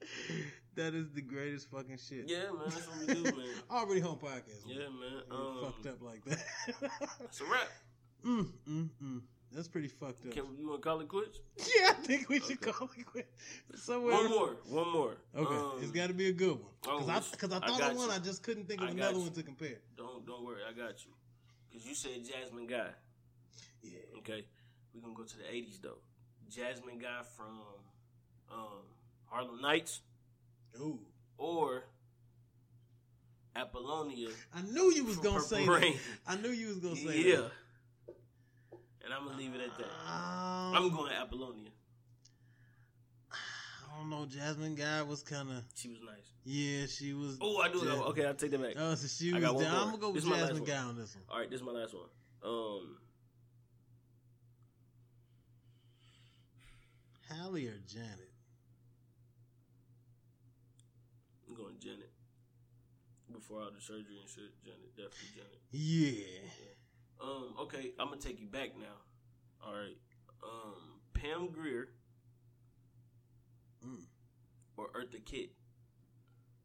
S3: That is the greatest fucking shit.
S2: Yeah, man, that's what we do, man.
S3: Already home podcast.
S2: Yeah, man.
S3: We
S2: Um,
S3: fucked up like that.
S2: It's a wrap.
S3: mm, mm, mm. That's pretty fucked up.
S2: Can you want to call it quits?
S3: Yeah, I think we should call it quits. Somewhere.
S2: One more. One more.
S3: Okay,
S2: Um,
S3: it's got to be a good one. Because
S2: oh,
S3: I,
S2: it's-
S3: cause I
S2: I
S3: thought
S2: got
S3: of one,
S2: you.
S3: I just couldn't think
S2: I
S3: of
S2: got
S3: another
S2: you.
S3: one to compare.
S2: Don't don't worry, I got you. Cause you said Jasmine Guy.
S3: Yeah.
S2: Okay, we gonna go to the '80s though. Jasmine Guy from um, Harlem Nights
S3: Ooh.
S2: or Apollonia.
S3: I knew you was
S2: From
S3: going
S2: Purple
S3: to say that.
S2: Rain.
S3: I knew you was going to say
S2: Yeah,
S3: that.
S2: and I'm gonna leave it at that.
S3: Um,
S2: I'm going Apollonia.
S3: I don't know. Jasmine Guy was kind of.
S2: She was nice.
S3: Yeah, she was.
S2: Oh, I do
S3: Jasmine-
S2: know. Okay, I'll take that back.
S3: Oh, so she
S2: I
S3: was.
S2: got one
S3: down. I'm
S2: more.
S3: gonna go
S2: This
S3: with
S2: is my last
S3: Jasmine
S2: one.
S3: Guy on this one.
S2: All right, this is my last one. Um,
S3: Hallie or Janet?
S2: I'm going Janet. Before all the surgery and shit, Janet, definitely Janet.
S3: Yeah.
S2: Um, okay, I'm gonna take you back now. All right. Um, Pam Greer
S3: Mm.
S2: or Eartha Kitt?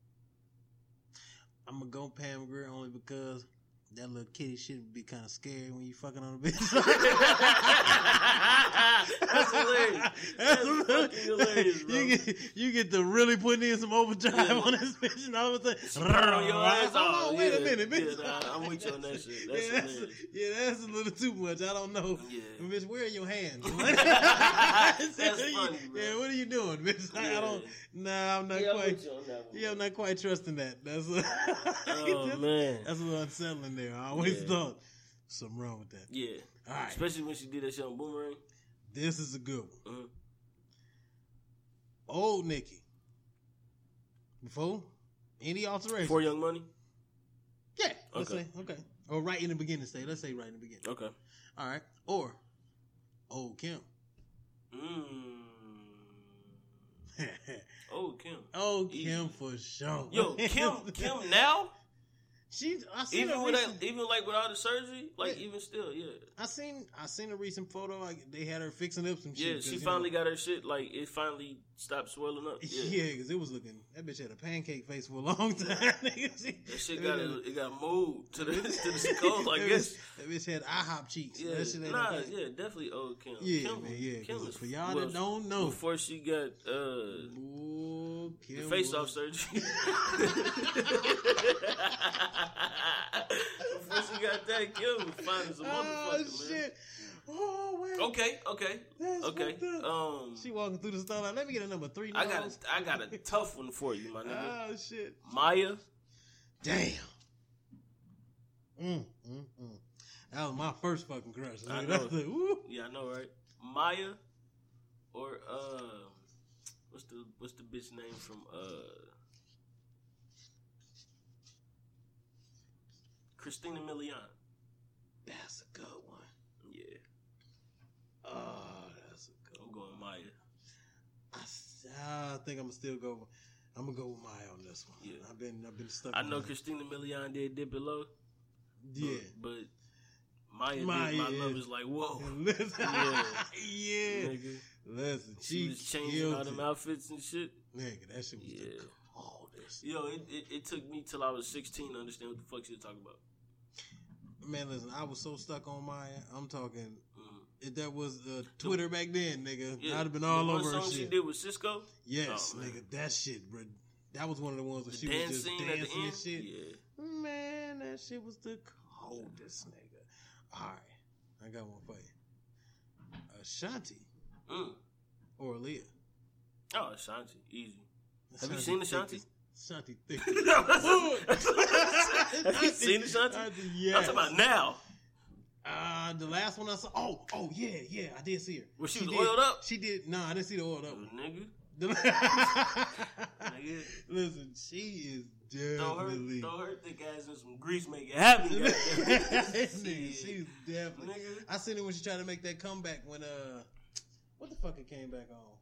S3: I'm gonna go Pam Grier only because that little kitty shit would be kind of scary when you fucking on a bitch.
S2: That's hilarious. That's fucking hilarious, bro.
S3: You get, you get to really putting in some overdrive
S2: Yeah.
S3: on this bitch, and all of a
S2: She
S3: sudden,
S2: purred on your ass off.
S3: Hold on, wait a
S2: Yeah,
S3: minute, bitch.
S2: yeah, nah, I'm with you on that shit. That's
S3: yeah,
S2: hilarious.
S3: yeah, that's a little too much. I don't know.
S2: Yeah.
S3: Bitch, where are your hands?
S2: That's
S3: You-
S2: funny, bro.
S3: Yeah, what are you doing, bitch? I- I
S2: Yeah.
S3: don't. Nah, I'm not
S2: Yeah, I'm
S3: quite.
S2: with you on that one.
S3: Yeah, I'm not quite trusting that. That's
S2: Oh
S3: a,
S2: man.
S3: that's a little unsettling there. I always
S2: Yeah.
S3: thought something wrong with that.
S2: Yeah.
S3: All right,
S2: Especially when she did that shit on Boomerang.
S3: this is a good one.
S2: Mhm.
S3: Old Nikki. Before any alteration.
S2: For Young Money.
S3: yeah. Let's
S2: Okay.
S3: say okay. Or right in the beginning. Say let's say right in the beginning.
S2: Okay.
S3: All right. Or old Kim.
S2: Mm. Oh Kim.
S3: old
S2: Easy.
S3: Kim for sure.
S2: Yo, Kim. Kim now.
S3: She. I seen
S2: Even
S3: a
S2: with
S3: recent,
S2: that, even like with all the surgery, like
S3: Yeah.
S2: even still, yeah.
S3: I seen. I seen a recent photo. Like they had her fixing up some shit.
S2: Yeah,
S3: 'cause,
S2: she
S3: you know,
S2: finally got her shit. Like it finally stopped swelling up. Yeah,
S3: Yeah, because it was looking. That bitch had a pancake face for a long time. nigga. She-
S2: that shit got it. It got moved to the to the skull. I
S3: That bitch-
S2: guess.
S3: that bitch had IHOP cheeks.
S2: Yeah,
S3: That shit ain't
S2: nah,
S3: okay.
S2: yeah, definitely old Kim.
S3: Yeah,
S2: Kim,
S3: man, yeah, 'cause
S2: was-
S3: for y'all
S2: well,
S3: that don't know.
S2: before she got uh,
S3: Ooh,
S2: the
S3: Kim
S2: face
S3: was-
S2: off surgery. before she got that, Kim was fine as a motherfucker,
S3: Oh
S2: man.
S3: shit! Oh wait.
S2: Okay, okay,
S3: That's
S2: okay.
S3: fucked up.
S2: Um,
S3: She walking through the store like, let me get a number three.
S2: I got
S3: Nose."
S2: a, I got a tough one for you, my nigga.
S3: Oh shit.
S2: Maya,
S3: Damn. Mm, mm, mm. That was my first fucking crush.
S2: I know.
S3: nigga. That's like, woo.
S2: yeah, I know, right? Maya, or uh, what's the what's the bitch name from uh, Christina Milian?
S3: That's a good one.
S2: Yeah,
S3: Oh, that's a good
S2: I'm
S3: one.
S2: going Maya.
S3: I, s- I think I'm gonna still go. I'm gonna go with Maya on this one.
S2: Yeah.
S3: I've been I've been stuck.
S2: I
S3: on
S2: know
S3: that.
S2: Christina Milian did dip it low, but-
S3: Yeah.
S2: but, Maya,
S3: Maya,
S2: did my
S3: yeah.
S2: love is like
S3: oh,
S2: whoa.
S3: Listen, yeah.
S2: Yeah. Nigga.
S3: Listen,
S2: She
S3: she,
S2: was changing all
S3: killed
S2: them
S3: it.
S2: outfits and shit.
S3: Nigga, that shit was
S2: Yeah.
S3: the coldest.
S2: Yo, it, it, it took me till I was 16 to understand what the fuck she was talking about.
S3: Man, listen, I was so stuck on Maya. I'm talking.
S2: Mhm.
S3: If that was uh, Twitter back then, nigga, I'd have been
S2: the
S3: all
S2: one
S3: over her
S2: song
S3: shit.
S2: she did with Cisco.
S3: Yes,
S2: Oh, man.
S3: nigga, that shit, bro. That was one of the ones where
S2: The
S3: she
S2: dance
S3: was just
S2: scene
S3: dancing
S2: at the end.
S3: and shit.
S2: Yeah.
S3: Man, that shit was the coldest, nigga. All right, I got one for you. Ashanti
S2: Mm.
S3: or Aaliyah.
S2: Oh, Ashanti. Easy. Have you
S3: Ashanti
S2: seen
S3: thick
S2: Ashanti?
S3: as- Ashanti thick.
S2: Have you seen Ashanti?
S3: Yeah.
S2: I'm talking about now.
S3: Uh, the last one I saw. Oh, oh yeah, yeah, I did see her.
S2: Well, she was
S3: did-
S2: oiled up?
S3: She did. No, I didn't see the oiled up. one.
S2: Nigga.
S3: The-
S2: Nigga.
S3: Listen, she is
S2: Throw her,
S3: definitely.
S2: throw her thick ass in some grease, make it happen.
S3: Nigga,
S2: Shit.
S3: she's definitely.
S2: Nigga.
S3: I seen it when she tried to make that comeback when uh, what the fuck it came back on.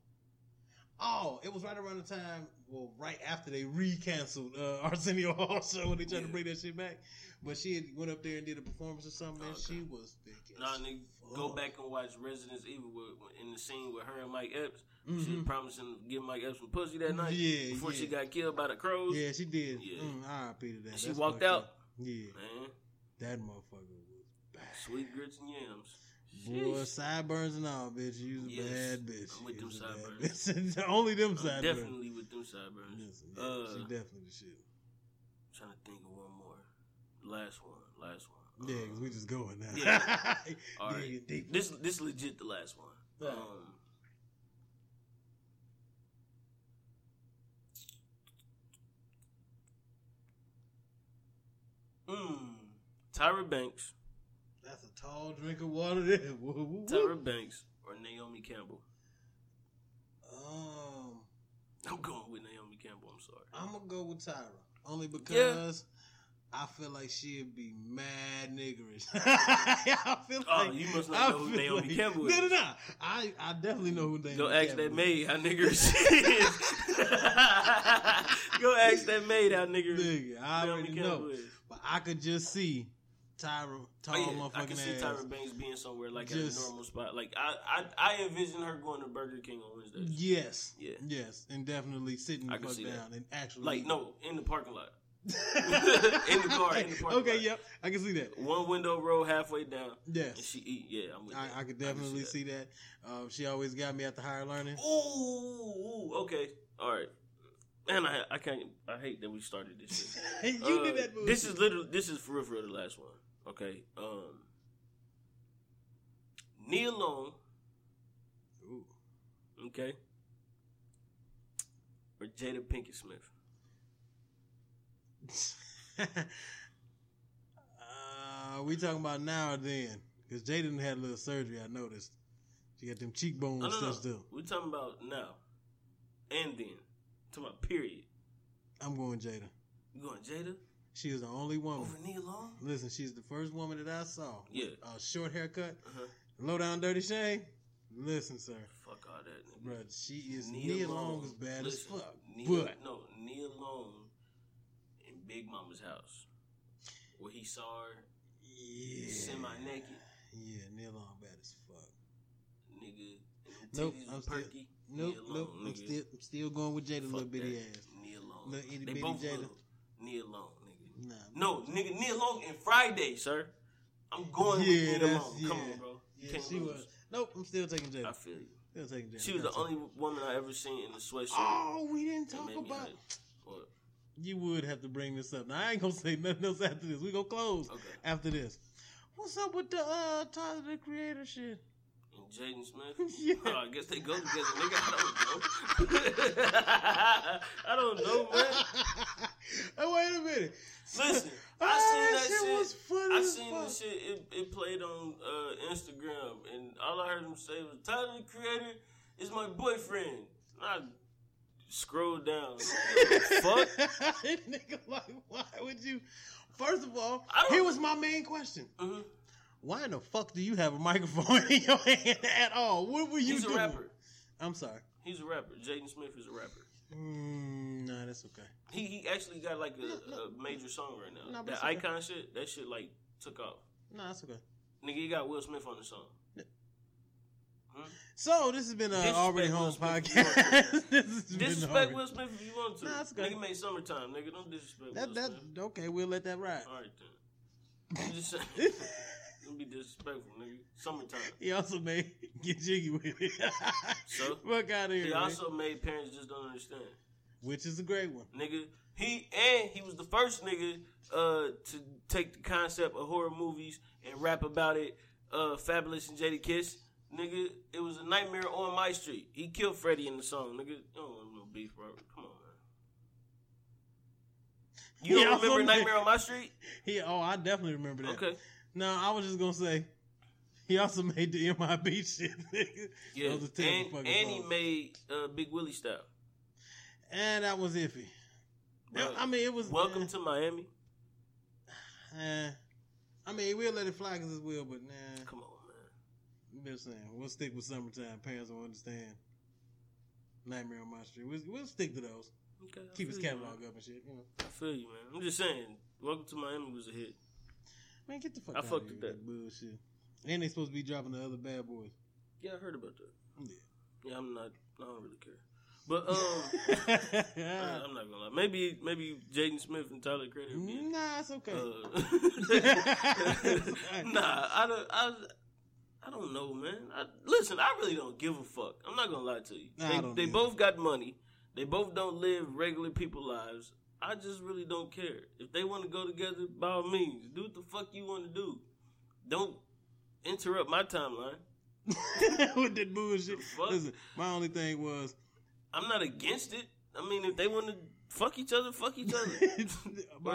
S3: Oh, it was right around the time, well, right after they re-canceled uh, Arsenio Hall show when they tried to
S2: Yeah.
S3: bring that shit back. But she had went up there and did a performance or something, and
S2: Okay.
S3: she was thinking,
S2: Nah, nigga, go back and watch Residence Evil with, in the scene with her and Mike Epps. She was
S3: Mhm.
S2: promising to give Mike Epps some pussy that night
S3: Yeah,
S2: before she
S3: yeah.
S2: got killed by the crows.
S3: Yeah, she did.
S2: Yeah.
S3: Mm, R.I.P. to that.
S2: She
S3: That's
S2: walked
S3: fucked
S2: out.
S3: up. Yeah,
S2: Man,
S3: that motherfucker was bad.
S2: sweet grits and yams.
S3: Boy,
S2: Sheesh.
S3: sideburns and all, bitch. You was
S2: Yes,
S3: a bad bitch.
S2: I'm with
S3: You
S2: them
S3: was a bad
S2: sideburns.
S3: bitch. Only them
S2: I'm
S3: sideburns.
S2: definitely with them sideburns.
S3: Listen, yeah,
S2: uh,
S3: she definitely the shit.
S2: trying to think of one more. Last one. Last one.
S3: Yeah,
S2: Um,
S3: 'cause we just going now.
S2: yeah. all right.
S3: Digging deep.
S2: This this legit the last one.
S3: Yeah.
S2: Um, mm, Tyra Banks,
S3: That's a tall drink of water. There. Woo, woo, woo.
S2: Tyra Banks, or Naomi Campbell.
S3: Um,
S2: I'm going with Naomi Campbell. I'm sorry.
S3: I'm gonna go with Tyra only because I feel like she'd be mad niggerish. I feel
S2: Oh,
S3: like
S2: you must not
S3: I
S2: know who
S3: feel
S2: Naomi Campbell is.
S3: No, no, no. I I definitely know who Naomi.
S2: Go ask
S3: Campbell
S2: that
S3: is.
S2: maid how nigger she is. Go ask that maid how nigger
S3: Nigga, I
S2: Naomi
S3: already
S2: Campbell
S3: know.
S2: is.
S3: But I could just see Tyra tall
S2: Oh, yeah.
S3: motherfucking
S2: I can see
S3: ass.
S2: Tyra Banks being somewhere like
S3: Just-
S2: at a normal spot. Like I, I, I envision her going to Burger King on Wednesdays.
S3: Yes.
S2: Yeah.
S3: Yes. And definitely sitting
S2: I
S3: the
S2: can
S3: fuck
S2: see
S3: down
S2: that.
S3: and actually
S2: Like no, in the parking lot,
S3: in
S2: the car, in the parking
S3: Okay,
S2: lot.
S3: yep. I can see that.
S2: one window row halfway down, and
S3: Yes.
S2: she eat. Yeah, I'm with that. Oh.
S3: I, I could definitely see that. Um, she always got me at the higher learning.
S2: that. Ooh, okay, all right. And I, I can't. I hate that we started this. Shit.
S3: And you
S2: Uh,
S3: did that movie.
S2: This is literally this is for real, for real, the last one. Okay. Um Nia Long,
S3: Ooh.
S2: okay. Or Jada Pinkett Smith.
S3: uh, we talking about now or then? Because Jaden had a little surgery. I noticed she got them cheekbones
S2: No, no, no.
S3: touched up.
S2: We're talking about now. And then. talking about period.
S3: I'm going Jada.
S2: You going Jada?
S3: She is the only woman.
S2: Over Nia Long?
S3: Listen, she's the first woman that I saw. with
S2: Yeah.
S3: A short haircut,
S2: Uh-huh.
S3: low down, dirty shade. Listen, sir,
S2: Fuck all that nigga.
S3: bro, she is Nia Long is bad
S2: Listen,
S3: as fuck.
S2: Nia,
S3: but
S2: no, Nia Long in Big Mama's house. Where he saw her
S3: yeah,
S2: semi naked.
S3: Yeah, Nia Long bad as fuck.
S2: nigga. And
S3: Nope,
S2: titties
S3: I'm
S2: was
S3: still-
S2: perky.
S3: Nope,
S2: Knee alone,
S3: nope. I'm
S2: nigga.
S3: still, I'm still going with Jada
S2: Fuck
S3: little bitty
S2: that.
S3: ass.
S2: Knee alone.
S3: Little itty
S2: they
S3: bitty
S2: both
S3: Jada.
S2: little. Knee alone, nigga.
S3: Nah,
S2: No, nigga, knee alone and Friday, sir. I'm going
S3: Yeah,
S2: with knee
S3: that's-
S2: alone. Come
S3: yeah.
S2: on, bro. You
S3: yeah,
S2: can't
S3: she
S2: lose.
S3: was. Nope, I'm still taking
S2: I
S3: Jada.
S2: feel you.
S3: Still taking Jada.
S2: She was the
S3: Gotcha.
S2: only woman I ever seen in a sweatshirt.
S3: Oh, we didn't
S2: that
S3: talk
S2: made me
S3: about.
S2: hot. What?
S3: You would have to bring this up. Now I ain't gonna say nothing else after this. We gonna close
S2: Okay.
S3: after this. What's up with the uh Tyler the Creator shit?
S2: And Jaden Smith.
S3: Yeah.
S2: Oh, I guess they go together. Nigga, I don't know. I don't know, man.
S3: oh, wait a minute.
S2: Listen,
S3: Ah,
S2: I seen that shit.
S3: was funny
S2: I
S3: as
S2: seen
S3: fuck.
S2: this shit. It, it played on uh, Instagram, and all I heard him say was, "Tyler the Creator is my boyfriend." And I scrolled down. Mm-hmm. fuck.
S3: Nigga, like, why would you? First of all,
S2: I don't-
S3: here was my main question.
S2: Mhm.
S3: Why in the fuck do you have a microphone in your hand at all? What were you
S2: He's a
S3: doing?
S2: rapper.
S3: I'm sorry.
S2: He's a rapper. Jaden Smith is a rapper.
S3: Mm, nah, that's okay.
S2: He he actually got like a, a major song right now.
S3: No, but
S2: that
S3: it's okay.
S2: icon shit. That shit like took off.
S3: Nah, that's okay.
S2: Nigga, he got Will Smith on the song.
S3: So this has been an
S2: Disrespect
S3: already
S2: Will
S3: home
S2: Smith.
S3: podcast. this has been
S2: Disrespect
S3: Already-
S2: Will Smith if you want to.
S3: Nah, that's good.
S2: Nigga made summertime. Nigga, don't disrespect
S3: That
S2: Will
S3: that
S2: Smith.
S3: okay. We'll let that ride.
S2: All right then. I'm just saying. Don't be disrespectful, nigga. Summertime.
S3: he also made get jiggy with it.
S2: So?
S3: Fuck out of here,
S2: He
S3: man.
S2: also made parents just don't understand,
S3: which is a great one.
S2: nigga. He and he was the first nigga uh, to take the concept of horror movies and rap about it. Uh, Fabulous and Jada Kiss, nigga. It was a nightmare on my street. He killed Freddie in the song, nigga. You don't want no beef, bro. Come on, man. You
S3: He
S2: don't
S3: also
S2: remember
S3: made-
S2: Nightmare on My Street?
S3: He oh, I definitely remember that.
S2: Okay.
S3: No, I was just gonna say he also made the MIB shit. nigga.
S2: Yeah,
S3: Those are
S2: and,
S3: terrible fucking
S2: and he
S3: songs.
S2: made uh, Big Willie style.
S3: and that was iffy.
S2: Bro,
S3: I mean, it was
S2: Welcome
S3: eh,
S2: to Miami.
S3: eh. I mean, we'll let it fly because it's will, but nah.
S2: Come on,
S3: I'm just saying, we'll stick with summertime. Parents will understand. Nightmare on My Street. We'll, we'll stick to those.
S2: man. Okay, I
S3: Keep his
S2: feel you,
S3: catalog
S2: man.
S3: up and shit. You know,
S2: I feel you, man. I'm just saying, Welcome to Miami was a hit.
S3: man, get the fuck
S2: I
S3: out of
S2: fucked
S3: here
S2: with
S3: with that bullshit. And they supposed to be dropping the other bad boys.
S2: Yeah, I heard about that.
S3: Yeah.
S2: Yeah, I'm not. I don't really care. But um, I- I'm not gonna lie. Maybe maybe Jaden Smith and Tyler Crater. would be-
S3: nah, it's okay.
S2: Uh, nah, I don't. I, I don't know, man. I, listen, I really don't give a fuck. I'm not gonna lie to you.
S3: Nah, I
S2: they
S3: don't
S2: they
S3: either.
S2: both got money. They both don't live regular people lives. I just really don't care. If they want to go together, by all means, do what the fuck you want to do. Don't interrupt my timeline.
S3: with that bullshit.
S2: fuck?
S3: Listen, my only thing was,
S2: I'm not against it. I mean, if they want to fuck each other, fuck each other.
S3: my
S2: Like,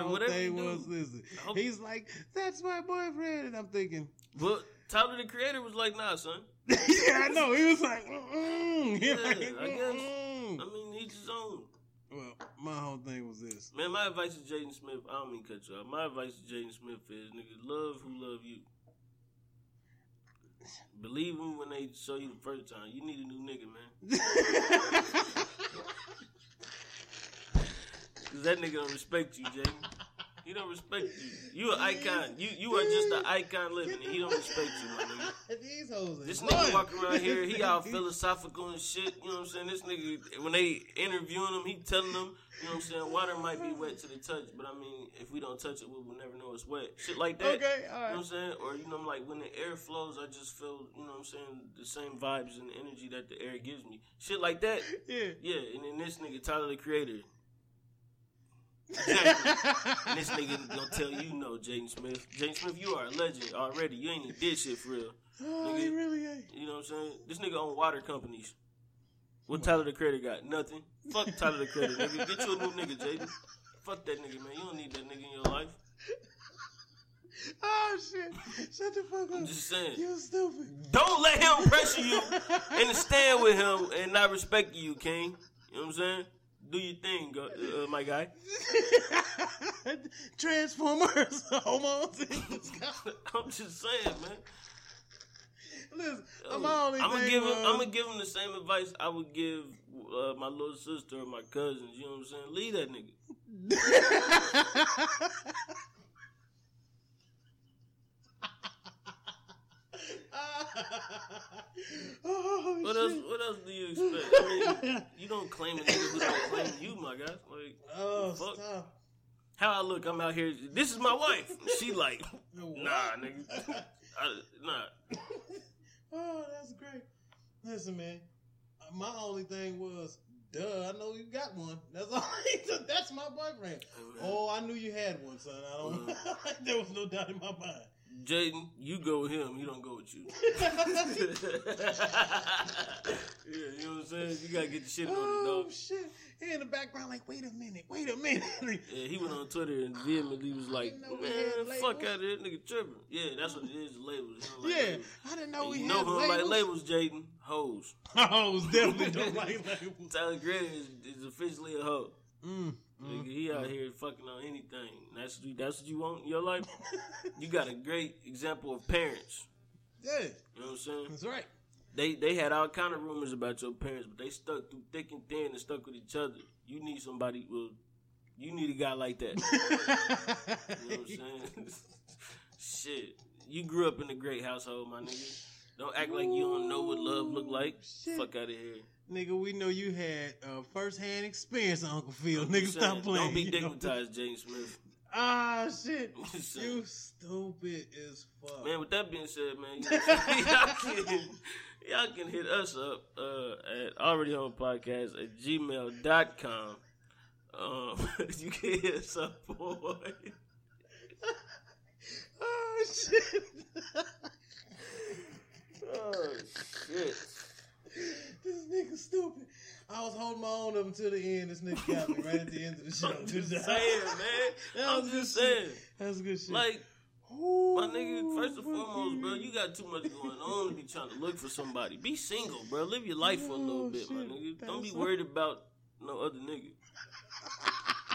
S3: only
S2: whatever
S3: thing
S2: you do.
S3: was, listen,
S2: hope-
S3: he's like, that's my boyfriend. And I'm thinking,
S2: but Tyler the Creator was like, nah, son.
S3: yeah, I know. He was like, mm-mm. He
S2: Yeah,
S3: like,
S2: I guess.
S3: mm-mm.
S2: I mean, he's his own.
S3: Well, my whole thing was this.
S2: Man, my advice to Jaden Smith, I don't mean to cut you off. My advice to Jaden Smith is, nigga, love who love you. Believe them when they show you the first time. You need a new nigga, man. Cause that nigga don't respect you, Jaden. He don't respect you. You an icon. You you are just an icon living, and he don't respect you, my nigga.
S3: These hoes are
S2: This
S3: fun.
S2: nigga walking around here, he all philosophical and shit. You know what I'm saying? This nigga, when they interviewing him, he telling them, you know what I'm saying? Water might be wet to the touch, but I mean, if we don't touch it, we will never know it's wet. Shit like that.
S3: Okay, all
S2: You know what
S3: right.
S2: I'm saying? Or, you know, I'm like, when the air flows, I just feel, you know what I'm saying, the same vibes and energy that the air gives me. Shit like that.
S3: Yeah.
S2: Yeah, and then this nigga, Tyler the Creator. Exactly. And this nigga gonna tell you no, Jaden Smith. Jaden Smith, you are a legend already. You ain't even did shit for real.
S3: Oh, he really ain't.
S2: You know what I'm saying? This nigga own water companies. What Tyler the Creator got? Nothing. Fuck Tyler the Creator, nigga. Get you a new nigga, Jaden. Fuck that nigga, man. You don't need that nigga in your life.
S3: Oh, shit. Shut the fuck
S2: I'm
S3: up.
S2: just saying.
S3: You stupid.
S2: Don't let him pressure you and stand with him and not respect you, King. You know what I'm saying? Do your thing, go- uh, my guy.
S3: Transformers. Almost in the sky.
S2: I'm just saying, man.
S3: Listen, my only
S2: I'm gonna
S3: thing
S2: give him.
S3: was,
S2: I'm gonna give him the same advice I would give uh, my little sister or my cousins. You know what I'm saying? Leave that nigga.
S3: oh,
S2: What
S3: shit.
S2: else? What else do you expect? I mean, you don't claim a nigga who don't claim you, my guy. Like,
S3: Oh,
S2: Fuck.
S3: stop.
S2: how I look, I'm out here. This is my wife. She like, nah,
S3: What?
S2: nigga, I, nah.
S3: Oh, that's great. Listen, man, my only thing was, duh, I know you got one. That's all. that's Oh,
S2: Mm.
S3: my boyfriend. Oh, I knew you had one, son. I don't. there was no doubt in my mind.
S2: Jaden, you go with him. He don't go with you. yeah, you know what I'm saying. You gotta get the shit on it,
S3: Oh
S2: dog.
S3: shit! He in the background, like, wait a minute, wait a minute.
S2: Yeah, he went on Twitter and vehemently was like,
S3: know we
S2: "Man,
S3: had
S2: the fuck
S3: labels."
S2: out of this nigga tripping." Yeah, that's what it is. The labels. He don't like
S3: yeah,
S2: labels.
S3: I didn't know
S2: And
S3: we
S2: you
S3: had
S2: know who like
S3: labels.
S2: labels, Jaden? Hoes.
S3: Hoes definitely don't like labels.
S2: Tyler Gray is, is officially a hoe.
S3: Mm.
S2: Nigga, he out here fucking on anything. That's what you, that's what you want in your life. you got a great example of parents.
S3: Yeah,
S2: You know what I'm saying?
S3: that's right.
S2: They they had all kind of rumors about your parents, but they stuck through thick and thin and stuck with each other. You need somebody. Well, you need a guy like that. You know what I'm saying? Shit. You grew up in a great household, my nigga. Don't act like you don't know what love look like.
S3: Shit.
S2: Fuck out of here.
S3: Nigga, we know you had uh, first-hand experience, on Uncle Phil. Nigga,
S2: Just
S3: stop
S2: saying,
S3: playing.
S2: Don't be
S3: you know?
S2: digmatized, James Smith.
S3: Ah, shit.
S2: I'm just saying.
S3: you stupid as fuck.
S2: Man, with that being said, man, y'all can, y'all can hit us up uh, at alreadyhomepodcast at gmail.com. Um, you can hit us up on
S3: Oh shit.
S2: oh, shit.
S3: this nigga stupid. I was holding my own up until the end. This nigga got me right at the end of the show.
S2: I'm just saying, man. I'm just saying.
S3: That's good shit.
S2: Like,
S3: Ooh,
S2: My nigga, first and foremost, bro,
S3: fucking-
S2: you got too much going on to be trying to look for somebody. Be single, bro. Live your life for a little
S3: Oh,
S2: bit, my
S3: shit.
S2: nigga.
S3: That
S2: Don't
S3: is
S2: be
S3: so-
S2: worried about no other nigga.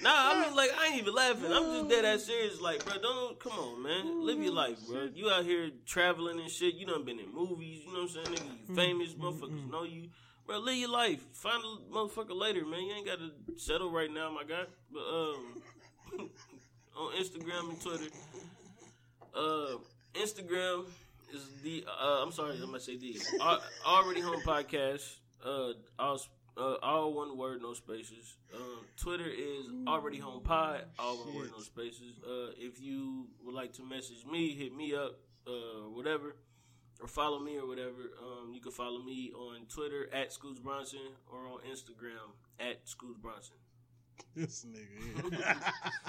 S2: Nah, I mean, like, I ain't even laughing. I'm just dead ass serious. Like, bro, don't, come on, man. Live your life, bro. You out here traveling and shit. You done been in movies. You know what I'm saying,
S3: Mm-hmm.
S2: nigga? You famous. Motherfuckers know you. Bro, live your life. Find a motherfucker later, man. You ain't got to settle right now, my guy. But, um, on Instagram and Twitter. Uh, Instagram is the uh, I'm sorry, I'm gonna say the Al- already home podcast. Uh, all s- uh, all one word, no spaces. Um, Twitter is already home pod, all one word, no
S3: Shit.
S2: spaces. Uh, if you would like to message me, hit me up, uh, or whatever, or follow me or whatever. Um, you can follow me on Twitter at Scoots Bronson or on Instagram at Scoots Bronson.
S3: This nigga. yeah.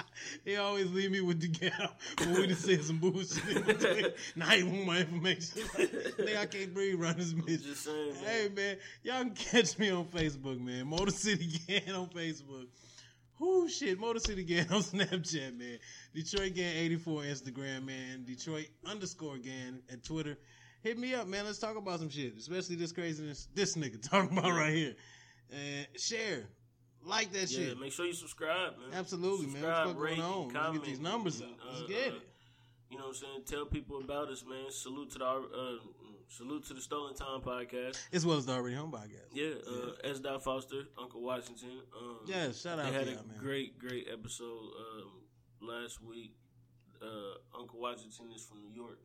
S3: he always leave me with the gap when we just said some bullshit. now he want my information. nigga, I can't breathe around this bitch.
S2: Just saying, man.
S3: Hey man, y'all can catch me on Facebook, man. Motor City Gang on Facebook. Whoo shit, Motor City Gang on Snapchat, man. Detroit Gang 84 Instagram, man. Detroit underscore Gang at Twitter. Hit me up, man. Let's talk about some shit, especially this craziness this nigga talking about right here. And share, like that
S2: Yeah,
S3: shit.
S2: make sure you subscribe, man.
S3: Absolutely, man. What's fuck going
S2: rate,
S3: on?
S2: and
S3: Let's get these
S2: comment,
S3: numbers
S2: and,
S3: up. Let's
S2: uh,
S3: get
S2: uh,
S3: it.
S2: You know what I'm saying? Tell people about us, man. Salute to the uh, salute to the Stolen Time podcast.
S3: As well as the already home podcast.
S2: Yeah, uh, S. Dot Foster, Uncle Washington. Um,
S3: Yeah, shout
S2: they
S3: out
S2: had
S3: to
S2: a
S3: y'all, man.
S2: great, great episode um, last week. Uh, Uncle Washington is from New York,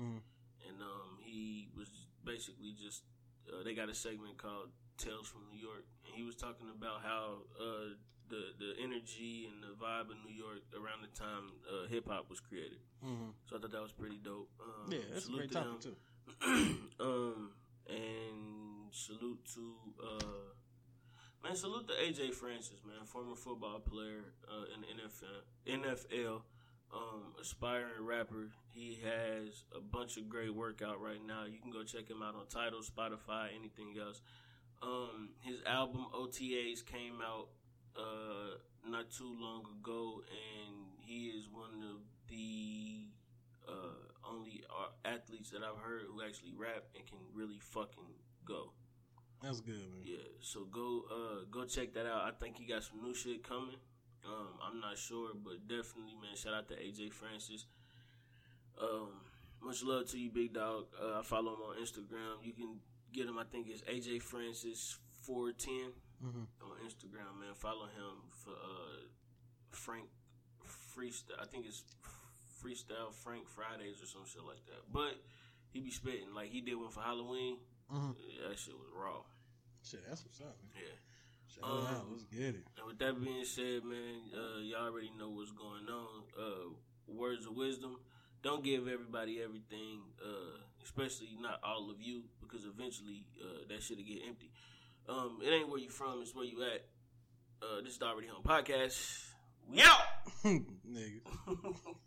S3: Mhm.
S2: and um, he was basically just uh, they got a segment called Tales from New York, and he was talking about how uh, the the energy and the vibe of New York around the time uh, hip hop was created.
S3: Mhm.
S2: So I thought that was pretty dope. Um,
S3: Yeah, that's a
S2: Uh, salute
S3: great
S2: to
S3: topic
S2: them.
S3: too.
S2: um, and salute to uh, man, salute to AJ Francis, man, former football player uh, in the NFL, NFL, um, aspiring rapper. He has a bunch of great work out right now. You can go check him out on Title, Spotify, anything else. Um, his album OTAs came out uh, not too long ago, and he is one of the uh, only uh, athletes that I've heard who actually rap and can really fucking go.
S3: That's good, man.
S2: Yeah, so go uh, go check that out. I think he got some new shit coming. Um, I'm not sure, but definitely, man. Shout out to AJ Francis. Um, much love to you, big dog. Uh, I follow him on Instagram. You can get him. I think it's AJ Francis four ten
S3: Mhm.
S2: on Instagram, man. Follow him for uh, Frank Freestyle. I think it's Freestyle Frank Fridays or some shit like that. But he be spitting like he did one for Halloween.
S3: Mhm.
S2: Yeah, that shit was raw.
S3: Shit, that's what's up, man.
S2: Yeah.
S3: Shout out.
S2: Um,
S3: Let's get it.
S2: And with that being said, man, uh, y'all already know what's going on. Uh, words of wisdom. Don't give everybody everything, uh, especially not all of you, because eventually uh, that shit'll get empty. Um, it ain't where you from, it's where you at. Uh, this is the Already Home Podcast. We out!
S3: nigga.